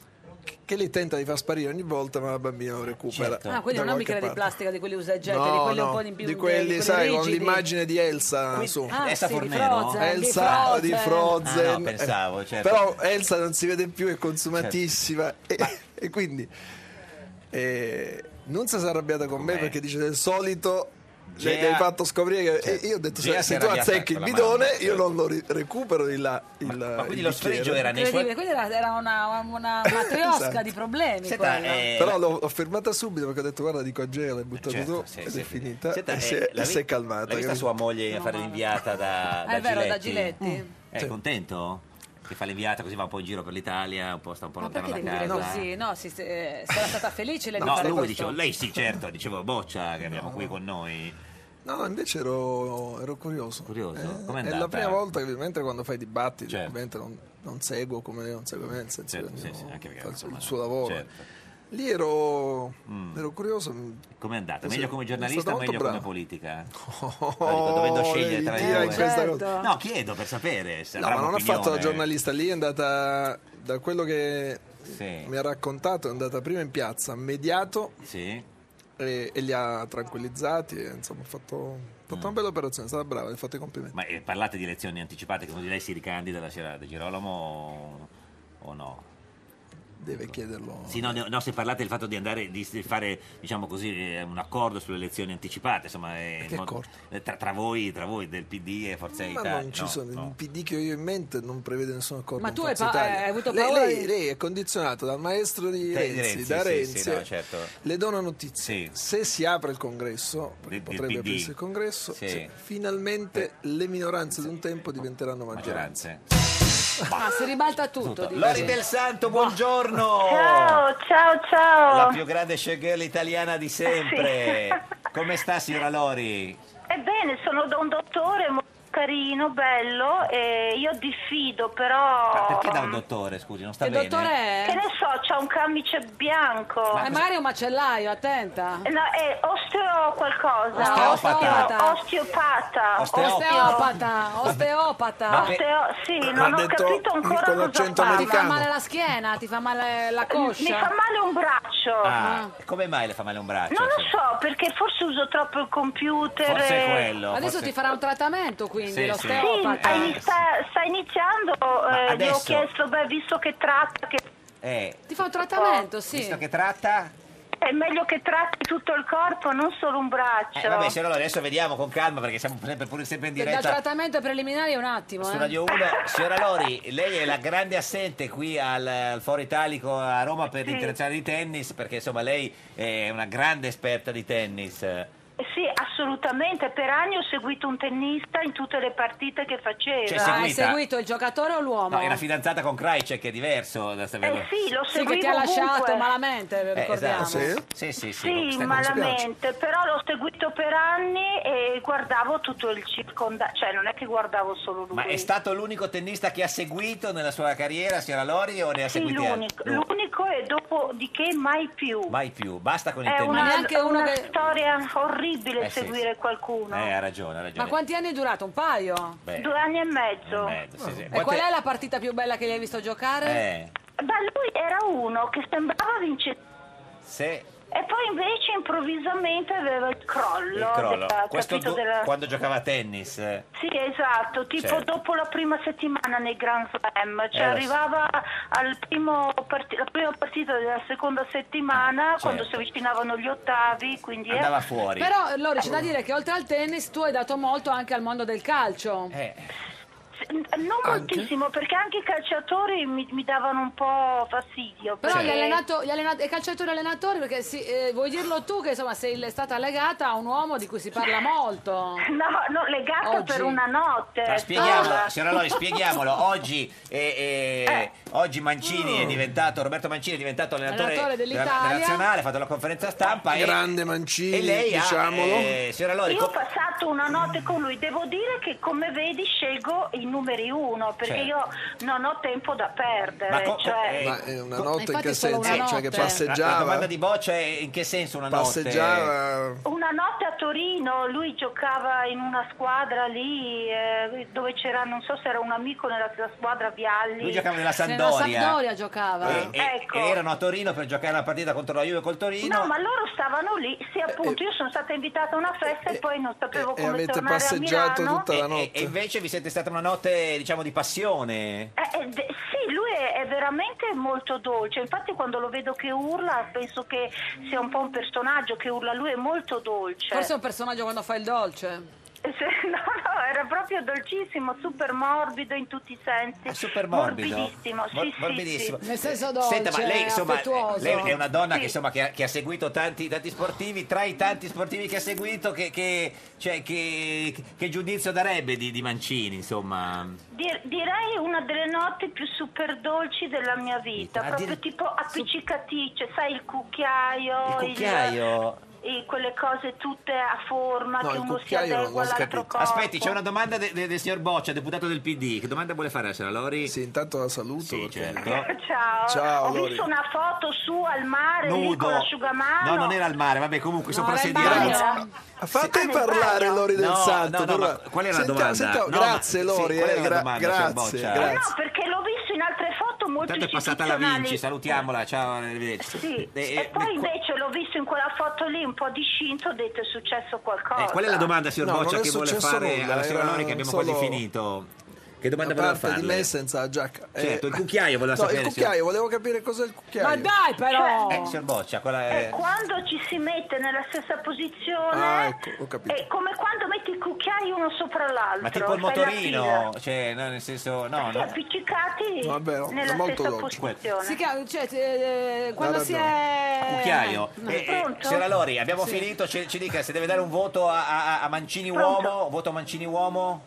Speaker 13: che lei tenta di far sparire ogni volta, ma la bambina lo recupera.
Speaker 2: Certo.
Speaker 1: Ah,
Speaker 13: da
Speaker 1: quindi non è un bicchiere
Speaker 13: qualche
Speaker 1: di plastica di quelli usa e getta,
Speaker 13: parte.
Speaker 1: Cioè, di quelli
Speaker 13: No,
Speaker 1: un po'
Speaker 13: no,
Speaker 1: di più
Speaker 13: di quelli,
Speaker 1: di
Speaker 13: sai, con
Speaker 1: rigidi.
Speaker 13: l'immagine di Elsa su.
Speaker 1: Ah,
Speaker 2: Elsa
Speaker 1: sì, di
Speaker 2: Fornero?
Speaker 1: Frozen, di
Speaker 13: Elsa di Frozen,
Speaker 2: Ah, no, pensavo, certo.
Speaker 13: però Elsa non si vede più, è consumatissima e, e quindi eh, non si è arrabbiata con me perché dice del solito cioè,
Speaker 2: Gea-
Speaker 13: mi hai fatto scoprire che
Speaker 2: Certo.
Speaker 13: e io ho detto
Speaker 2: Gea
Speaker 13: se,
Speaker 2: si
Speaker 13: se
Speaker 2: è
Speaker 13: tu
Speaker 2: arrabbiata
Speaker 13: azzecchi il
Speaker 2: con la
Speaker 13: bidone
Speaker 2: mamma, certo.
Speaker 13: io non lo ri- recupero di là il,
Speaker 2: ma quindi
Speaker 13: il
Speaker 2: lo
Speaker 13: bicchiere.
Speaker 2: sfregio era nei
Speaker 1: Incredibile, quindi era, era una, una matriosca
Speaker 13: Esatto.
Speaker 1: di problemi.
Speaker 2: Senta,
Speaker 1: quella.
Speaker 2: eh,
Speaker 13: però l'ho, l'ho fermata subito perché ho detto guarda dico a Gea l'hai buttato
Speaker 2: Certo,
Speaker 13: tu
Speaker 2: sì,
Speaker 13: ed
Speaker 2: sì, sì.
Speaker 13: è finita
Speaker 2: Senta,
Speaker 13: e
Speaker 2: eh,
Speaker 13: si è,
Speaker 2: l'ha
Speaker 13: e si è
Speaker 2: vi-
Speaker 13: calmata
Speaker 2: L'ha vista
Speaker 13: capito?
Speaker 2: sua moglie a fare l'inviata da, Mm.
Speaker 1: Ah, è vero, da Giletti.
Speaker 2: È
Speaker 13: Sì.
Speaker 2: contento? Che fa l'inviata così va un po' in giro per l'Italia, un po' sta un po'
Speaker 1: Ma
Speaker 2: lontano
Speaker 1: perché
Speaker 2: da
Speaker 1: devi dire
Speaker 2: casa.
Speaker 1: così? No, si, eh, sarà stata felice lei di
Speaker 2: No,
Speaker 1: fare
Speaker 2: lui
Speaker 1: questo.
Speaker 2: dicevo, lei sì, certo, dicevo Boccia che abbiamo qui con noi.
Speaker 13: No, no, invece ero, ero curioso.
Speaker 2: Curioso?
Speaker 13: Eh,
Speaker 2: Com'è
Speaker 13: È
Speaker 2: andata?
Speaker 13: la prima volta che, mentre quando fai dibattiti, ovviamente non, non seguo come lei non segue me, nel senso
Speaker 2: Certo,
Speaker 13: che
Speaker 2: sì,
Speaker 13: ognuno
Speaker 2: sì, anche perché,
Speaker 13: fa il, suo-
Speaker 2: insomma,
Speaker 13: il suo lavoro.
Speaker 2: certo. Mm.
Speaker 13: Lì ero, ero curioso.
Speaker 2: Com'è andata?
Speaker 13: Sì,
Speaker 2: Meglio come
Speaker 13: è
Speaker 2: giornalista
Speaker 13: stato
Speaker 2: o
Speaker 13: molto
Speaker 2: meglio come
Speaker 13: bravo.
Speaker 2: politica?
Speaker 13: Oh,
Speaker 2: No, dico, dovendo
Speaker 13: lei
Speaker 2: scegliere tra
Speaker 13: tira
Speaker 2: i
Speaker 13: in questa Certo.
Speaker 2: due.
Speaker 13: cosa.
Speaker 2: No, chiedo per sapere se
Speaker 13: No,
Speaker 2: avrà
Speaker 13: ma non ha
Speaker 2: un'opinione.
Speaker 13: fatto la giornalista, lì è andata, da quello che
Speaker 2: Sì.
Speaker 13: mi ha raccontato, è andata prima in piazza, ha mediato
Speaker 2: Sì.
Speaker 13: e, e li ha tranquillizzati. e, insomma, ha fatto, ha
Speaker 2: Mm.
Speaker 13: fatto una bella operazione, è stata brava, le ho fatto i complimenti.
Speaker 2: Ma eh, parlate di elezioni anticipate, che uno di lei si ricandida la sera di Girolamo o no?
Speaker 13: Deve chiederlo.
Speaker 2: Sì, no, no, no, se parlate del fatto di andare di s- fare, diciamo così, eh, un accordo sulle elezioni anticipate, insomma, è
Speaker 13: che
Speaker 2: mo-
Speaker 13: accordo?
Speaker 2: eh, tra, tra voi, tra voi del PD e Forza
Speaker 13: Ma
Speaker 2: Italia.
Speaker 13: non ci
Speaker 2: no,
Speaker 13: sono,
Speaker 2: no.
Speaker 13: il PD che ho io in mente non prevede nessun accordo.
Speaker 1: Ma
Speaker 13: con
Speaker 1: tu hai
Speaker 13: Forza
Speaker 1: pa- eh,
Speaker 13: Italia.
Speaker 1: hai avuto
Speaker 13: Lei-
Speaker 1: paura
Speaker 13: Lei,
Speaker 1: di-
Speaker 13: lei è condizionato dal maestro di
Speaker 2: Te-
Speaker 13: Renzi, da
Speaker 2: sì,
Speaker 13: Renzi. eh.
Speaker 2: sì, no, certo.
Speaker 13: Le do una notizia: se si apre il congresso,
Speaker 2: Del-
Speaker 13: perché
Speaker 2: del
Speaker 13: potrebbe
Speaker 2: PD.
Speaker 13: aprirsi il congresso,
Speaker 2: Sì. Eh.
Speaker 13: se- finalmente le minoranze di un tempo diventeranno maggioranze.
Speaker 1: Ma Ah, si ribalta tutto. dici.
Speaker 2: Lori del Santo, buongiorno!
Speaker 21: Ciao, ciao, ciao. Ah,
Speaker 2: La più grande showgirl italiana di sempre. Come sta signora Lori?
Speaker 21: Ebbene, sono da un dottore molto carino, bello, e io diffido però...
Speaker 2: Perché da un dottore, scusi, non sta
Speaker 21: Che
Speaker 2: bene?
Speaker 21: dottore
Speaker 1: è?
Speaker 21: Che ne so, c'ha un camice bianco.
Speaker 1: Eh, magari è un macellaio, attenta.
Speaker 21: No, è osteo qualcosa.
Speaker 1: Osteopata.
Speaker 21: Osteo- Osteopata.
Speaker 1: Osteopata, osteopata.
Speaker 21: Osteo- sì, non ho capito
Speaker 13: con
Speaker 21: ancora cosa
Speaker 13: l'accento
Speaker 21: fa.
Speaker 1: Ti fa
Speaker 2: americano.
Speaker 1: male la schiena, ti fa male la coscia.
Speaker 21: Mi fa male un braccio.
Speaker 2: Ah, come mai le fa male un braccio?
Speaker 21: Non lo so, perché forse uso troppo il computer.
Speaker 2: Forse è
Speaker 21: e-
Speaker 2: quello,
Speaker 1: Adesso
Speaker 2: forse-
Speaker 1: ti farà un trattamento quindi,
Speaker 2: Sì,
Speaker 1: lo
Speaker 2: sì.
Speaker 21: Sì,
Speaker 1: steopata.
Speaker 21: hai- sta, sta iniziando, eh, gli ho
Speaker 2: adesso?
Speaker 21: chiesto, beh, visto che tratta, che
Speaker 2: Eh,
Speaker 21: ti fa un trattamento,
Speaker 2: sì. Visto che tratta?
Speaker 21: È meglio che tratti tutto il corpo, non solo un braccio.
Speaker 2: eh, vabbè, signora Lori, adesso vediamo con calma perché siamo sempre, pure sempre in
Speaker 1: Che dal
Speaker 2: diretta.
Speaker 1: trattamento preliminare è un attimo.
Speaker 2: Su
Speaker 1: eh.
Speaker 2: Radio 1, signora Lori, lei è la grande assente qui al, al Foro Italico a Roma per
Speaker 21: Sì.
Speaker 2: l'internazionale di tennis perché insomma lei è una grande esperta di tennis.
Speaker 21: Eh Sì, assolutamente. Per anni ho seguito un tennista in tutte le partite che
Speaker 2: Cioè,
Speaker 21: faceva.
Speaker 2: seguita? Ah, hai seguito
Speaker 21: il giocatore o l'uomo?
Speaker 2: No, era fidanzata con Krajcek, che è diverso. da sta-
Speaker 21: Eh sì, lo
Speaker 1: Sì,
Speaker 21: seguivo
Speaker 1: che ti ha lasciato
Speaker 21: ovunque.
Speaker 1: malamente,
Speaker 2: Eh,
Speaker 1: ricordiamo.
Speaker 2: esatto. Sì, sì, sì.
Speaker 21: Sì,
Speaker 2: stai-
Speaker 21: malamente, però l'ho seguito per anni e guardavo tutto il circondario, cioè non è che guardavo solo lui.
Speaker 2: Ma è stato l'unico tennista che ha seguito nella sua carriera, signora Lori, o ne ha
Speaker 21: Sì,
Speaker 2: seguiti
Speaker 21: l'unico,
Speaker 2: altri? No,
Speaker 21: l'unico e dopodiché mai più.
Speaker 2: Mai più, basta con il
Speaker 21: È
Speaker 2: tennista.
Speaker 21: una,
Speaker 1: uno
Speaker 21: una
Speaker 1: che-
Speaker 21: storia orribile
Speaker 2: Eh sì,
Speaker 21: seguire qualcuno.
Speaker 2: Eh, ha ragione, ha ragione.
Speaker 1: Ma quanti anni è durato? Un paio?
Speaker 2: Beh,
Speaker 21: Due anni e mezzo.
Speaker 2: mezzo, sì, sì.
Speaker 1: E
Speaker 2: Quante-
Speaker 1: qual è la partita più bella che gli hai visto giocare?
Speaker 2: Eh,
Speaker 21: Ma lui era uno che sembrava vincere
Speaker 2: se
Speaker 21: e poi invece improvvisamente aveva il crollo.
Speaker 2: il crollo.
Speaker 21: della-
Speaker 2: Questo
Speaker 21: capito,
Speaker 2: du-
Speaker 21: della-
Speaker 2: quando giocava a tennis. eh.
Speaker 21: Sì, esatto, tipo
Speaker 2: Certo.
Speaker 21: dopo la prima settimana nei Grand Slam,
Speaker 2: Eh, lo
Speaker 21: cioè
Speaker 2: so.
Speaker 21: arrivava al primo parti- la prima partita della seconda settimana, quando si
Speaker 2: certo.
Speaker 21: avvicinavano gli ottavi, quindi... eh.
Speaker 2: Andava fuori.
Speaker 1: Però, Lori, c'è da dire che oltre al tennis tu hai dato molto anche al mondo del calcio.
Speaker 2: Eh,
Speaker 21: S- Non moltissimo, perché anche i calciatori mi, mi davano un po' fastidio.
Speaker 1: Però gli
Speaker 21: perché-
Speaker 1: allenato, gli allenato, i calciatori allenatori, perché sì, eh, vuoi dirlo tu che insomma sei stata legata a un uomo di cui si parla molto.
Speaker 21: No, no, legato
Speaker 1: Oggi.
Speaker 21: per una notte.
Speaker 2: Ma spieghiamolo,
Speaker 21: Ah.
Speaker 2: signora Lori, spieghiamolo. Oggi, eh, eh, oggi Mancini è
Speaker 21: Mm.
Speaker 2: diventato, Roberto Mancini è diventato allenatore
Speaker 1: Allenatore
Speaker 2: della-
Speaker 1: dell'Italia.
Speaker 2: della nazionale, ha fatto la conferenza stampa. e-
Speaker 13: Grande Mancini,
Speaker 2: e lei ha,
Speaker 13: diciamolo.
Speaker 2: eh, signora Lori,
Speaker 21: Io ho
Speaker 2: co-
Speaker 21: passato una notte con lui, devo dire che come vedi scelgo i numeri uno perché
Speaker 2: Certo.
Speaker 21: io non ho tempo da perdere.
Speaker 2: Ma co-
Speaker 21: cioè-
Speaker 2: eh,
Speaker 13: Ma è una
Speaker 2: co-
Speaker 13: notte in
Speaker 21: infatti
Speaker 13: che
Speaker 21: è solo
Speaker 13: senso?
Speaker 21: una
Speaker 13: Cioè che
Speaker 21: notte.
Speaker 2: La, la domanda
Speaker 13: passeggiava,
Speaker 2: di Boccia è in che senso una notte?
Speaker 13: passeggiava
Speaker 21: Una notte a Torino lui giocava in una squadra lì eh, dove c'era, non so se era un amico nella sua squadra Vialli.
Speaker 2: Lui giocava nella
Speaker 1: Se nella
Speaker 2: Sampdoria. Eh,
Speaker 1: Sampdoria giocava.
Speaker 2: E, e-
Speaker 21: Ecco.
Speaker 2: e erano a Torino per giocare la partita contro la Juve col Torino.
Speaker 21: No, ma loro stavano lì,
Speaker 13: Eh,
Speaker 21: sì appunto, io sono stata invitata a una festa e poi non sapevo
Speaker 2: e
Speaker 21: come tornare a Milano.
Speaker 2: E- e- E, invece vi siete stata una notte, diciamo, di passione.
Speaker 21: Eh, eh, de- sì, lui è, è veramente molto dolce, infatti quando lo vedo che urla penso che sia un po' un personaggio che urla, lui è molto dolce.
Speaker 1: Forse è un personaggio quando fa il dolce.
Speaker 21: Se- No, no, era proprio dolcissimo, super morbido in tutti i sensi.
Speaker 2: Super morbido.
Speaker 21: Morbidissimo, sì,
Speaker 2: Mor-
Speaker 21: sì, sì.
Speaker 2: morbidissimo. Senta,
Speaker 21: Senta,
Speaker 2: ma lei, insomma,
Speaker 21: affettuoso.
Speaker 2: lei è una donna
Speaker 21: Sì.
Speaker 2: che, insomma, che, ha, che ha seguito tanti, tanti sportivi. Tra i tanti sportivi che ha seguito, che, che- cioè, che- che giudizio darebbe di, di Mancini, insomma?
Speaker 21: Dir- direi una delle notti più super dolci della mia vita,
Speaker 2: Ah,
Speaker 21: proprio
Speaker 2: dir-
Speaker 21: tipo appiccicatrice, sai il cucchiaio,
Speaker 2: Il cucchiaio.
Speaker 21: il- i- quelle cose tutte a forma
Speaker 2: No,
Speaker 21: che
Speaker 2: il
Speaker 21: uno si
Speaker 2: cucchiaio non
Speaker 21: adegua
Speaker 2: l'ho
Speaker 21: all'altro corpo.
Speaker 2: Aspetti, c'è una domanda de- de- del signor Boccia, deputato del PD. Che domanda vuole fare la signora Lori? Sì,
Speaker 13: intanto la saluto.
Speaker 2: Sì, certo.
Speaker 21: Ciao,
Speaker 2: Ciao,
Speaker 21: ho
Speaker 2: Lori.
Speaker 21: visto una foto su al mare lì
Speaker 2: Nudo.
Speaker 21: con l'asciugamano.
Speaker 2: No, non era al mare, vabbè, comunque sopra
Speaker 21: era in
Speaker 2: sedile.
Speaker 21: bagno.
Speaker 2: Grazie.
Speaker 13: Ah, Fate parlare Lori del
Speaker 2: Eh, No,
Speaker 13: Santo.
Speaker 2: no, no,
Speaker 13: per-
Speaker 2: ma qual era la
Speaker 13: Senta-
Speaker 2: domanda?
Speaker 13: senta-
Speaker 2: No, ma-
Speaker 13: grazie
Speaker 2: sì,
Speaker 13: Lori,
Speaker 2: qual
Speaker 13: eh,
Speaker 2: era la
Speaker 13: gra-
Speaker 2: domanda, cioè, signor
Speaker 13: grazie,
Speaker 2: Boccia?
Speaker 13: grazie.
Speaker 21: No, perché l'ho visto in altre foto molto
Speaker 2: Tanto Eh. è passata la
Speaker 21: istituzionali.
Speaker 2: Vinci, salutiamola, ciao, arrivederci.
Speaker 21: Sì,
Speaker 2: Eh,
Speaker 21: e poi invece l'ho visto in quella foto lì un po' discinto, ho detto è successo qualcosa.
Speaker 2: eh, qual è la domanda, signor
Speaker 13: Ah, No, non
Speaker 2: Boccia,
Speaker 13: è
Speaker 2: che vuole
Speaker 13: successo
Speaker 2: fare
Speaker 13: nulla,
Speaker 2: alla signora
Speaker 13: era
Speaker 2: Lori che abbiamo quasi
Speaker 13: solo
Speaker 2: finito? Che domanda
Speaker 13: da
Speaker 2: voleva
Speaker 13: parte
Speaker 2: fare?
Speaker 13: di lei senza la giacca. Eh,
Speaker 2: Certo, il cucchiaio voleva
Speaker 13: no,
Speaker 2: sapere.
Speaker 13: il
Speaker 2: signor-
Speaker 13: cucchiaio, volevo capire cos'è il cucchiaio.
Speaker 21: Ma dai, però!
Speaker 2: Eh, signor Boccia, quella
Speaker 21: Eh,
Speaker 2: è...
Speaker 21: Cioè, quando ci si mette nella stessa posizione
Speaker 2: Ah, ecco, ho capito.
Speaker 21: è come quando metti i cucchiai uno sopra l'altro.
Speaker 2: Ma tipo il
Speaker 21: fai la fila.
Speaker 2: motorino, cioè, no, nel senso, no,
Speaker 21: Sì,
Speaker 2: no.
Speaker 21: appiccicati
Speaker 2: Vabbè, no,
Speaker 21: nella
Speaker 2: è molto
Speaker 21: stessa
Speaker 2: dolce.
Speaker 21: posizione.
Speaker 1: Si chiama- cioè, eh, quando
Speaker 2: Ha
Speaker 1: si
Speaker 2: ragione.
Speaker 1: è...
Speaker 2: Cucchiaio. Eh, eh,
Speaker 1: Pronto?
Speaker 2: signora Lori, abbiamo
Speaker 1: Sì.
Speaker 2: finito, ci, ci dica se deve dare un voto a, a- a Mancini
Speaker 21: Pronto?
Speaker 2: uomo, voto a Mancini uomo.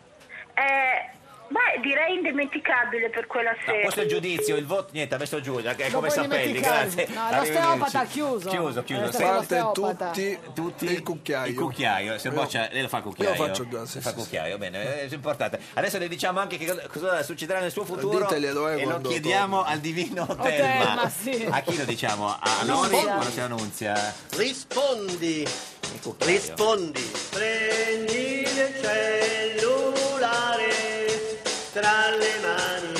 Speaker 21: Eh, beh, direi indimenticabile per quella
Speaker 2: No,
Speaker 21: sera.
Speaker 2: questo è il giudizio, il voto, niente, ha messo giù, è
Speaker 21: Non
Speaker 2: come
Speaker 21: puoi
Speaker 2: sapelli,
Speaker 21: dimenticare.
Speaker 2: grazie.
Speaker 1: No,
Speaker 2: Arrivederci.
Speaker 1: l'osteopata ha chiuso.
Speaker 2: Chiuso,
Speaker 1: Eh,
Speaker 2: chiuso.
Speaker 1: sta con l'osteopata.
Speaker 2: tutti il cucchiaio. Il cucchiaio, se boccia, lei lo fa il cucchiaio.
Speaker 13: Io faccio due, sì,
Speaker 2: fa
Speaker 13: sì,
Speaker 2: cucchiaio, bene, è importante. Adesso le diciamo anche che cosa- cosa succederà nel suo futuro
Speaker 13: Diteglielo, eh,
Speaker 2: e lo
Speaker 13: quando
Speaker 2: chiediamo al divino Telma.
Speaker 22: Telma, sì.
Speaker 2: A chi lo diciamo? A Lori
Speaker 22: Rispondi.
Speaker 2: o si annunzia?
Speaker 22: Rispondi, rispondi. Prendi il cellulare tra le mani.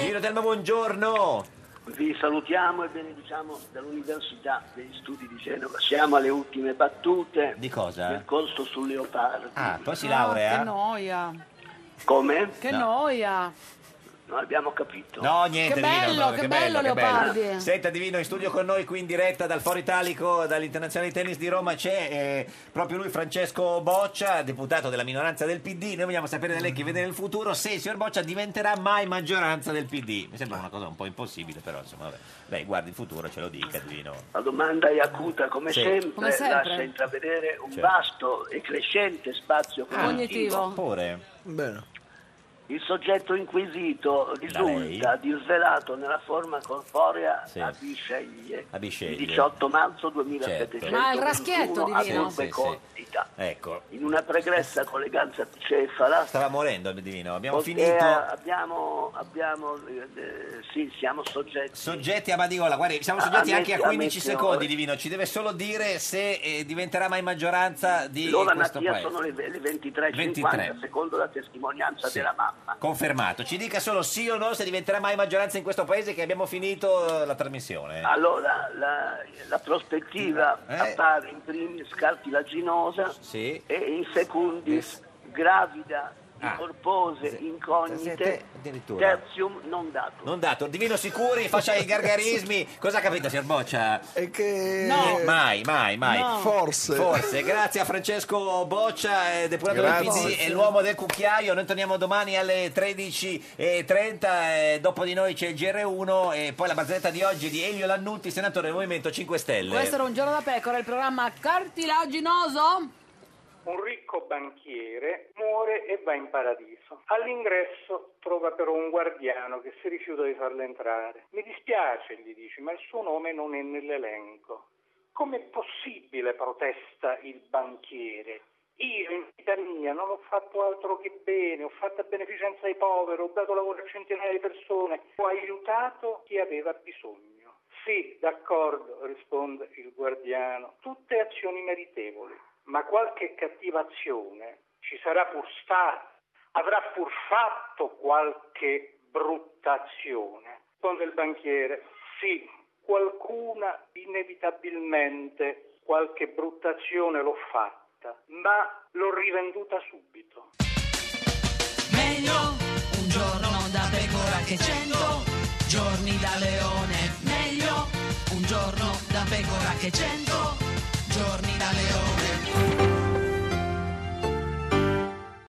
Speaker 2: Giro Telma, buongiorno.
Speaker 22: Vi salutiamo e benediciamo dall'Università degli Studi di Genova. Siamo alle ultime battute
Speaker 2: Di cosa?
Speaker 22: del corso sul leopardo.
Speaker 2: Ah, poi si
Speaker 1: Ah, che
Speaker 2: laurea?
Speaker 1: noia.
Speaker 22: Come?
Speaker 1: Che noia.
Speaker 22: Non abbiamo capito.
Speaker 2: No, niente,
Speaker 1: Che
Speaker 2: Divino,
Speaker 1: bello,
Speaker 2: no,
Speaker 1: che bello, Leopardi.
Speaker 2: Senta, Divino, in studio con noi qui in diretta dal Foro Italico, dall'Internazionale di Tennis di Roma, c'è eh, proprio lui, Francesco Boccia, deputato della minoranza del PD. Noi vogliamo sapere da lei che vede nel futuro se il signor Boccia diventerà mai maggioranza del PD. Mi sembra una cosa un po' impossibile, però insomma, vabbè. Lei guardi il futuro, ce lo dica, Divino.
Speaker 22: La domanda è acuta come
Speaker 2: Sì.
Speaker 22: sempre,
Speaker 2: Come sempre.
Speaker 22: lascia intravedere un
Speaker 2: Certo.
Speaker 22: vasto e crescente spazio
Speaker 2: Ah.
Speaker 22: cognitivo.
Speaker 2: Oppure?
Speaker 22: Il soggetto inquisito risulta disvelato nella forma corporea
Speaker 2: Sì.
Speaker 22: a Bisceglie
Speaker 2: Abisceglie.
Speaker 22: il 18 marzo 2700
Speaker 2: Certo. Ma il
Speaker 1: raschietto di
Speaker 22: a
Speaker 1: vino?
Speaker 22: Curve
Speaker 2: Sì, sì,
Speaker 22: Condita,
Speaker 2: Ecco.
Speaker 22: in una pregressa colleganza bicefala
Speaker 2: Stava morendo, Divino. Abbiamo
Speaker 22: poiché
Speaker 2: finito.
Speaker 22: abbiamo, abbiamo, eh, eh, sì, siamo soggetti
Speaker 2: Soggetti a Badiola, guardi, siamo
Speaker 22: A-
Speaker 2: soggetti
Speaker 22: Ah, a
Speaker 2: anche a
Speaker 22: metti- a
Speaker 2: 15
Speaker 22: metti
Speaker 2: secondi,
Speaker 22: ore.
Speaker 2: Divino. Ci deve solo dire se eh, diventerà mai maggioranza di
Speaker 22: L'ora
Speaker 2: questo
Speaker 22: natia
Speaker 2: paese.
Speaker 22: sono le, le 23.50
Speaker 2: 23.
Speaker 22: secondo la testimonianza
Speaker 2: Sì.
Speaker 22: della mamma.
Speaker 2: Confermato. Ci dica solo sì o no se diventerà mai maggioranza in questo paese che abbiamo finito eh, la trasmissione.
Speaker 22: Allora la, la prospettiva
Speaker 2: Eh.
Speaker 22: appare in primis cartilaginosa
Speaker 2: Sì.
Speaker 22: e in secundis gravida, di
Speaker 2: Ah.
Speaker 22: corpose, incognite,
Speaker 2: Siete addirittura.
Speaker 22: tertium non dato.
Speaker 2: Non dato. Divino sicuri, faccia i gargarismi. Cosa ha capito, signor Boccia?
Speaker 13: È che...
Speaker 2: Eh, Mai, mai, mai.
Speaker 13: No. Forse.
Speaker 2: Forse. Grazie a Francesco Boccia, eh, deputato
Speaker 13: Grazie.
Speaker 2: del PD e l'uomo del cucchiaio. Noi torniamo domani alle 13.30. eh, dopo di noi c'è il GR1 e poi la barzelletta di oggi di Elio Lannutti, senatore del Movimento 5 Stelle.
Speaker 1: Questo era un giorno da pecora, il programma cartilaginoso.
Speaker 23: Un ricco banchiere muore e va in paradiso. All'ingresso trova però un guardiano che si rifiuta di farlo entrare. Mi dispiace, gli dici, ma il suo nome non è nell'elenco. Com'è possibile, protesta il banchiere? Io in vita mia non ho fatto altro che bene, ho fatto a beneficenza ai poveri, ho dato lavoro a centinaia di persone, ho aiutato chi aveva bisogno. Sì, d'accordo, risponde il guardiano, tutte azioni meritevoli, ma qualche cattiva azione ci sarà pur stata, avrà pur fatto qualche brutta azione. Risponde il banchiere, sì, qualcuna inevitabilmente qualche brutta azione l'ho fatta, ma l'ho rivenduta subito.
Speaker 8: Meglio un giorno da pecora che cento giorni da leone. Meglio un giorno da pecora che cento giorni da leone.